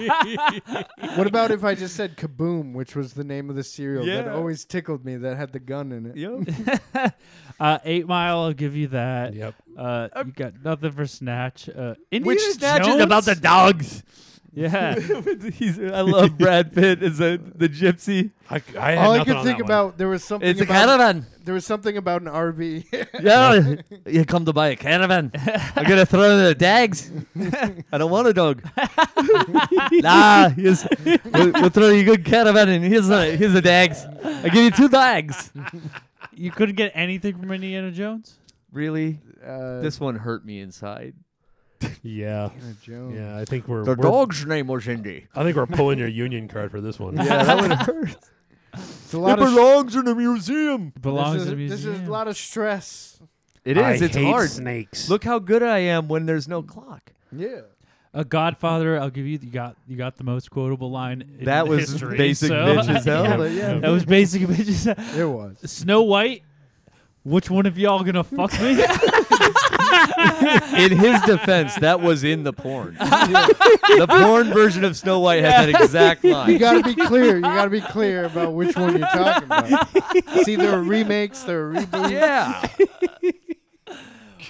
What about if I just said Kaboom, which was the name of the cereal that Yeah. always tickled me that had the gun in it? Yep. Uh, Eight Mile. I'll give you that. Yep. Uh, you got nothing for Snatch. Uh, Indiana Which snatch Jones? is about the dogs? yeah. He's, I love Brad Pitt as a, the gypsy. I, I had All I nothing could on think that one. about there was something It's a about caravan. there was something about an RV. Yeah, you come to buy a caravan. I'm gonna throw the dags. I don't want a dog. nah, here's, we'll, we'll throw you a good caravan and here's the here's the dags. I give you two dags. You couldn't get anything from Indiana Jones. Really? uh, This one hurt me inside. Yeah, Indiana Jones. yeah. I think we're, The we're- dog's name was Indy. I think we're pulling your union card for this one. Yeah, that would've- It's a lot of sh- belongs in a museum. It belongs this, is, in a this museum. is a lot of stress. It is. I it's hate hard. Snakes. Look how good I am when there's no clock. Yeah. A Godfather. I'll give you. You got. You got the most quotable line. In That was history, basic so- bitch as hell. Yeah, but yeah. That was basic bitch as hell. It was. Snow White. Which one of y'all gonna fuck me? in his defense, that was in the porn. the porn version of Snow White had that exact You line. gotta be clear. You gotta be clear about which one you're talking about. See, there are remakes, there are reboots. yeah.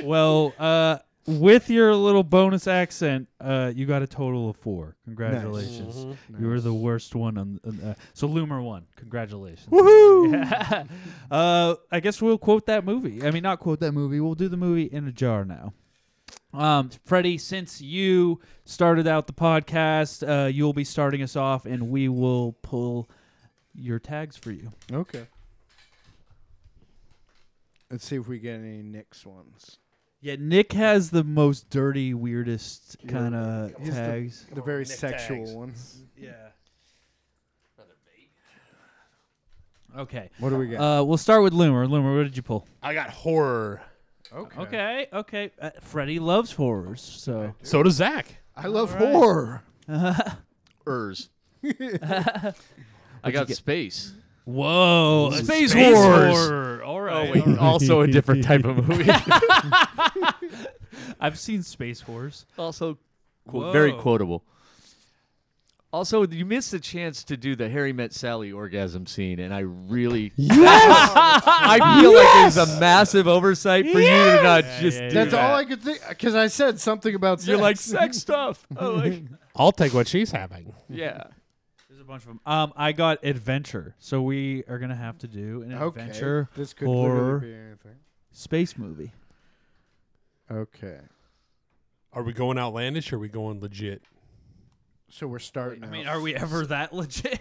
well, uh, with your little bonus accent, uh, you got a total of four. Congratulations. Mm-hmm. You were the worst one on. on, Uh, so Loomer won. Congratulations. Woohoo! uh, I guess we'll quote that movie. I mean, not quote that movie. We'll do the movie in a jar now. Um, Freddie, since you started out the podcast, uh, you'll be starting us off, and we will pull your tags for you. Okay. Let's see if we get any Knicks ones. Yeah, Nick has the most dirty, weirdest kind of He's the- tags. the very Nick sexual tags. ones. Yeah. Okay. What do we got? Uh, we'll start with Loomer. Loomer, what did you pull? I got horror. Okay, okay. Uh, Freddie loves horrors, so So does Zach. I love horror. Ers. I got space. whoa, a Space horror. horrors. All Oh right, wait, all right. also a different type of movie. I've seen space horrors. also qu- very Whoa. quotable. Also, you missed the chance to do the Harry Met Sally orgasm scene, and I really, I feel like it was a massive oversight for you to not just. yeah, do yeah. That's all I could think because I said something about sex. You're like sex stuff. I like, I'll take what she's having. yeah. There's a bunch of them. Um, I got adventure, so we are gonna have to do an okay. adventure This could horror. literally be anything. space movie. Okay. Are we going outlandish or are we going legit? So we're starting. I mean, out. are we ever that legit?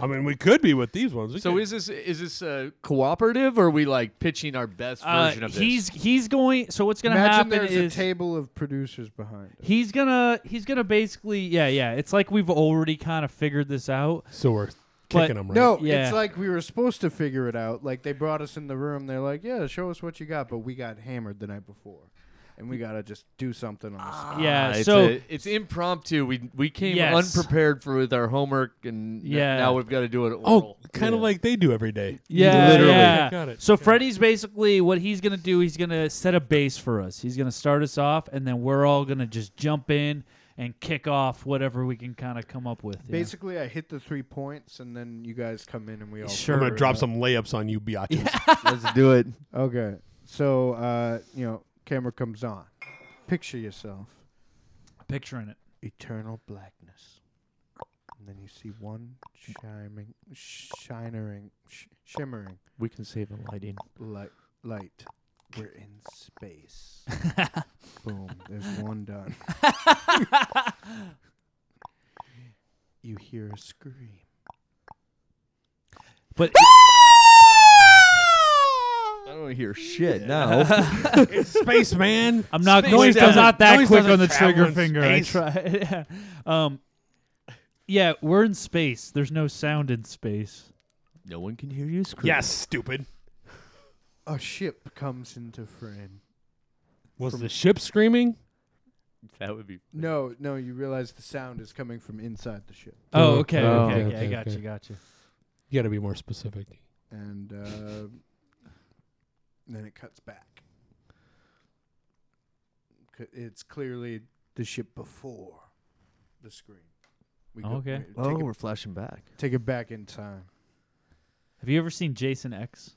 I mean, we could be with these ones. We So could- is this is this uh, cooperative, or are we like pitching our best Uh, version of this? he's he's going. So what's gonna imagine happen there's is a table of producers behind us. He's gonna he's gonna basically yeah yeah. It's like we've already kind of figured this out. so we're But- kicking them right. No, Yeah. it's like we were supposed to figure it out. Like they brought us in the room. They're like, "Yeah, show us what you got," but we got hammered the night before, and we gotta just do something on the spot. yeah. Ah, it's so a- it's impromptu. We we came Yes. unprepared for with our homework, and n- Yeah. now we've got to do it. Oh, Oral. kind of like they do every day. yeah Literally. yeah. Got it. So Freddy's basically what he's gonna do. He's gonna set a base for us. He's gonna start us off, and then we're all gonna just jump in and kick off whatever we can kind of come up with. yeah. Basically, I hit the three points, and then you guys come in, and we all Sure. I'm gonna drop some layups on you, biatches. let's do it. Okay, so uh, you know, camera comes on. Picture yourself, picturing it. eternal blackness, and then you see one shining, shinering, sh- shimmering We can save the lighting. light. Light. We're in space. Boom. There's one done. you hear a scream. But I don't hear shit now. Spaceman. I'm not Space going. I'm doesn't- not that noise quick doesn't on the travel trigger in finger. I space. try. yeah. Um, yeah, we're in space. There's no sound in space. no one can hear you scream. Yes, stupid. A ship comes into frame. Was the ship screaming? That would be. No, no, you realize the sound is coming from inside the ship. Oh, okay, okay, okay, okay, okay, I got okay. you, got you. You got to be more specific. And uh, then it cuts back. C- It's clearly the ship before the screen. We Okay. we- Oh, Take, we're it, flashing back. take it back in time. Have you ever seen Jason X?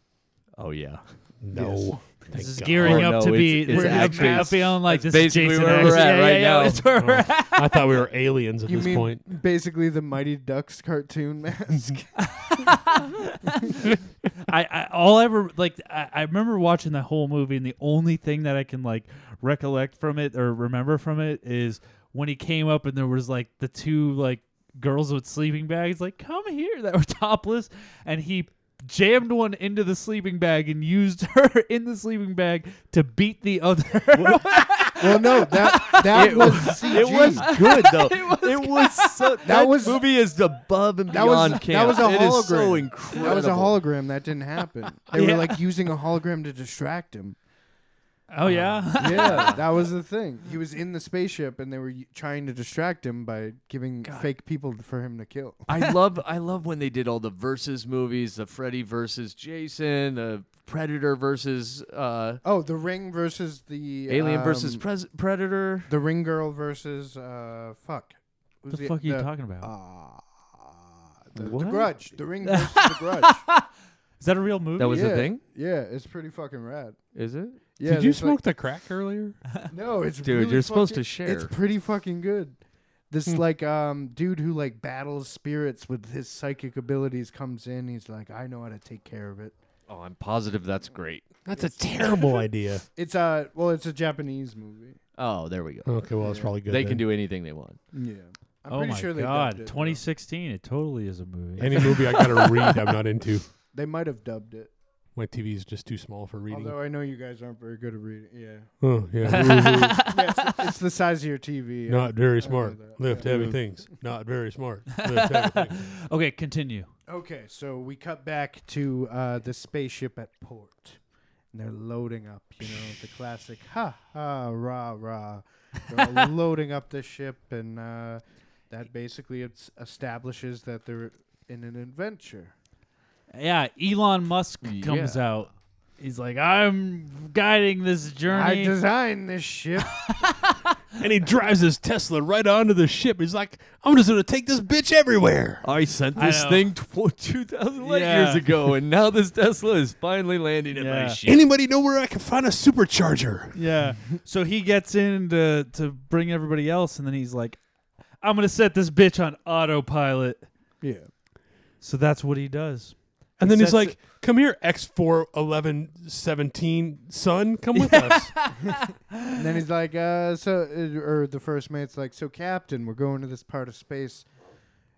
Oh yeah. No. This is God. gearing Oh, up no, to be. it's- it's we're actually- I'm feeling like that's this is basically Jason where X. we're at yeah, yeah, right yeah, now. That's where we're at. Oh, I thought we were aliens at you this mean point. basically the Mighty Ducks cartoon mask? I, I all I ever like I, I remember watching the whole movie and the only thing that I can like recollect from it or remember from it is when he came up and there was like the two like girls with sleeping bags like come here that were topless and he jammed one into the sleeping bag and used her in the sleeping bag to beat the other. well, no, that that was CG. It was good though. it was, so, that, was- movie is above and That was beyond that camp. was a It hologram. is so incredible. That was a hologram. That didn't happen. They Yeah. were like using a hologram to distract him. oh yeah. Yeah, that was the thing. He was in the spaceship, and they were y- trying to distract him by giving fake people for him to kill. I love I love when they did all the versus movies, the Freddy versus Jason, the Predator versus uh, Oh, the ring versus the Alien versus um, pres- Predator. the ring girl versus uh fuck. Who's the uh, fuck are you talking about? Ah, the, the What? Grudge. The ring versus the Grudge. Is that a real movie? That was yeah. the thing, Yeah, it's pretty fucking rad. is it? Did Yeah, you there's, like- smoke the crack earlier? No, it's Dude, really you're supposed fucking- to It's share. pretty fucking good. This Hmm. like um dude who like battles spirits with his psychic abilities comes in. He's like, I know how to take care of it. Oh, I'm positive that's great. That's a terrible idea. It's a well, it's a Japanese movie. Oh, there we go. Okay, well, that's probably good. they can do anything they want. Yeah, I'm oh pretty my sure they god, dubbed it, though. 2016. It totally is a movie. any movie I gotta read. I'm not into. They might have dubbed it. My TV is just too small for reading. Although I know you guys aren't very good at reading. Yeah, oh yeah, Yeah, it's, it's the size of your TV. not very know smart. that. Lift Yeah. heavy things. Not very smart. Lift heavy things. okay, continue. Okay, so we cut back to uh, the spaceship at port, and they're loading up. You know the classic ha ha rah rah. They're loading up the ship, and uh, that basically it's establishes that they're in an adventure. Yeah, Elon Musk comes out. He's like, I'm guiding this I journey. designed this ship. And he drives his Tesla right onto the ship. He's like, I'm just gonna take this bitch everywhere. I sent I this know. thing tw- 2,000 light Yeah. years ago, and now this Tesla is finally landing at Yeah. my ship. Anybody know where I can find a supercharger? yeah. so he gets in to, to bring everybody else, and then he's like, I'm going to set this bitch on autopilot. yeah, So that's what he does. And then he's Sets like, "Come here, X four eleven seventeen son, come with us." and then he's like, uh, so uh, or the first mate's like, so Captain, we're going to this part of space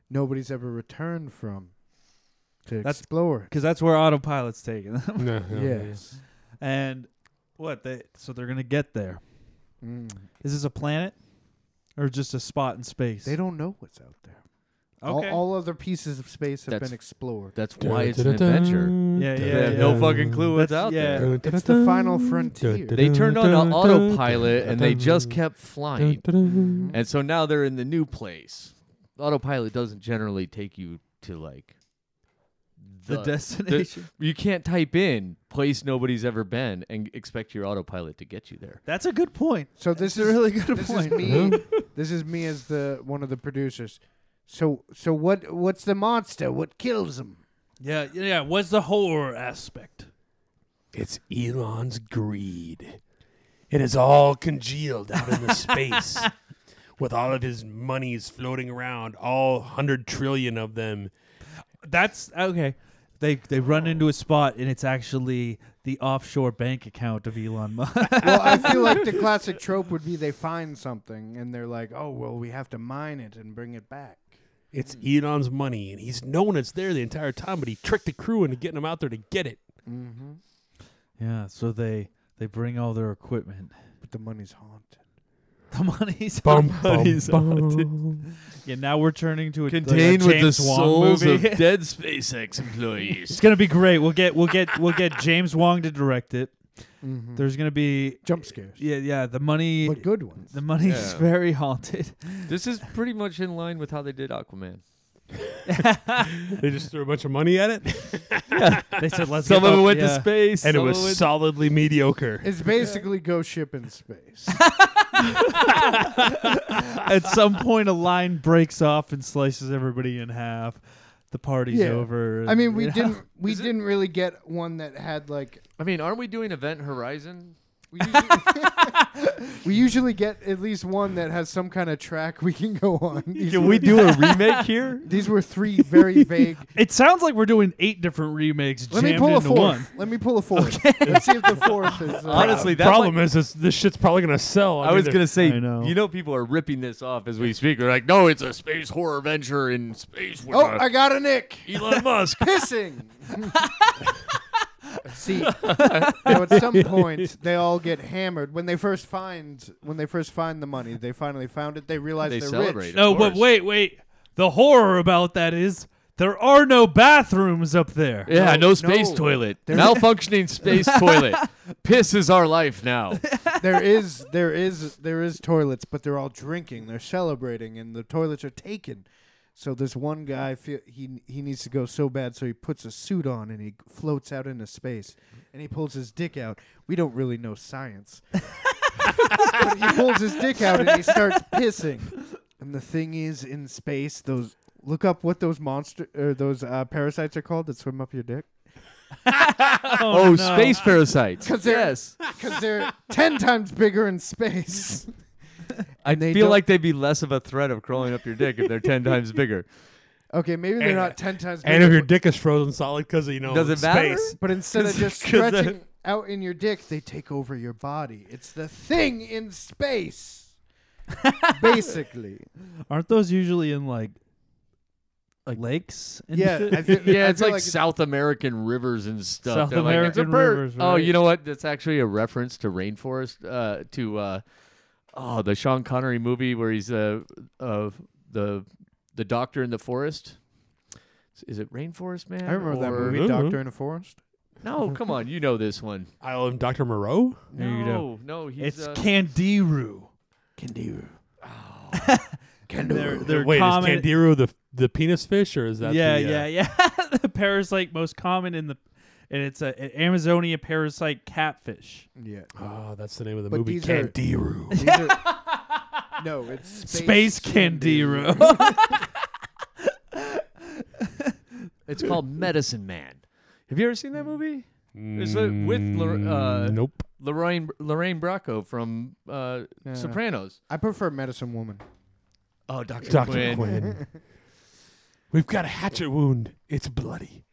nobody's ever returned from to That's- Oh, explore. Because that's where autopilot's taking them. no, it. Yes. and what? they So they're going to get there. Mm. Is this a planet? Or just a spot in space? They don't know what's out there. Okay. All, all other pieces of space have That's- been explored. That's why it's an adventure. yeah, yeah, They yeah. have no fucking clue what's That's- out yeah. there. It's the final frontier. They turned on an autopilot, and they just kept flying. Mhm. And so now they're in the new place. Autopilot doesn't generally take you to like The destination. you can't type in place nobody's ever been and expect your autopilot to get you there. That's a good point. So this That's is a really good this point. is me. this is me as the one of the producers. So so what what's the monster? What kills him? Yeah, yeah. What's the horror aspect? It's Elon's greed. It is all congealed out in the space, with all of his monies floating around, all hundred trillion of them. That's okay. They they run into a spot and it's actually the offshore bank account of Elon Musk. well, I feel like the classic trope would be they find something and they're like, "Oh, well, we have to mine it and bring it back." It's Elon's money, and he's known it's there the entire time, but he tricked the crew into getting them out there to get it. Mm-hmm. Yeah, so they they bring all their equipment. But the money's haunted. The money's Bum, the bum, money's haunted. bum. Yeah, now we're turning to a like a Contained with the James Wan souls of movie. dead SpaceX employees. It's gonna be great. We'll get we'll get we'll get James Wong to direct it. Mm. There's gonna be Jump scares. yeah yeah the money But good ones. the money's Yeah. very haunted. This is pretty much in line with how they did Aquaman. They just threw a bunch of money at it, They said let's Some give of it up- went to yeah. space. and it some of was solidly mediocre. It's basically Ghost ship in space. At some point, a line breaks off and slices everybody in half. The party's Yeah. over. I mean, and- we you know? didn't we didn't really get one that had like I mean, aren't we doing Event Horizon? we usually, we usually get at least one that has some kind of track we can go on. These, Can were, we do a remake here? these were three very vague. It sounds like we're doing eight different remakes Let jammed me pull a into fourth. one. Let me pull a fourth. Let's see if the fourth is uh, Honestly, The that problem might- is this, this shit's probably gonna sell. I was mean, gonna say, I know. You know, people are ripping this off as we speak. They're like, "No, it's a space horror adventure in space with Oh, uh, I got a nick. Elon Musk." Pissing. See, now at some point they all get hammered when they first find when they first find the money. They finally found it. They realize They are celebrate. rich. of No, but course. wait, wait. The horror about that is there are no bathrooms up there. Yeah, no, No, space no. toilet. Malfunctioning space toilet. Piss is our life now. there is there is there is toilets, but they're all drinking. They're celebrating, and the toilets are taken. So this one guy feel he he needs to go so bad, so he puts a suit on and he floats out into space, and he pulls his dick out. We don't really know science. but he pulls his dick out and he starts pissing. And the thing is, in space, those look up what those monster or those uh, parasites are called that swim up your dick. Oh, space parasites. Because they're, because they're ten times bigger in space. I they feel don't- like they'd be less of a threat of crawling up your dick if they're ten times bigger. Okay, maybe they're And- not ten times. and if bigger, your dick is frozen solid because Oh, you know Does it space, matter? But instead of 'Cause- just 'cause that- stretching out in your dick, they take over your body. It's the thing in space. Basically. Aren't those usually in like like lakes? And Yeah. shit? I feel, Yeah, I it's feel like, South American rivers and stuff. South They're like, it's a American bird. rivers, Oh, right. you know what? That's actually a reference to rainforest. Uh, to uh, oh, the Sean Connery movie where he's uh, uh, the the doctor in the forest. Is it Rainforest Man? I remember that Or- movie, Mhm. Doctor in a Forest. No, come on, you know this one. I am Dr. Moreau. There you No, no, he's it's uh, Candiru. Candiru. they're, they're Wait, common. is Candiru the the penis fish or is that? yeah, the, uh, yeah, yeah, The parasite most common in the, and it's a an Amazonia parasite catfish. Yeah. Oh, that's the name of the But movie. these are- Candiru. These are- no, it's space. Space Candiru. it's called Medicine Man. Have you ever seen that movie? It's uh, with Lor- uh, Mm, nope. Lorraine Lorraine Bracco from uh, Yeah. Sopranos. I prefer Medicine Woman. Oh, Doctor Dr. Quinn. We've got a hatchet wound. It's bloody.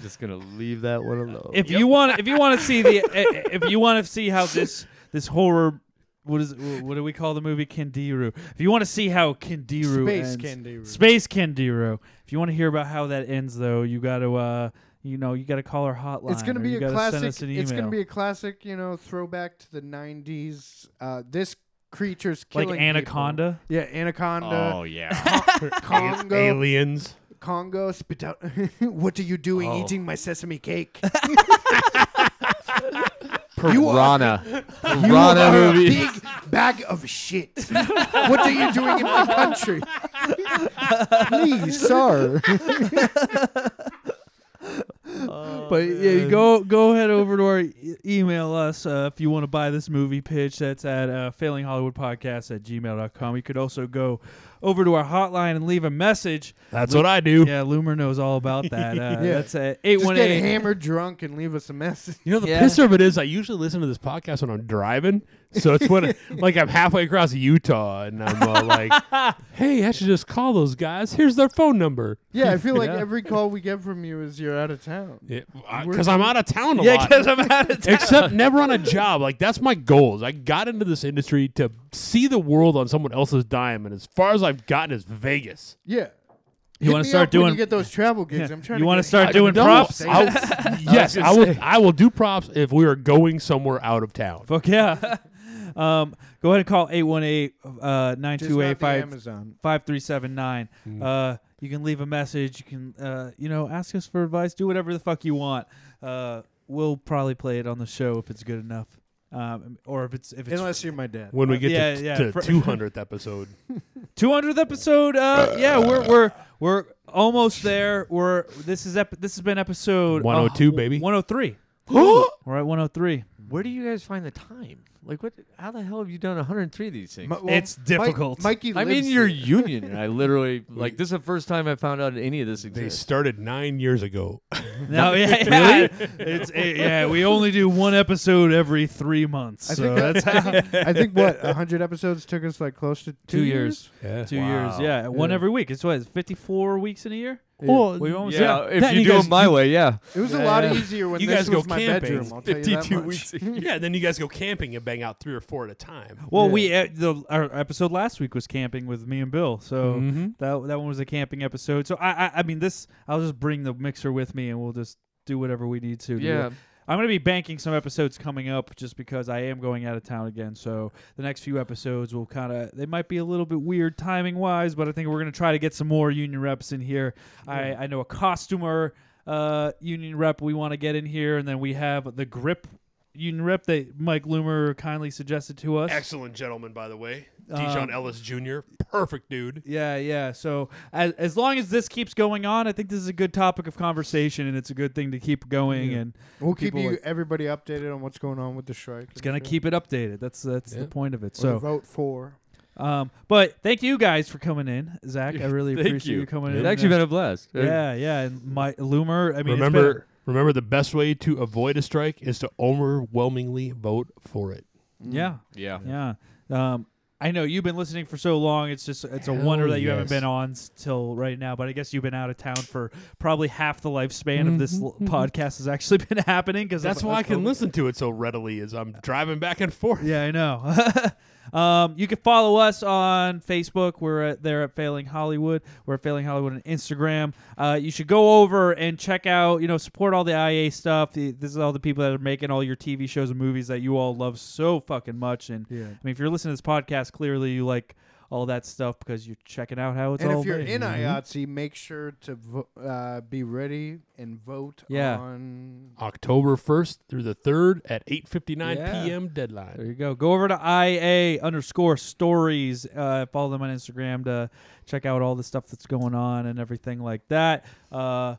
Just gonna leave that one Oh, alone. if you want, if you want to see the, eh, if you want to see how this this horror, what is what do we call the movie Candiru? If you want to see how Candiru Space ends- Candiru. Space Candiru. If you want to hear about how that ends, though, you got to, uh, you know, you got to call our hotline. It's gonna or be you a gotta classic. Send us an email. It's gonna be a classic, you know, throwback to the '90s. Uh, this creature's like killing people. Anaconda. Yeah, anaconda. oh yeah, Congo. Aliens. Congo, spit out. what are you doing Oh. eating my sesame cake? Piranha, You Piranha are a movie. big bag of shit. what are you doing in my country? Please, sir. Oh, But yeah, go go head over to our e- email us uh, if you want to buy this movie pitch. That's at uh, failinghollywoodpodcast at gmail.com. You could also go over to our hotline and leave a message. That's what I do. Yeah, Loomer knows all about that. Uh, That's at Just get 818. hammered drunk and leave us a message. You know the Yeah. pisser of it is I usually listen to this podcast when I'm driving. So it's when like I'm halfway across Utah and I'm uh, like, "Hey, I should just call those guys. Here's their phone number." Yeah, I feel like every call we get from you is you're out of town. Because I'm out of town a Yeah, lot. because I'm out of town. Except never on a job. Like that's my goals. I got into this industry to see the world on someone else's dime, and as far as I I've gotten is Vegas. Yeah. You Hit wanna me start up when doing- you get those travel gigs? I'm trying. You want to get- start doing No, props? I'll- yes, I will. I will do props if we are going somewhere out of town. Fuck yeah. um, go ahead and call 818 uh, Just not the 928 Amazon. 5379. Uh, you can leave a message. You can, uh, you know, ask us for advice. Do whatever the fuck you want. Uh, we'll probably play it on the show if it's good enough, um, or if it's if it's Unless you're my dad. When we get Yeah, to, yeah, to for- 200th episode, 200th episode. Uh, yeah, we're we're we're almost there. We're this is ep- this has been episode uh, 102, baby. 103. We're at 103. Where do you guys find the time? Like, what? How the hell have you done 103 of these things? Mi- well, It's Mike- difficult. Mikey I mean, lives you're there. union. and I literally like this is the first time I found out any of this they exists. started nine years ago. No, yeah, yeah. it's it, yeah. We only do one episode every three months. I so think that's that- I think what hundred episodes took us like close to two, two years. Yeah. Two years. Yeah, one every week. It's what? It's 54 weeks in a year. Well, We almost yeah, yeah. if That- you, do guys- it my way, yeah. It was a lot Yeah. easier when You this guys was go my camping. bedroom. I'll tell you that 52 much. weeks. yeah, then you guys go camping and bang out three or four at a time. Well, we uh, the our episode last week was camping with me and Bill, so Mhm. that that one was a camping episode. So I, I I mean this I'll just bring the mixer with me and we'll just do whatever we need to. do Yeah. it. I'm gonna be banking some episodes coming up just because I am going out of town again. So the next few episodes will kind of they might be a little bit weird timing wise, but I think we're gonna try to get some more union reps in here. I I know a costumer uh union rep we want to get in here, and then we have the grip union rep that Mike Loomer kindly suggested to us. Excellent gentleman, by the way. Um, Dijon Ellis Jr., perfect dude. Yeah, yeah. So as, as long as this keeps going on, I think this is a good topic of conversation, and it's a good thing to keep going. And We'll keep people you like- everybody updated on what's going on with the strike. it's gonna keep it updated. That's that's the point of it. So vote for. Um, but thank you guys for coming in, Zach. I really Thank appreciate you, you. coming It's in. actually been a blast. yeah, yeah, and my Loomer. I mean, it's been- remember, remember the best way to avoid a strike is to overwhelmingly vote for it. yeah, yeah. yeah. Um, I know you've been listening for so long. It's just it's a wonder that you haven't yes. been on s- till right now. But I guess you've been out of town for probably half the lifespan of this l- podcast has actually been happening because That's why I can listen to it so readily as I'm driving back and forth. Yeah, I know. um, you can follow us on Facebook. We're at, there at Failing Hollywood. We're at Failing Hollywood on Instagram. Uh, you should go over and check out, you know, support all the IA stuff. The- This is all the people that are making all your TV shows and movies that you all love so fucking much. And I mean, if you're listening to this podcast, clearly you like all that stuff because you're checking out how it's and all if you're made. in IOTC, make sure to vo- uh, be ready and vote Yeah. on. October 1st through the 3rd at 8.59 Yeah. p.m. There deadline. you go. Go over to IA underscore stories. Uh, follow them on Instagram to check out all the stuff that's going on and everything like that. Uh,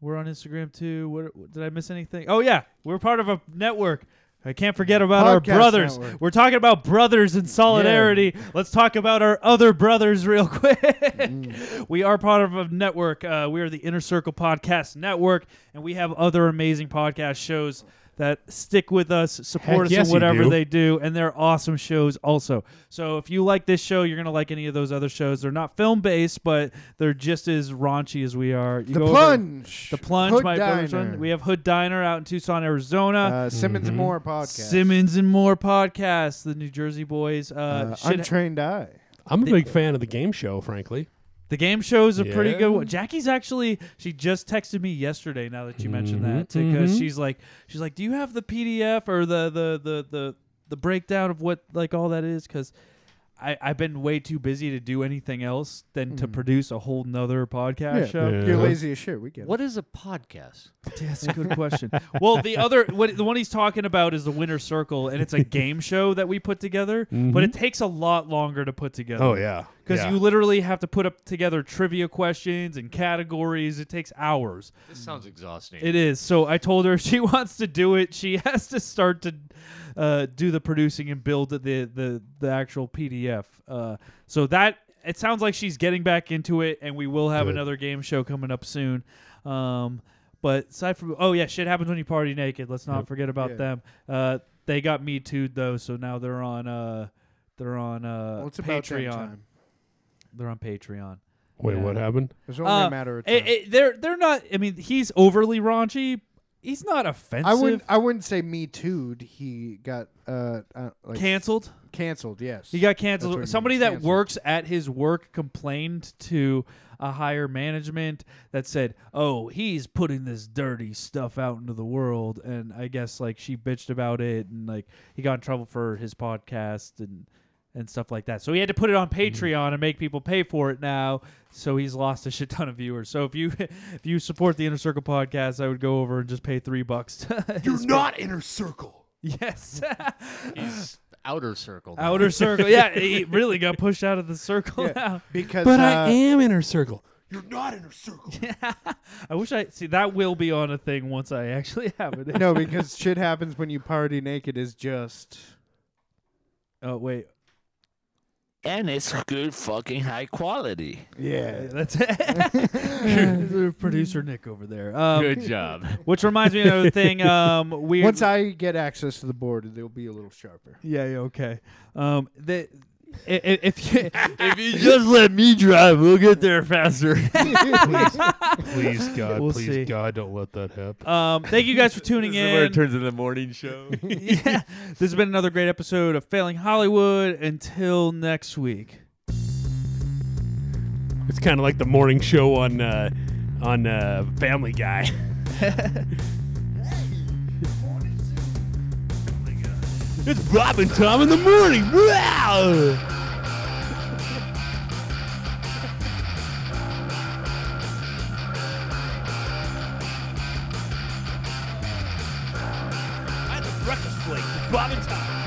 we're on Instagram too. What, what- did I miss anything? Oh yeah, we're part of a network. I can't forget about our Podcast brothers. network. We're talking about brothers in solidarity. Let's talk about our other brothers real quick. Mm. We are part of a network. Uh, we are the Inner Circle Podcast Network, and we have other amazing podcast shows that stick with us, support Heck us yes, in you whatever do. they do, and they're awesome shows also. So if you like this show, you're gonna like any of those other shows. They're not film based, but they're just as raunchy as we are. You The go over- plunge. the plunge, Hood my favorite Diner. one. We have Hood Diner out in Tucson, Arizona. uh, Simmons and More podcast. Simmons and More podcast, the New Jersey boys. Uh, uh, should- Untrained Eye. I'm a big fan of the game show, frankly. The game show is a pretty Yeah. good one. Jackie's actually she just texted me yesterday. Now that you mentioned Mm-hmm, that, because she's like she's like, do you have the PDF or the the the the the breakdown of what like all that is? Because I I've been way too busy to do anything else than to produce a whole nother podcast show. Mm. Yeah. You're lazy as shit. We get it. What is a podcast? That's a good question. well, the other what the one he's talking about is the Winter Circle, and it's a game show that we put together, but it takes a lot longer to put together Mm-hmm. Oh, yeah. because Yeah. you literally have to put up together trivia questions and categories. It takes hours. This sounds exhausting. It is. So I told her if she wants to do it. She has to start to uh, do the producing and build the the the actual PDF. Uh, so that it sounds like she's getting back into it, and we will have Good. another game show coming up soon. Um, but aside from oh yeah, shit happens when you party naked. Let's not forget about Yeah. them. Uh, they got me too though, so now they're on uh, they're on uh, Well, it's about them Patreon. time. They're on Patreon. Wait, Yeah. what happened? It's only Uh, a matter of time. It, it- they're they're not. I mean, he's overly raunchy. he's not offensive. I wouldn't. I wouldn't say me too'd. He got uh, uh like canceled. canceled. Yes, He what I got mean, canceled. Somebody that canceled. works at his work complained to a higher management that said, "Oh, he's putting this dirty stuff out into the world," and I guess like she bitched about it, and like he got in trouble for his podcast and and stuff like that. So he had to put it on Patreon and make people pay for it now. So he's lost a shit ton of viewers. So if you if you support the Inner Circle podcast, I would go over and just pay three bucks. to- You're not inner circle. yes. He's outer circle. now. Outer circle, yeah, he really got pushed out of the circle. Now. because But uh, I am inner circle. You're not inner circle. I wish I see that will be on a thing once I actually have it. no, because shit happens when you party naked is just. oh wait, And it's good fucking high quality. Yeah, that's it. Producer Nick over there. Um, Good job. Which reminds me of another thing. Um, we Once I get access to the board, they'll be a little sharper. yeah, yeah okay. Um, the, i- i- if you if you just let me drive, we'll get there faster. Please God, We'll please see. God, don't let that happen. um, thank you guys for tuning This is in. where it turns into the morning show. yeah, this has been another great episode of Failing Hollywood. Until next week. It's kind of like the morning show on uh, on uh, Family Guy. it's Bob and Tom in the morning. Wow. I had the breakfast flakes with Bob and Tom.